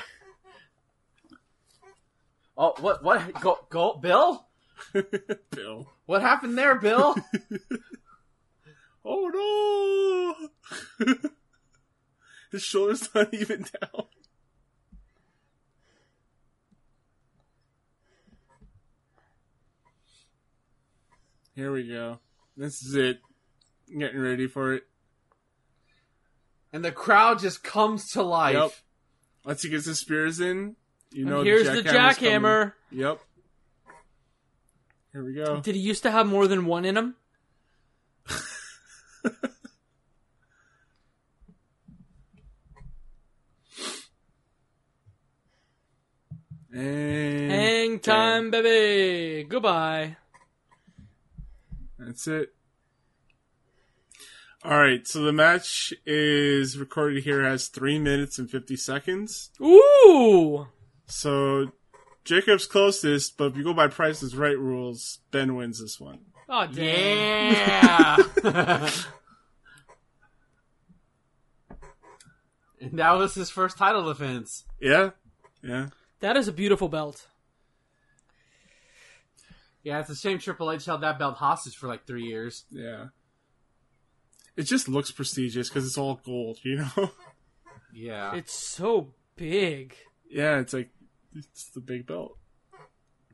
S2: Oh, what? What? Go, go, Bill.
S1: Bill.
S2: What happened there, Bill?
S1: Oh no! His shoulder's not even down. Here we go. This is it. I'm getting ready for it.
S2: and the crowd just comes to life.
S1: Yep. Once he gets his spears in, you know
S3: And here's the
S1: jackhammer's coming.
S3: jackhammer.
S1: Yep. Here we go.
S3: Did he used to have more than one in him?
S1: And
S3: Hang time, baby. Goodbye.
S1: That's it. All right, so the match is recorded here as three minutes and fifty seconds.
S3: Ooh.
S1: So Jacob's closest, but if you go by Price is Right rules, Ben wins this one.
S3: Oh damn.
S2: Yeah. and that was his first title defense.
S1: Yeah, yeah,
S3: That is a beautiful belt.
S2: Yeah, it's a shame Triple H held that belt hostage for like three years.
S1: yeah. It just looks prestigious because it's all gold, you know.
S2: Yeah.
S3: It's so big.
S1: yeah, it's like it's the big belt.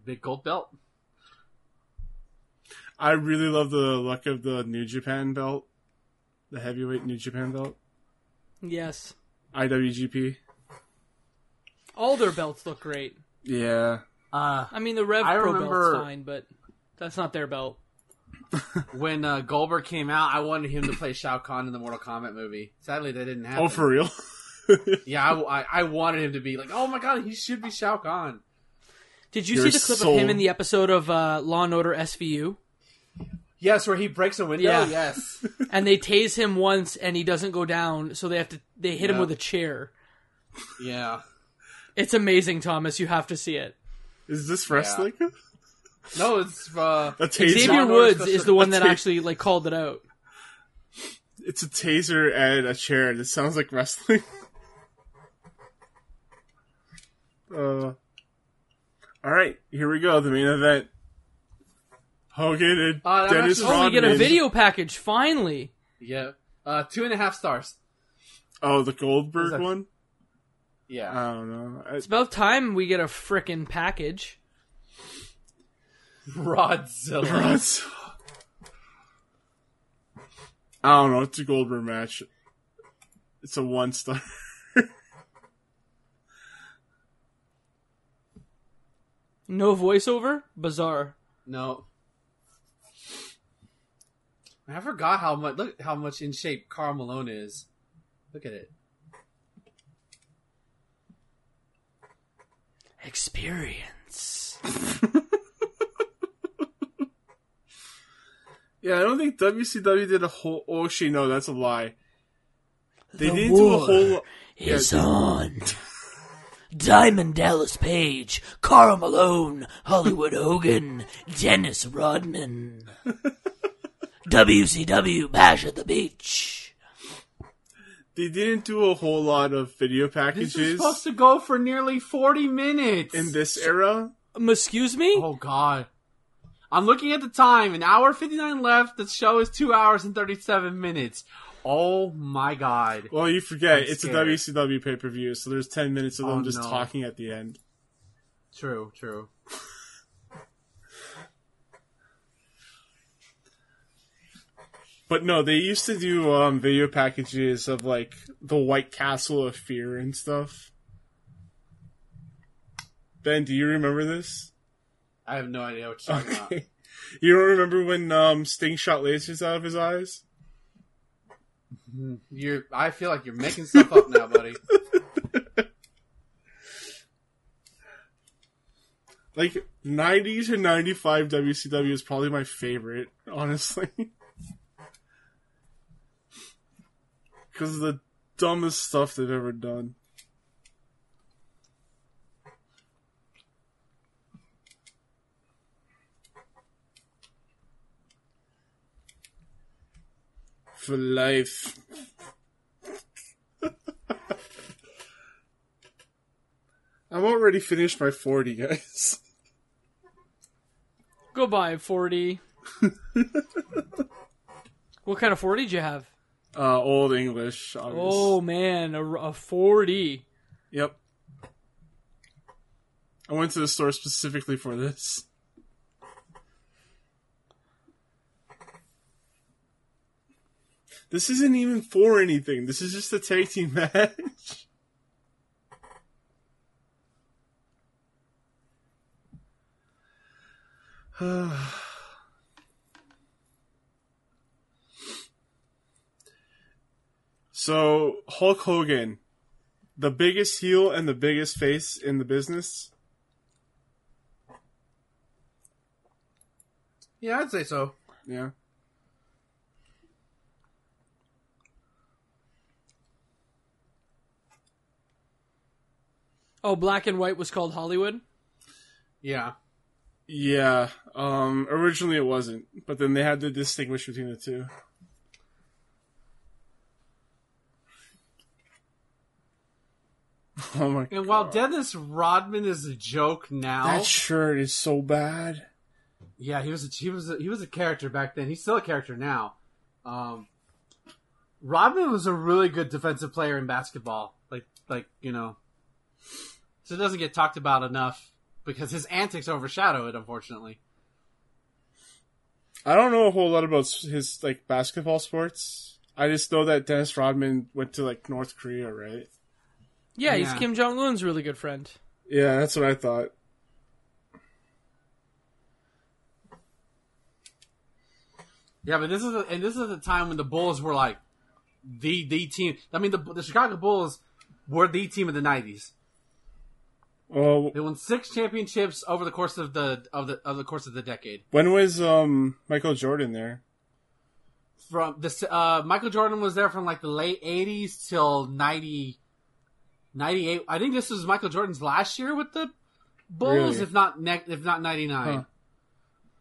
S2: Big gold belt.
S1: I really love the look of the New Japan belt, the heavyweight New Japan belt,
S3: Yes.
S1: IWGP.
S3: All their belts look great.
S1: Yeah,
S2: Uh,
S3: I mean, the Rev
S2: I
S3: Pro
S2: remember-
S3: belt's fine, but that's not their belt.
S2: when uh, Goldberg came out, I wanted him to play Shao Kahn in the Mortal Kombat movie. Sadly, that didn't happen.
S1: Oh, for real?
S2: Yeah, I, I, I wanted him to be like, oh my god, he should be Shao Kahn.
S3: Did you
S1: You're
S3: see the clip
S1: so-
S3: of him in the episode of uh, Law and Order SVU?
S2: Yes, where he breaks a window.
S3: Yeah.
S2: Yes.
S3: And they tase him once, and he doesn't go down, so they have to they hit him
S2: Yeah.
S3: with a chair.
S2: yeah.
S3: It's amazing, Thomas. You have to see it.
S1: Is this wrestling?
S2: No, it's uh,
S1: A taser.
S3: Xavier
S2: Order
S3: Woods
S2: special-
S3: is the one that
S1: That's it.
S3: actually like called it out.
S1: It's a taser and a chair. This sounds like wrestling. uh, all right, here we go. The main event. Hogan and
S2: Uh, that
S1: Dennis
S2: match was-
S3: Oh, we get a
S1: Rodman.
S3: video package finally.
S2: yeah, uh, two and a half stars.
S1: Oh, the Goldberg
S2: Is that-
S1: one.
S2: Yeah.
S1: I don't know. I,
S3: It's about time we get a frickin' package.
S2: Rodzilla.
S1: Rods. I don't know. It's a Goldberg match. It's a one star.
S3: No voiceover? Bizarre.
S2: No. I forgot how much look how much in shape Carl Malone is. Look at it.
S3: experience.
S1: Yeah, I don't think WCW did a whole. Oh, she no, that's a lie. They
S3: The
S1: didn't do a
S3: war.
S1: whole.
S3: is
S1: Yeah,
S3: on. Diamond Dallas Page, Carl Malone, Hollywood Hogan, Dennis Rodman, WCW Bash at the Beach.
S1: They didn't do a whole lot of video
S2: This is
S1: packages
S2: supposed to go for nearly 40 minutes.
S1: in this era.
S3: Um, excuse me?
S2: oh, God. I'm looking at the time. An hour 59 left. The show is 2 hours and 37 minutes. Oh, my God.
S1: Well, you forget
S2: I'm
S1: it's
S2: scared.
S1: a WCW pay per view, so there's ten minutes of them
S2: Oh,
S1: just
S2: no.
S1: talking at the end.
S2: True, true.
S1: But no, they used to do um, video packages of like the White Castle of Fear and stuff. Ben, do you remember this?
S2: I have no idea what you're talking about.
S1: Okay. You don't remember when um, Sting shot lasers out of his eyes?
S2: You're, I feel like you're making stuff up now, buddy.
S1: Like ninety to ninety five WCW is probably my favorite, honestly. Because of the dumbest stuff they've ever done. For life. I'm already finished my 40, guys.
S3: Goodbye, 40. what kind of 40 did you have?
S1: Uh, old English, obviously.
S3: Oh, man, a, a 40.
S1: Yep. I went to the store specifically for this. This isn't even for anything. This is just a tag team match. so, Hulk Hogan the biggest heel and the biggest face in the business.
S7: Yeah, I'd say so.
S1: Yeah.
S3: Oh, Black and White was called Hollywood?
S2: Yeah.
S1: Yeah. Um originally it wasn't, but then they had to distinguish between the two. Oh my
S2: And
S1: god.
S2: while Dennis Rodman is a joke now,
S1: That shirt is so bad.
S2: yeah, he was a, he was a, he was a character back then. He's still a character now. Um, Rodman was a really good defensive player in basketball, like like you know, so it doesn't get talked about enough because his antics overshadow it, unfortunately.
S1: I don't know a whole lot about his like basketball sports. I just know that Dennis Rodman went to like North Korea, right?
S3: Yeah, he's
S2: Yeah.
S3: Kim Jong Un's really good friend.
S1: Yeah, that's what I thought.
S2: Yeah, but this is a, and this is the time when the Bulls were like the the team. I mean, the the Chicago Bulls were the team of the '90s.
S1: Well,
S2: They won six championships over the course of the of the of the course of the decade.
S1: when was um Michael Jordan there?
S2: from this uh Michael Jordan was there from like the late 80s till 90 98 I think this was Michael Jordan's last year with the Bulls
S1: Really?
S2: if not ne- if not 99
S1: Huh.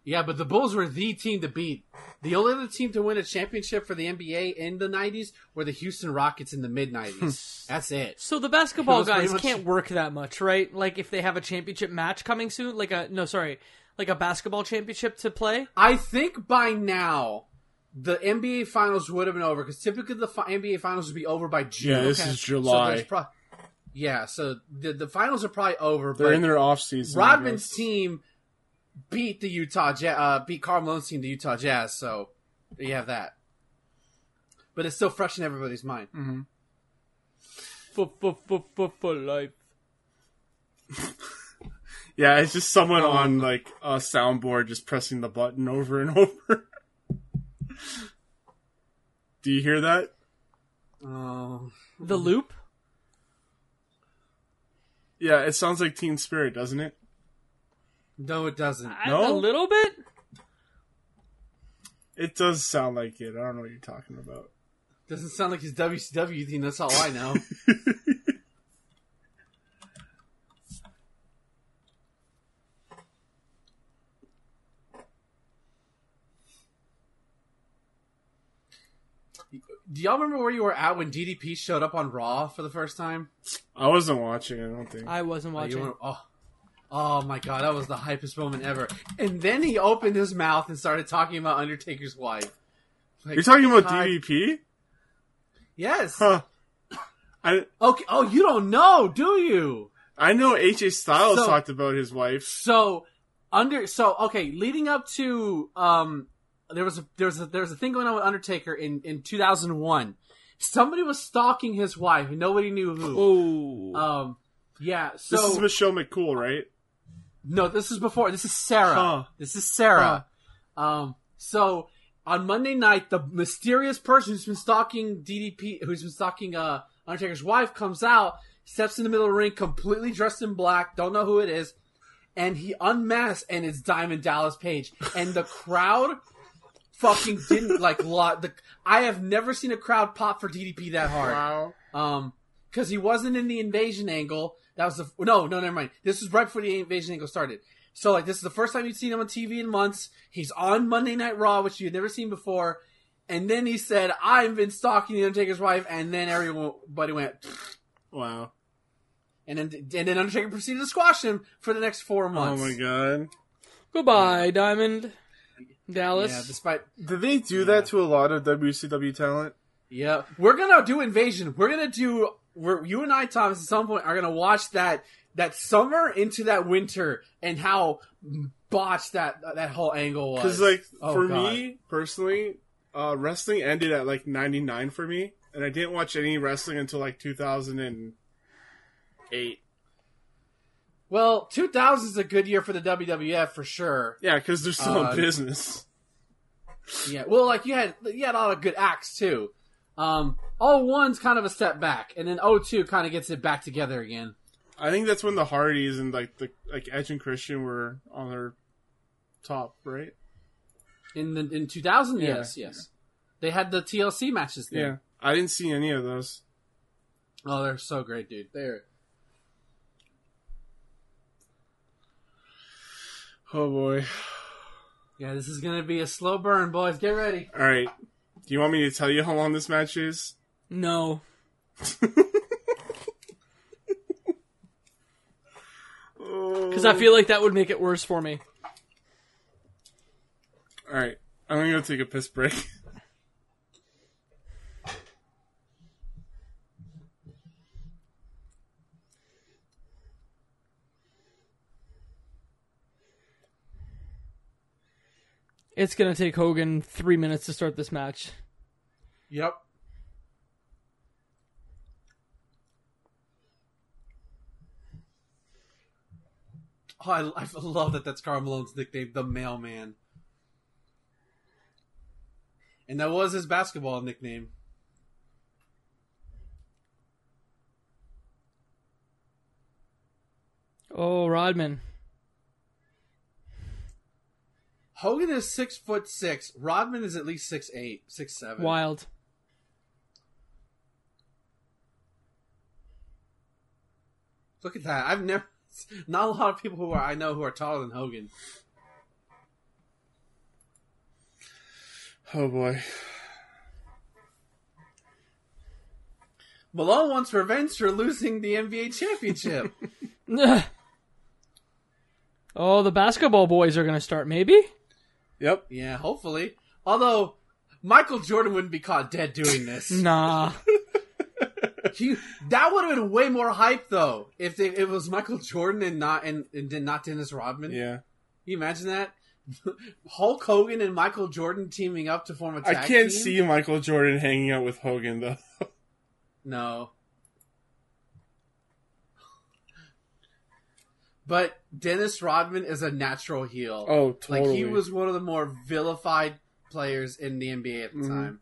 S2: Yeah, but the Bulls were the team to beat. The only other team to win a championship for the NBA in the 90s were the Houston Rockets in the mid 90s. That's it.
S3: So the basketball
S2: It was pretty
S3: guys
S2: much-
S3: can't work that much, right? Like if they have a championship match coming soon, like a no, sorry, like a basketball championship to play.
S2: I think by now the NBA finals would have been over cuz typically the fi- NBA finals would be over by June.
S1: Yeah, this
S3: Okay.
S1: is
S2: So
S1: July.
S2: there's pro- yeah, so the the finals are probably over.
S1: They're
S2: but
S1: in their off season. I
S2: Rodman's
S1: guess.
S2: team beat the Utah Jazz, uh, beat Karl Malone's team, the Utah Jazz. So there you have that. But it's still fresh in everybody's mind.
S3: For for for for, for life.
S1: Yeah, it's just someone on like a soundboard just pressing the button over and over. Do you hear that?
S2: Oh,
S3: The loop.
S1: Yeah, it sounds like Teen Spirit, doesn't it?
S2: No, it doesn't.
S3: I-
S1: No?
S3: A little bit.
S1: It does sound like it. I don't know what you're talking about.
S2: Doesn't sound like his WCW thing. That's all I know. Do y'all remember where you were at when DDP showed up on Raw for the first time?
S1: I wasn't watching. I don't think.
S3: I wasn't
S2: Oh, you
S3: watching.
S2: were- oh. Oh my god, that was the hypest moment ever. And then he opened his mouth and started talking about Undertaker's wife. Like,
S1: You're talking about
S2: hi-
S1: DDP?
S2: Yes.
S1: Huh. I
S2: Okay. Oh, you don't know, do you?
S1: I know AJ Styles
S2: So-
S1: talked about his wife.
S2: So under so okay, leading up to um, there was a there was a there was a thing going on with Undertaker in in 2001. Somebody was stalking his wife, and nobody knew who.
S3: Oh,
S1: uh,
S2: Um, yeah. So
S1: This is Michelle McCool, right?
S2: no, this is before. This is Sarah.
S1: Huh.
S2: This is Sarah. Um, so on Monday night, the mysterious person who's been stalking DDP, who's been stalking uh, Undertaker's wife, comes out, steps in the middle of the ring, completely dressed in black, don't know who it is, and he unmasks, and it's Diamond Dallas Page, and the crowd fucking didn't like lot. The I have never seen a crowd pop for DDP that hard.
S1: Wow.
S2: Um, because he wasn't in the invasion angle. That was the no, no, never mind. This was right before the invasion angle started. So like this is the first time you'd seen him on TV in months. He's on Monday Night Raw, which you'd never seen before. And then he said, "I've been stalking the Undertaker's wife," and then everybody went,
S1: Wow.
S2: and then and then Undertaker proceeded to squash him for the next four
S1: Oh
S2: months.
S1: my god.
S3: goodbye, Diamond. Dallas.
S2: Yeah, despite
S1: Did they do that to a lot of WCW talent?
S2: yeah, we're gonna do invasion. We're gonna do. We're you and I, Thomas, at some point are gonna watch that that summer into that winter and how botched that that whole angle was.
S1: Because like
S2: Oh,
S1: for
S2: God.
S1: me personally, uh, wrestling ended at like 99 for me, and I didn't watch any wrestling until like 2008.
S2: well, 2000 is a good year for the WWF for sure.
S1: Yeah, because they're still
S2: Uh,
S1: in business.
S2: Yeah, well, like you had you had a lot of good acts too. Um, all one's kind of a step back, and then 02 kind of gets it back together again.
S1: I think that's when the Hardys and like the like Edge and Christian were on their top, right?
S2: In the in 2000,
S1: Yeah,
S2: yes, yes, they had the TLC matches. Then.
S1: Yeah, I didn't see any of those.
S2: Oh, they're so great, dude. They're
S1: Oh boy!
S2: yeah. This is gonna be a slow burn, boys. Get ready.
S1: All right, do you want me to tell you how long this match is?
S3: no. Because I feel like that would make it worse for me.
S1: All right, I'm gonna go take a piss break.
S3: It's gonna take Hogan three minutes to start this match.
S2: Yep. Oh, I, I love that that's Carl Malone's nickname, the mailman. And that was his basketball nickname.
S3: Oh, Rodman.
S2: Hogan is six foot six. Rodman is at least six eight, six seven.
S3: Wild.
S2: Look at that. I've never not a lot of people who are I know who are taller than Hogan.
S1: Oh boy!
S2: Malone wants revenge for losing the NBA championship.
S3: Ugh. oh, the basketball boys are gonna start, maybe?
S1: Yep.
S2: yeah, hopefully. Although Michael Jordan wouldn't be caught dead doing this.
S3: Nah.
S2: He- that would have been way more hype though if they, it was Michael Jordan and not and, and did not Dennis Rodman.
S1: Yeah.
S2: Can you imagine that? Hulk Hogan and Michael Jordan teaming up to form a
S1: I
S2: tag
S1: can't
S2: team?
S1: see Michael Jordan hanging out with Hogan though.
S2: No. But Dennis Rodman is a natural heel.
S1: Oh, totally.
S2: Like he was one of the more vilified players in the NBA at the
S1: Mhm.
S2: time.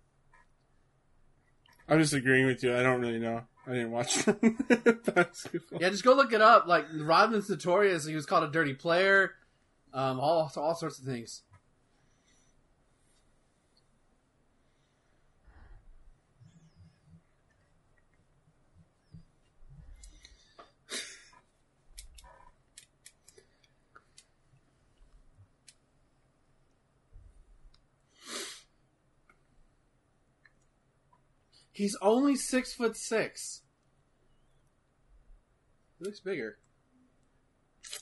S1: I'm just agreeing with you. I don't really know. I didn't watch basketball.
S2: Yeah, just go look it up. Like Rodman Sartorius, he was called a dirty player. Um, all all sorts of things. He's only six foot six. He looks bigger.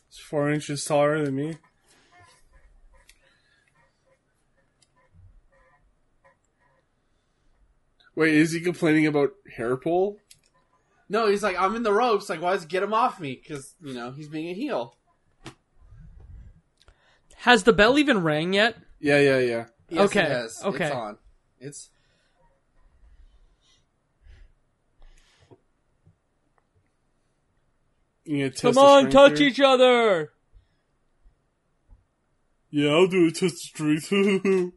S1: He's four inches taller than me. Wait, is he complaining about hair pull?
S2: No, he's like, I'm in the ropes. Like, why does get him off me? Because you know he's being a heel.
S3: Has the bell even rang yet?
S1: Yeah, yeah, yeah.
S2: Yes,
S3: Okay,
S2: it is.
S3: okay.
S2: It's on. It's
S1: You gonna test
S3: Come
S1: the
S3: on,
S1: strength
S3: touch
S1: here?
S3: each other.
S1: Yeah, I'll do a test of strength. oh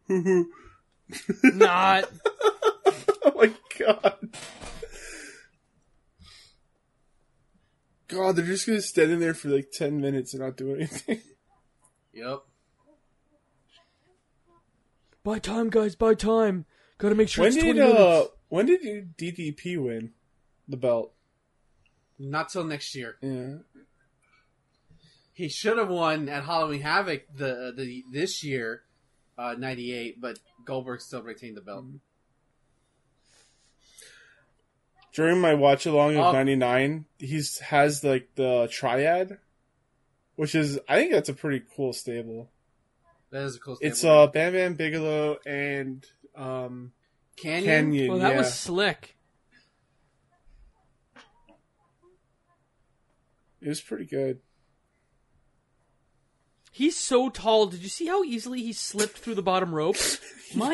S3: Not.
S1: my god. God, they're just gonna stand in there for like 10 minutes and not do anything.
S2: yep.
S3: By time, guys. By time. Gotta make sure
S1: when
S3: it's
S1: did
S3: twenty
S1: uh,
S3: minutes.
S1: when did you DDP win the belt?
S2: Not till next year.
S1: Yeah,
S2: He should have won at Halloween Havoc the uh, the this year, uh, ninety eight. But Goldberg still retained the belt.
S3: Mm.
S1: during my watch along of
S2: Oh.
S1: '99, he's has like the triad, which is I think that's a pretty cool stable.
S2: That is a cool.
S1: It's
S2: stable.
S1: uh Bam Bam Bigelow and um
S2: Canyon.
S1: Canyon.
S3: Well, Oh, that
S1: yeah.
S3: was slick.
S1: It was pretty good.
S3: He's so tall. Did you see how easily he slipped through the bottom rope? My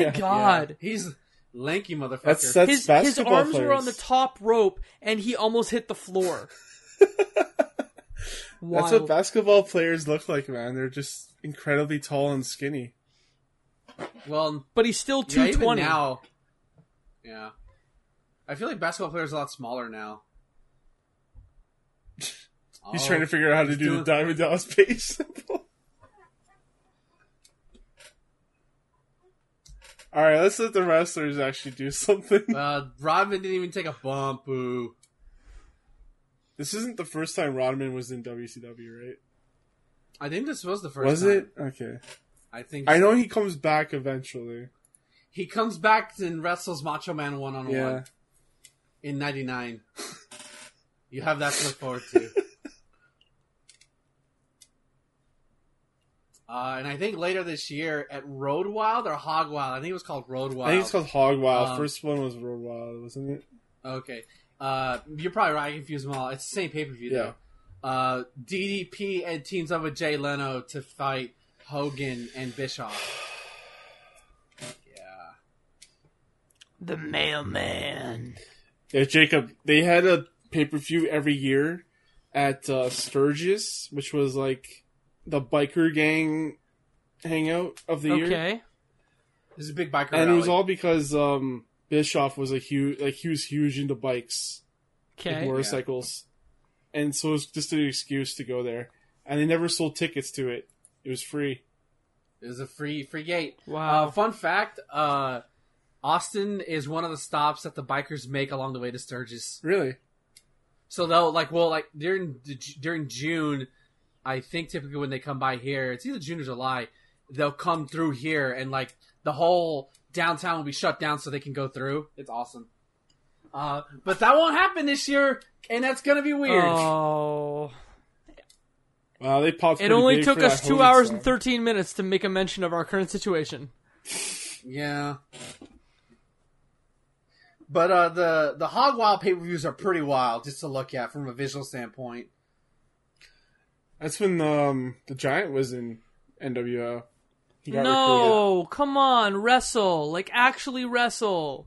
S1: Yeah.
S3: God.
S2: He's lanky motherfucker.
S1: That's that's
S3: His, his
S1: basketball
S3: arms were
S1: players.
S3: on the top rope and he almost hit the floor. Wild.
S1: That's what basketball players look like, man. They're just incredibly tall and skinny.
S2: well,
S3: but he's still
S2: yeah, even
S3: 220.
S2: now. Yeah, I feel like basketball players are a lot smaller now.
S1: He's
S2: Oh,
S1: trying to figure out how to
S2: he's
S1: do the
S2: doing-
S1: Diamond Dallas Page symbol. All right, let's let the wrestlers actually do something.
S2: Uh, Rodman didn't even take a bump. Boo.
S1: This isn't the first time Rodman was in WCW, right?
S2: I think this was the first.
S1: Was
S2: time.
S1: it? Okay.
S2: I think
S1: I know he comes back eventually.
S2: he comes back and wrestles Macho Man one on
S1: Yeah.
S2: one in '99. you have that to look forward to. Uh, and I think later this year at Road Wild or Hog Wild, I think it was called Road Wild.
S1: I think it's called Hog Wild.
S2: Um,
S1: first one was Road Wild, wasn't it?
S2: Okay. Uh, you're probably right. I confuse them all. It's the same pay per view.
S1: Yeah.
S2: Uh, DDP and teams up with Jay Leno to fight Hogan and Bischoff. Yeah.
S3: The mailman.
S1: Yeah, Jacob. They had a pay per view every year at uh, Sturgis, which was like the biker gang hangout of the year,
S3: Okay.
S2: This is a big biker.
S1: and it was
S2: rally.
S1: all because um, Bischoff was a huge, like he was huge into bikes, like
S3: Okay.
S1: motorcycles, and so it was just an excuse to go there. And they never sold tickets to it; it was free.
S2: It was a free free gate.
S3: Wow.
S2: Uh, fun fact: uh, Austin is one of the stops that the bikers make along the way to Sturgis.
S1: Really?
S2: So they'll like, well, like during during June, I think typically when they come by here, it's either June or July. They'll come through here, and like the whole downtown will be shut down so they can go through. It's awesome. Uh, but that won't happen this year, and that's gonna be weird.
S3: Oh.
S1: Wow, they popped.
S3: It
S1: pretty
S3: only
S1: big
S3: took
S1: for that
S3: us two
S1: Hogan
S3: hours
S1: song.
S3: and 13 minutes to make a mention of our current situation.
S2: Yeah. But uh, the the hog wild pay per views are pretty wild just to look at from a visual standpoint.
S1: That's when um, the Giant was in NWO. He got recruited.
S3: No, come on, wrestle. Like, actually wrestle.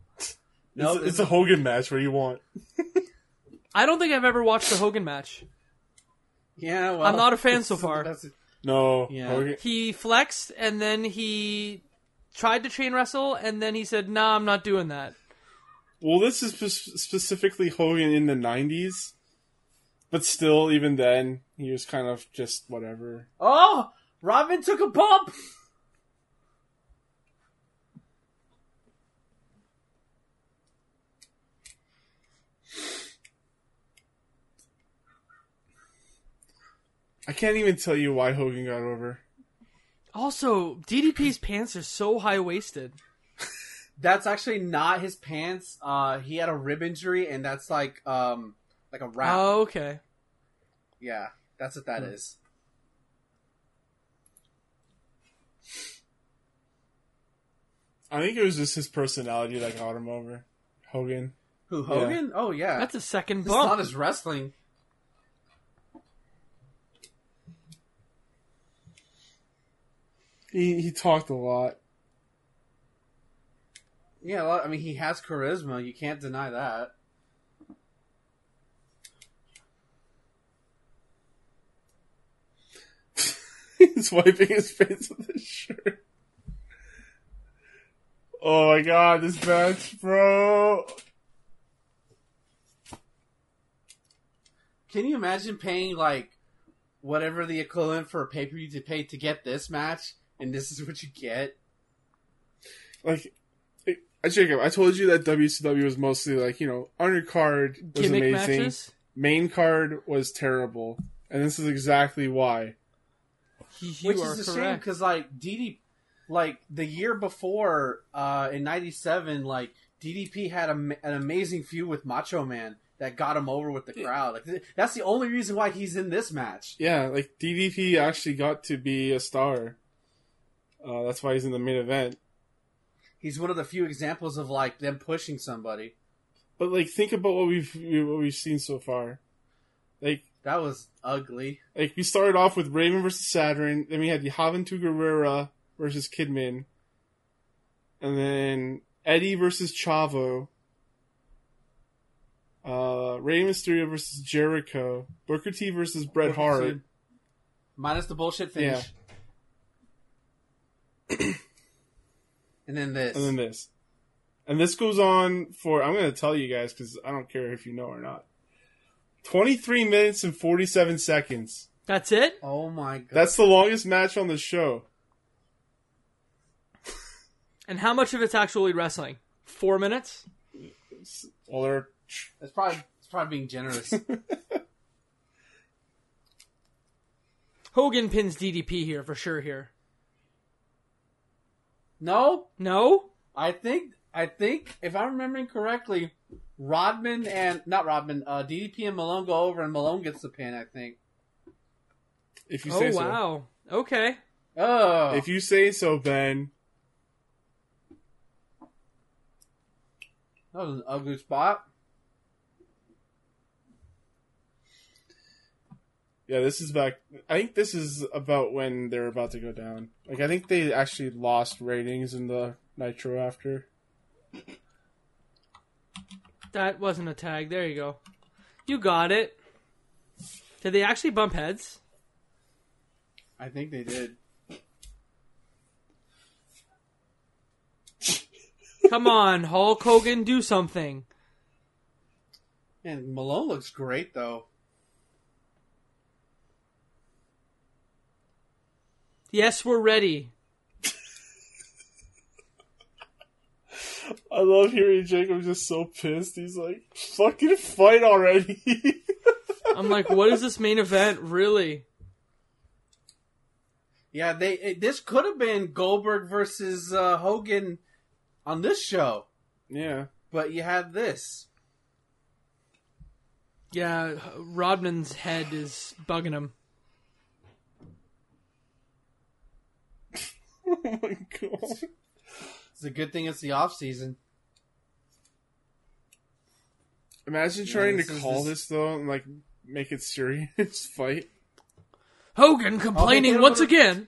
S2: No,
S1: it's, it's a Hogan match. What do you want?
S3: I don't think I've ever watched the Hogan match.
S2: Yeah, well,
S3: I'm not a fan so far.
S2: that's-
S1: No.
S2: Yeah.
S1: Hogan-
S3: He flexed and then he tried to chain wrestle and then he said, "Nah, I'm not doing that."
S1: well, this is spe- specifically Hogan in the '90s, but still, even then, he was kind of just whatever.
S2: Oh, Robin took a pump.
S1: I can't even tell you why Hogan got over.
S3: Also, DDP's pants are so high waisted.
S2: That's actually not his pants. Uh, he had a rib injury, and that's like um, like a wrap.
S3: Oh, Hmm. okay.
S2: Yeah, that's what that is.
S1: I think it was just his personality that got him over. Hogan.
S2: Who Hogan? Oh yeah,
S3: That's a second
S2: It's not
S3: bump.
S2: his wrestling.
S1: He he talked a lot.
S2: Yeah, well, I mean he has charisma. You can't deny that.
S1: He's wiping his face with his shirt. Oh my god, this match, bro.
S2: Can you imagine paying like whatever the equivalent for a pay per view to pay to get this match, and this is what you get?
S1: Like, I- I Jacob, I told you that WCW was mostly like, you know, undercard was
S3: Gimmick
S1: amazing.
S3: matches.
S1: Main card was terrible. And this is exactly why.
S3: You
S2: Which
S3: are
S2: is a shame
S3: correct.
S2: because like DD, like the year before uh, in '97, like DDP had a, an amazing feud with Macho Man that got him over with the crowd. Like th- that's the only reason why he's in this match.
S1: Yeah, like DDP actually got to be a star. Uh, that's why he's in the main event.
S2: He's one of the few examples of like them pushing somebody.
S1: But like, think about what we've what we've seen so far. Like,
S2: That was ugly.
S1: Like we started off with Raven versus Saturn, then we had Yahaventu Guerrera versus Kidman, and then Eddie versus Chavo, uh, Rey Mysterio versus Jericho, Booker T versus Bret Hart.
S2: Minus the bullshit finish. and then this.
S1: and then this. And this goes on for, I'm going to tell you guys because I don't care if you know or not. 23 minutes and 47 seconds.
S3: That's it.
S2: oh my god.
S1: That's the longest match on the show.
S3: And how much of it's actually wrestling? Four minutes.
S1: Well, they're
S2: That's probably it's probably being generous.
S3: Hogan pins DDP here for sure. Here,
S2: no?
S3: no.
S2: I think I think if I'm remembering correctly, Rodman and not Rodman, uh, DDP and Malone go over and Malone gets the pin, I think.
S1: if you
S3: Oh
S1: say
S3: wow. Okay.
S2: Oh
S1: so. If you say so, Ben.
S2: that was an ugly spot.
S1: Yeah, this is back. I think this is about when they're about to go down. Like, I think they actually lost ratings in the Nitro after.
S3: That wasn't a tag. There you go. You got it. Did they actually bump heads?
S2: I think they did.
S3: Come on, Hulk Hogan, do something.
S2: And Malone looks great though.
S3: Yes, we're ready.
S1: I love hearing Jacob just so pissed. He's like, fucking fight already.
S3: I'm like, what is this main event really?
S2: Yeah, they it, this could have been Goldberg versus uh, Hogan on this show,
S1: yeah.
S2: but you had this.
S3: Yeah, Rodman's head is bugging him.
S1: Oh my god.
S2: It's a good thing it's the off season.
S1: Imagine trying
S2: this
S1: to
S2: is-
S1: call
S2: this-
S1: this though and like make it serious fight.
S3: Hogan complaining
S2: Hogan,
S3: once
S2: what a-
S3: again.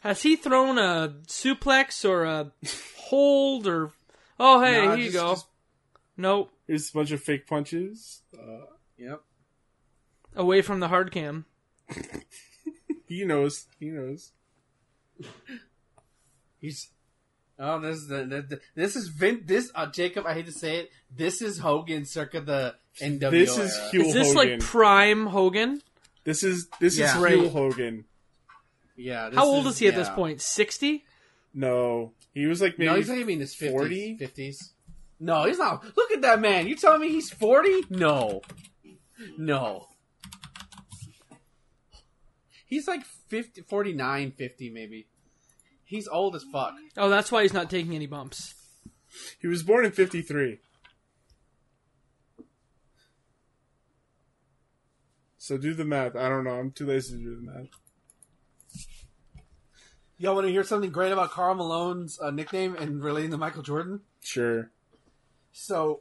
S3: Has he thrown a suplex or a hold or? Oh hey,
S2: Nah,
S3: here you
S2: just-
S3: go.
S2: just-
S3: Nope,
S1: Here's a bunch of fake punches. Uh,
S2: Yep.
S3: away from the hard cam.
S1: he knows. He knows.
S2: He's Oh, this is the, the- the- this is Vin, this uh, Jacob. I hate to say it. This is Hogan circa the NWO.
S1: This is
S2: era.
S1: Hugh
S3: Is this
S1: Hogan.
S3: like prime Hogan?
S1: this is this
S2: Yeah.
S1: is Hugh
S3: Right.
S1: Hogan.
S2: yeah. this
S3: How old is he at this
S2: yeah.
S3: point? Sixty?
S1: No, he was like maybe
S2: No, he's not even in his
S1: 40?
S2: 50s. 50s. No, he's not. Look at that man. You telling me he's 40? No. No. He's like 50, 49, 50 maybe. He's old as fuck.
S3: Oh, that's why he's not taking any bumps.
S1: he was born in fifty three. So do the math. I don't know. I'm too lazy to do the math.
S2: Y'all want to hear something great about Carl Malone's uh, nickname and relating to Michael Jordan?
S1: Sure.
S2: So,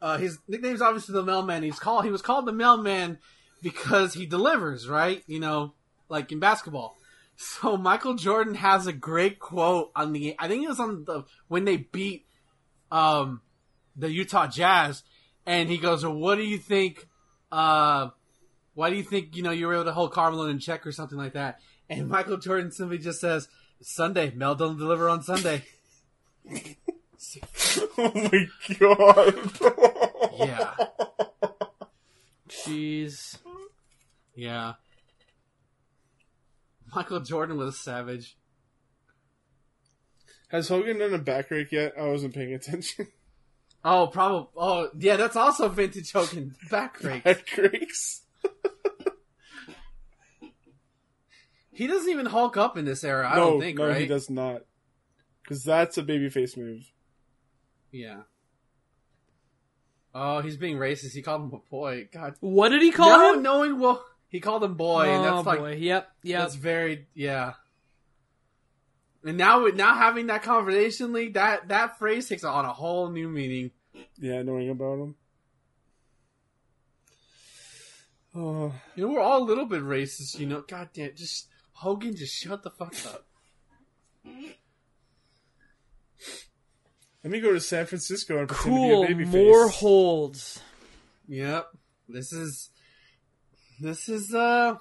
S2: uh, his nickname's obviously the mailman. He's called he was called the mailman because he delivers, right? You know, like in basketball. So Michael Jordan has a great quote on the I think it was on the when they beat um the Utah Jazz and he goes, well, "What do you think uh why do you think you know you were able to hold Carmelo in check or something like that?" And Michael Jordan simply just says, "Sunday, Mel doesn't deliver on Sunday."
S1: oh my god.
S2: Yeah.
S3: Jeez.
S2: Yeah. Michael Jordan was a savage.
S1: Has Hogan done a back rake yet? I wasn't paying attention.
S2: Oh, probably. Oh, yeah, that's also vintage Hogan back rake.
S1: back rakes.
S2: He doesn't even Hulk up in this era. I
S1: no,
S2: don't think,
S1: no,
S2: right?
S1: he does not. Because that's a babyface move.
S2: Yeah. Oh, he's being racist. He called him a boy. God.
S3: What did he call
S2: no,
S3: him?
S2: knowing well, he called him boy, and
S3: oh
S2: that's like
S3: boy. Yep. Yep.
S2: that's very yeah. And now, with now having that conversation, Lee, that that phrase takes on a whole new meaning.
S1: Yeah, knowing about him. Oh,
S2: You know, we're all a little bit racist, you know. God damn, just Hogan, just shut the fuck up.
S1: let me go to San Francisco and pretend
S3: Cool.
S1: to be a babyface.
S3: More holds.
S2: Yep. This is this is uh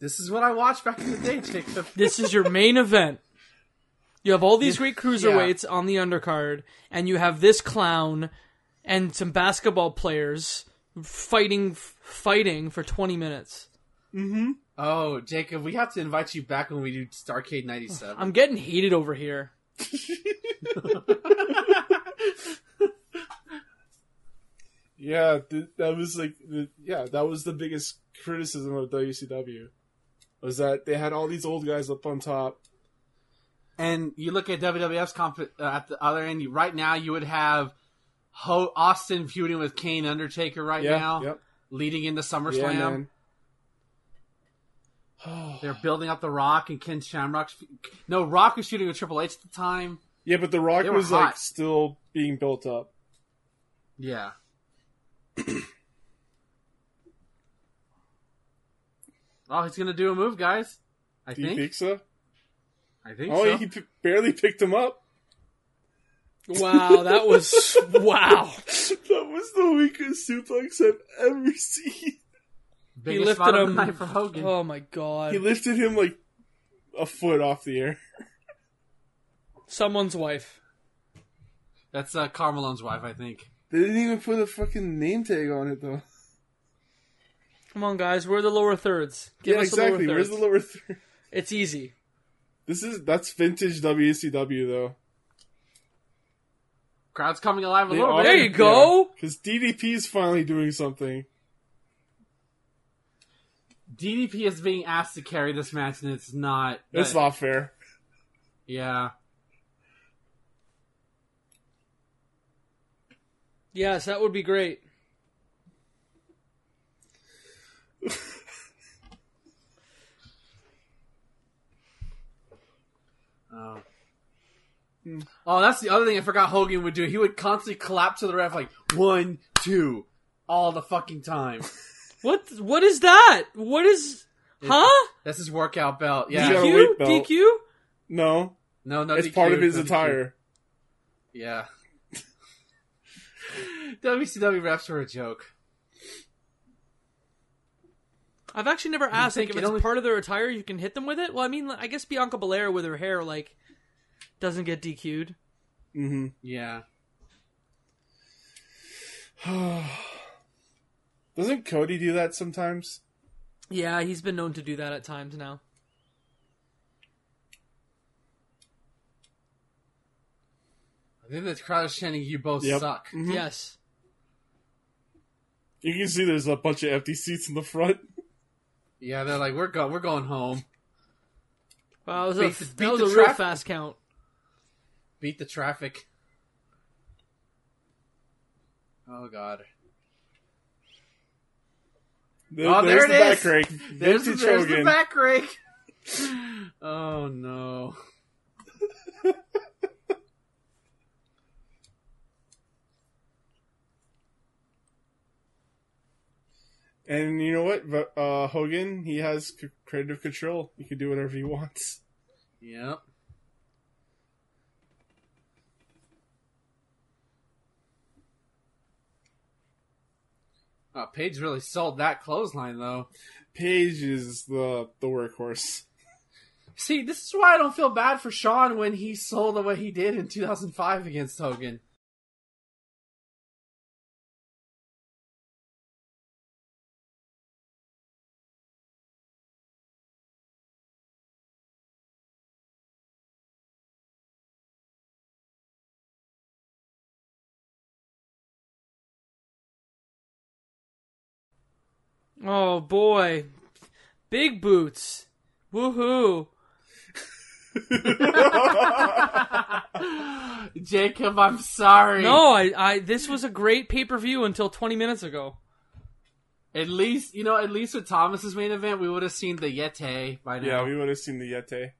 S2: this is what I watched back in the day, Jacob.
S3: This is your main event. You have all these great cruiserweights on the undercard, and you have this clown and some basketball players fighting, fighting for twenty minutes.
S2: Oh, Jacob, we have to invite you back when we do Starcade ninety seven.
S3: I'm getting heated over here.
S1: Yeah, th- that was like, the, yeah, that was the biggest criticism of WCW. Was that they had all these old guys up on top.
S2: And you look at WWF's comp- uh, at the other end. you- Right now, you would have Ho- Austin feuding with Kane Undertaker right
S1: Yeah,
S2: now,
S1: yep.
S2: leading into
S1: yeah,
S2: SummerSlam.
S1: man.
S2: They're building up The Rock and Ken Shamrock's. Fe- no, Rock was shooting with Triple H at the time.
S1: Yeah, but The Rock
S2: They were
S1: was like
S2: hot.
S1: still being built up.
S2: Yeah. oh, he's gonna do a move, guys. I
S1: Do you
S2: think.
S1: think so?
S2: I think
S1: Oh,
S2: so.
S1: he p- barely picked him up.
S3: Wow, that was wow.
S1: That was the weakest suplex I've ever seen.
S2: Biggest
S3: lifted
S2: spot of
S3: him-
S2: the night for Hogan.
S3: Oh my god.
S2: Uh,
S1: He lifted him like a foot off the air.
S3: Someone's wife.
S2: That's uh, Carmelone's wife, I think.
S1: They didn't even put a fucking name tag on it though.
S3: Come on, guys. We're the lower thirds. Give
S1: yeah,
S3: us
S1: exactly.
S3: the lower
S1: Where's
S3: thirds.
S1: the lower third?
S3: it's easy.
S1: This is that's vintage WCW though.
S2: Crowd's coming alive a
S1: They
S2: little
S1: are-
S2: bit.
S3: There you go.
S1: Because DDP is finally doing something.
S2: DDP is being asked to carry this match, and it's not.
S1: That's not fair.
S2: Yeah.
S3: Yes, that would be great.
S2: Oh.
S1: Hmm.
S2: Oh, that's the other thing I forgot Hogan would do. He would constantly collapse to the ref like one, two, all the fucking time.
S3: What? What is that? What is? Huh?
S2: That's his workout belt. Yeah.
S1: He's got a
S3: DQ?
S1: weight belt.
S3: DQ?
S1: No,
S2: No, no.
S1: it's
S2: DQ,
S1: part of his
S2: no DQ.
S1: attire.
S2: Yeah. WCW refs were a joke.
S3: I've actually never asked like
S2: think
S3: if
S2: it
S3: it's
S2: only-
S3: part of their attire you can hit them with it. Well, I mean, I guess Bianca Belair with her hair like doesn't get DQ'd.
S1: Mm-hmm.
S2: Yeah.
S1: Mm-hmm. Doesn't Cody do that sometimes?
S3: Yeah, he's been known to do that at times now.
S2: I think the crowd is chanting, "You both
S1: Yep.
S2: suck."
S3: Yes.
S1: Mm-hmm. You can see there's a bunch of empty seats in the front.
S2: Yeah, they're like, "We're go- we're going home."
S3: Wow, that
S2: Beat
S3: was
S2: the-
S3: a,
S2: beat
S3: that was
S2: the
S3: a real
S2: traffic.
S3: fast count.
S2: Beat the traffic. Oh God.
S1: There-
S2: Oh,
S1: there's
S2: there
S1: the
S2: it
S1: back rake.
S2: There's, the,
S1: Empty
S2: there's the
S1: Trojan.
S2: back rake. oh no.
S1: And you know what? V- Uh, Hogan, he has c- creative control. He can do whatever he wants.
S2: Yep. Oh, Paige really sold that clothesline though.
S1: Paige is the the workhorse.
S2: See, this is why I don't feel bad for Sean when he sold the way he did in 2005 against Hogan.
S3: Oh boy. Big boots. Woohoo.
S2: Jacob, I'm sorry.
S3: No, I, I this was a great pay per view until twenty minutes ago.
S2: At least, you know, at least with Thomas's main event, we would have seen the Yeti by now.
S1: Yeah, we would have seen the Yeti.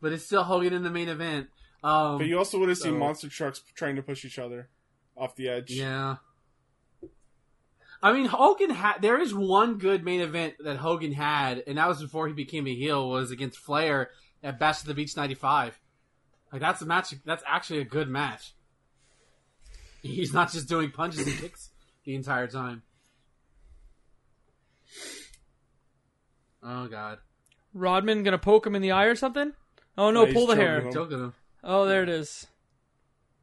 S2: but it's still Hogan in the main event. Um,
S1: But you also would have seen
S2: So-
S1: monster trucks trying to push each other off the edge.
S2: Yeah. I mean, Hogan had. There is one good main event that Hogan had, and that was before he became a heel. Was against Flair at Bash to the Beach '95. Like that's a match. That's actually a good match. He's not just doing punches and kicks the entire time. Oh God!
S3: Rodman gonna poke him in the eye or something? Oh no,
S1: Yeah, he's
S3: pull the
S1: choking
S3: hair.
S1: him.
S2: Joke with him.
S3: Oh there it is.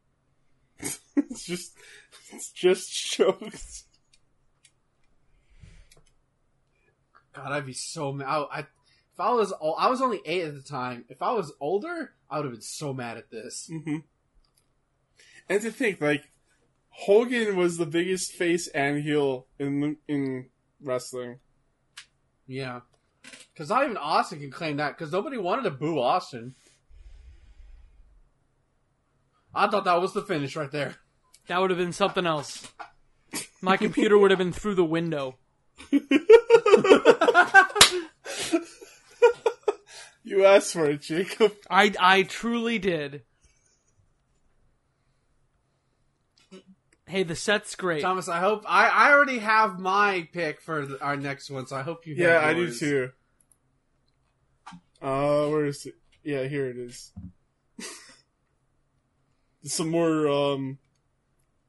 S1: it's just it's just jokes.
S2: God, I'd be so mad. I, I- if I was, ol- I was only eight at the time. If I was older, I would have been so mad at this.
S1: hmm And to think, like Hogan was the biggest face and heel in in wrestling.
S2: Yeah. Because not even Austin can claim that because nobody wanted to boo Austin. I thought that was the finish right there.
S3: That would have been something else. My computer would have been through the window.
S1: You asked for it, Jacob.
S3: I I truly did. Hey, the set's great.
S2: Thomas, I hope. I, I already have my pick for th- our next one, so I hope you have
S1: Yeah, I do
S2: yours.
S1: too. Uh, where is it? Yeah, here it is. Some more um,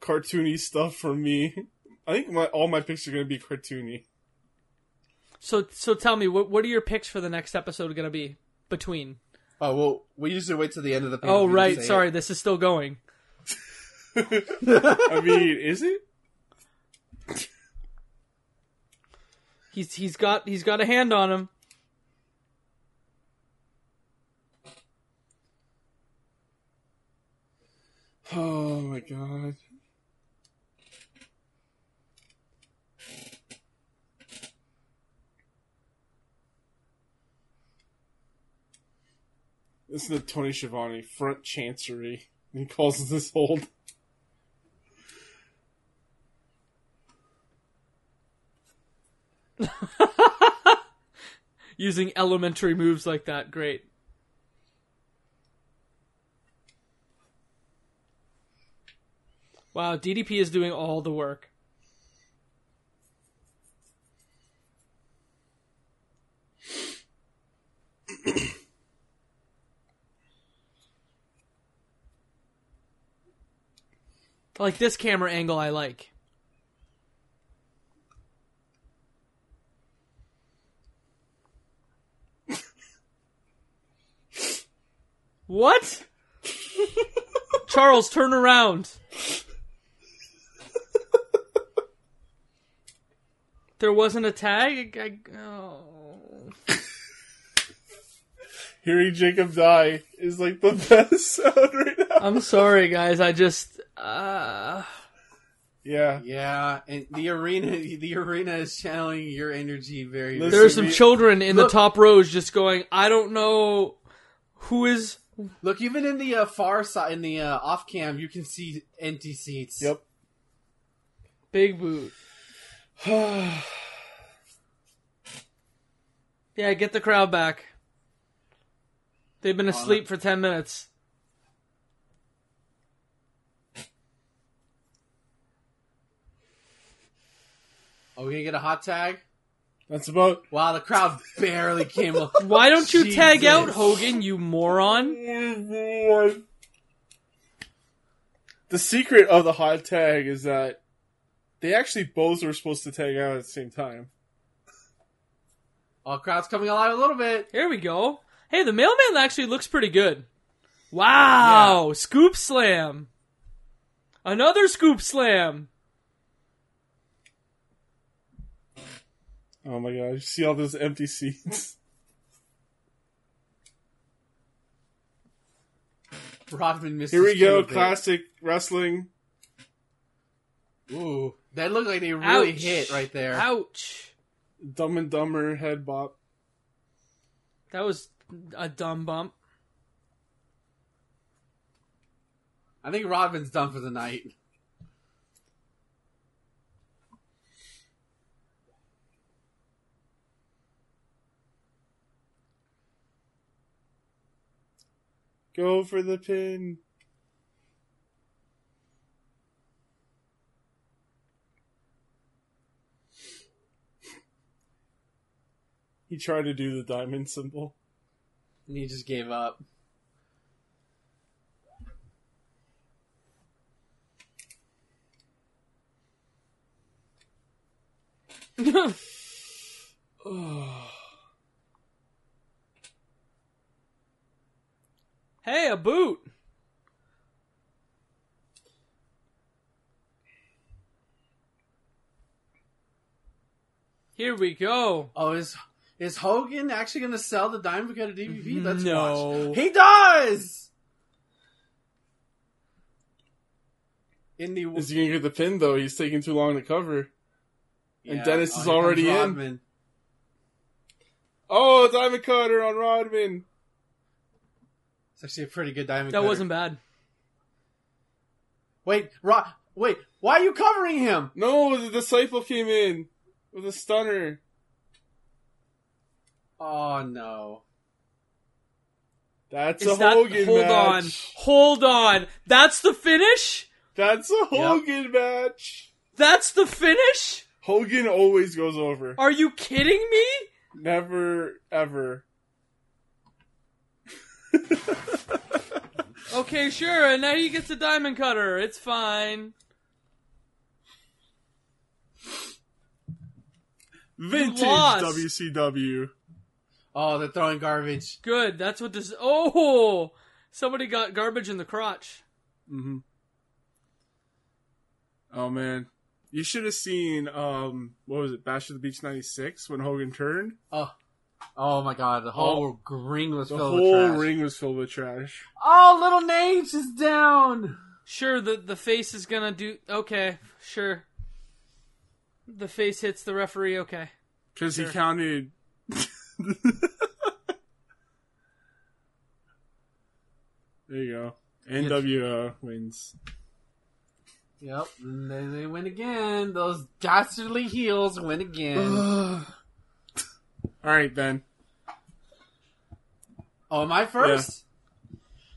S1: cartoony stuff for me. I think my all my picks are gonna be cartoony.
S3: So so tell me, what what are your picks for the next episode going to be between?
S2: Oh, well, we usually wait till the end of the page.
S3: oh right, sorry, this is still going.
S1: I mean, is it?
S3: He's he's got he's got a hand on him.
S1: Oh my god. This is the Tony Schiavone front chancery. He calls this hold.
S3: Using elementary moves like that, great. Wow, DDP is doing all the work. like this camera angle I like. What? Charles, turn around. there wasn't a tag. I, I- oh.
S1: Hearing Jacob die is like the best sound right now.
S3: I'm sorry, guys. I just uh,
S1: Yeah.
S2: Yeah, and the arena, the arena is channeling your energy very.
S1: Listen-
S3: there are some
S1: we-
S3: children in
S2: Look.
S3: the top rows just going. I don't know who is.
S2: Look, even in the uh, far side, in the uh, off cam, you can see empty seats.
S1: Yep.
S3: Big Boot. yeah, get the crowd back. They've been asleep for 10 minutes.
S2: Are Oh, we gonna get a hot tag?
S1: That's about
S2: Wow, the crowd barely came up.
S3: Why don't you tag
S2: Jesus.
S3: out Hogan, you moron?
S1: The secret of the hot tag is that they actually both were supposed to tag out at the same time.
S2: Oh, crowd's coming alive a little bit.
S3: Here we go. Hey, the mailman actually looks pretty good. Wow, scoop slam. Another scoop slam.
S1: Oh my god, you see all those empty seats.
S2: Rodman missed.
S1: Here we
S2: his cue a
S1: go,
S2: bit.
S1: classic wrestling.
S2: Ooh, that looked like they really
S3: Ouch.
S2: hit right there.
S3: Ouch.
S1: Dumb and Dumber head bop.
S3: That was a dumb bump.
S2: I think Rodman's done for the night.
S1: Go for the pin. He tried to do the diamond symbol.
S2: And he just gave up.
S3: hey, a boot. Here we go.
S2: Oh, is is Hogan actually going to sell the Diamond Cutter DVD? Let's
S3: Mm-hmm. No.
S2: watch. He does. In the
S1: Is he gonna get the pin though? He's taking too long to cover. and Dennis is
S2: Oh, here comes
S1: already in.
S2: Rodman.
S1: Oh, Diamond Cutter on Rodman.
S2: It's actually a pretty good Diamond.
S3: That
S2: Cutter.
S3: wasn't bad.
S2: Wait, Rod. Wait, why are you covering him?
S1: No, the disciple came in with a stunner.
S2: Oh no.
S1: That's
S3: Is
S1: a
S3: that
S1: Hogan
S3: hold on?
S1: match.
S3: Hold on. That's the finish?
S1: That's a Hogan match.
S3: That's the finish?
S1: Hogan always goes over.
S3: Are you kidding me?
S1: Never ever.
S3: Okay, sure. And now he gets a diamond cutter. It's fine.
S1: Vintage
S3: lost.
S1: WCW.
S2: Oh, they're throwing garbage.
S3: Good. That's what this Oh, somebody got garbage in the crotch.
S1: hmm Oh man, you should have seen um what was it? Bash of the Beach '96 when Hogan turned.
S2: Oh my god, the whole ring was
S1: Oh. The
S2: filled
S1: whole
S2: with trash.
S1: ring was filled with trash.
S2: Oh, little Nate is down.
S3: Sure, the the face is gonna do. Okay, sure. The face hits the referee. Okay.
S1: Because
S3: Sure.
S1: he counted. there you go. NWO wins.
S2: Yep, and then they win again. Those dastardly heels win again.
S1: All right, Ben.
S2: oh, am I first?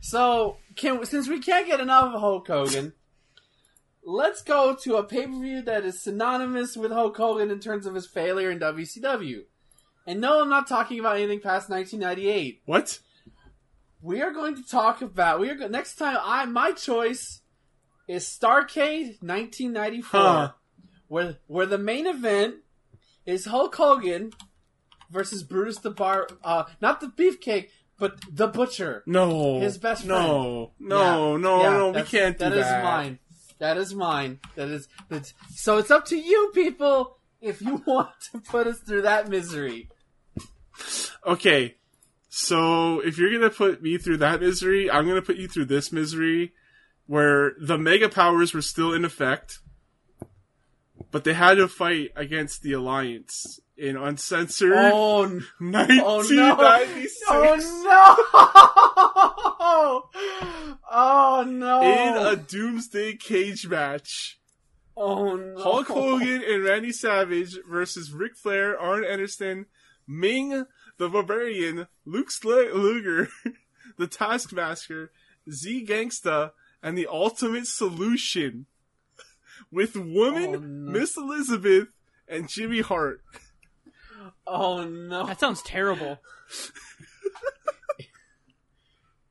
S2: So, can since we can't get enough of Hulk Hogan, let's go to a pay per view that is synonymous with Hulk Hogan in terms of his failure in WCW. And no, I'm not talking about anything past 1998.
S1: What?
S2: We are going to talk about we are go- next time. I my choice is Starcade 1994,
S1: Huh.
S2: where where the main event is Hulk Hogan versus Brutus the Bar, uh, not the Beefcake, But the butcher.
S1: No.
S2: His best
S1: No. No,
S2: Yeah.
S1: no,
S2: Yeah,
S1: no. We
S2: that's-
S1: can't do that.
S2: That is mine. That is mine. That is. That's, so it's up to you, people, if you want to put us through that misery.
S1: Okay. So if you're gonna put me through that misery, I'm gonna put you through this misery where the mega powers were still in effect, but they had to fight against the Alliance in uncensored
S2: Oh, n-
S1: 1996.
S2: oh no! Oh no!
S1: in a doomsday cage match.
S2: oh no!
S1: Hulk Hogan and Randy Savage versus Ric Flair, Arn Anderson, Ming the Barbarian, Luke Sl- Luger, the Taskmaster, Z Gangsta, and the Ultimate Solution with woman
S2: Oh, no.
S1: Miss Elizabeth and Jimmy Hart.
S2: Oh no!
S3: That sounds terrible.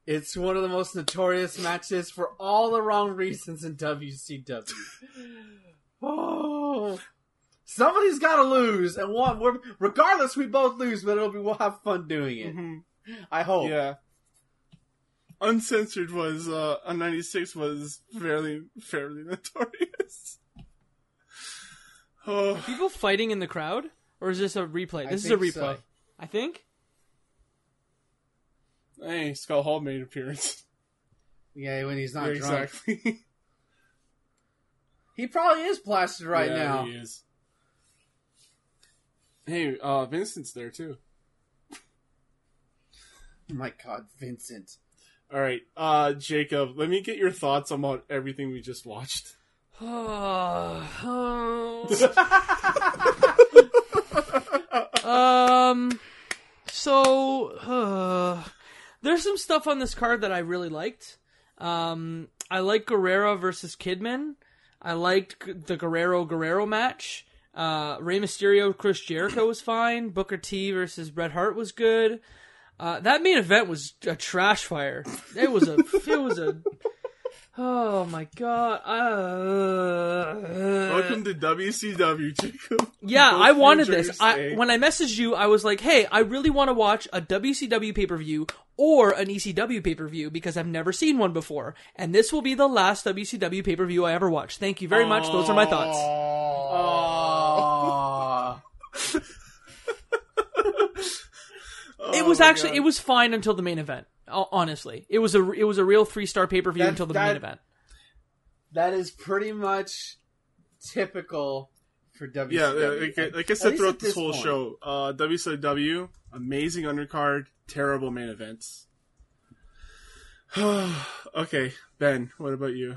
S2: It's one of the most notorious matches for all the wrong reasons in WCW. oh, somebody's got to lose, and one, we're, regardless, we both lose, but it'll be we'll have fun doing it. I hope.
S1: Mm-hmm. Yeah. Uncensored was uh on 96 was fairly fairly notorious. Oh,
S3: People fighting in the crowd, or is this a replay?
S2: I
S3: This is a
S2: think
S3: replay.
S2: so.
S3: I think.
S1: hey, Scott Hall made an appearance.
S2: Yeah, when he's not
S1: Yeah,
S2: drunk,
S1: exactly.
S2: he probably is plastered right
S1: Yeah,
S2: now.
S1: He is. Hey, uh, Vincent's there too.
S2: Oh my God, Vincent.
S1: All right, uh, Jacob, let me get your thoughts on what- everything we just watched.
S3: Oh. um, so uh, there's some stuff on this card that I really liked. Um, I like Guerrero versus Kidman. I liked G- the Guerrero Guerrero match. Uh, Rey Mysterio Chris Jericho was fine. Booker T versus Bret Hart was good. Uh, that main event was a trash fire. It was a it was a oh my god. Uh,
S1: Welcome to WCW, Jacob.
S3: yeah,
S1: Both
S3: I wanted
S1: majors
S3: this. I,
S2: eh?
S1: say-
S3: when I messaged you, I was like, "Hey, I really want to watch a WCW pay per view or an E ECW pay per view because I've never seen one before, and this will be the last WCW pay per view I ever watch." Thank you very much. Those are my thoughts.
S2: Oh,
S3: it
S2: Oh
S1: Oh
S3: was actually it was fine until the main event. ho- Honestly, it was a it was a real three star pay per view
S2: That-
S3: until the
S2: that-
S3: main event.
S2: that is pretty much typical for WCW.
S1: yeah, like, I- like I
S2: At
S1: said
S2: least
S1: throughout
S2: at
S1: this whole
S2: point.
S1: show, uh, WCW, amazing undercard, terrible main events. okay, Ben, what about you?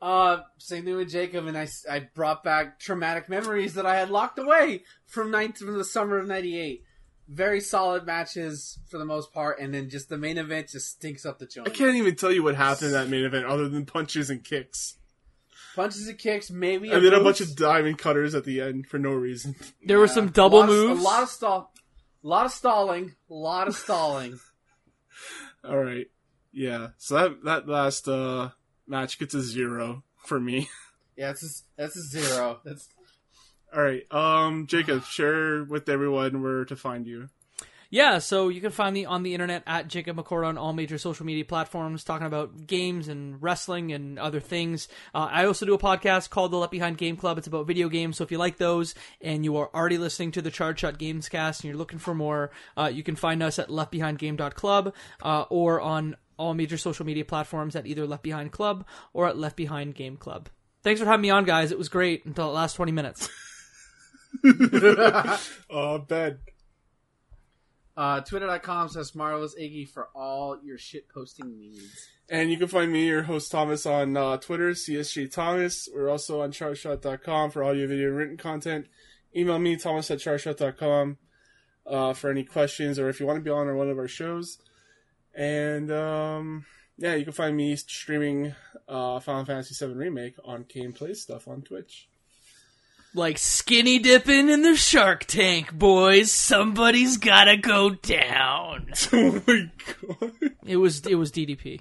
S2: Uh, same thing with Jacob, and I, s- I brought back traumatic memories that I had locked away from ninth from the summer of '98. Very solid matches for the most part, and then just the main event just stinks up the
S1: I
S2: joint.
S1: can't even tell you what happened in that main event other than punches and kicks.
S2: Punches and kicks, maybe,
S1: and then a
S2: boot.
S1: bunch of diamond cutters at the end for no reason.
S3: There were
S2: Yeah.
S3: some
S2: a
S3: double
S2: lot of-
S3: moves.
S2: a lot of stall, a lot of stalling, a lot of stalling.
S1: All right, yeah. So that that last uh, match gets a zero for me.
S2: yeah, that's a, that's a zero. That's
S1: All right, um, Jacob, share with everyone where to find you.
S3: Yeah, so you can find me on the internet at Jacob McCord on all major social media platforms, talking about games and wrestling and other things. Uh, I also do a podcast called The Left Behind Game Club. It's about video games, so if you like those and you are already listening to the Charge Shot Games cast and you're looking for more, uh, you can find us at leftbehindgame.club uh, or on all major social media platforms at either Left Behind Club or at Left Behind Game Club. Thanks for having me on, guys. It was great until the last 20 minutes.
S1: Uh, Ben.
S2: uh, twitter.com slash marvelous Iggy for all your shit posting needs.
S1: And you can find me, your host Thomas, on uh, Twitter, CSJ Thomas. We're also on chartshot.com for audio, video, and written content. Email me, thomas at chartshot.com, uh, for any questions or if you want to be on one of our shows. And um, yeah, you can find me streaming uh, Final Fantasy VII Remake on Kane Plays Stuff on Twitch.
S3: like skinny dipping in the shark tank, boys. Somebody's gotta go down.
S1: oh my god.
S3: It was it was DDP.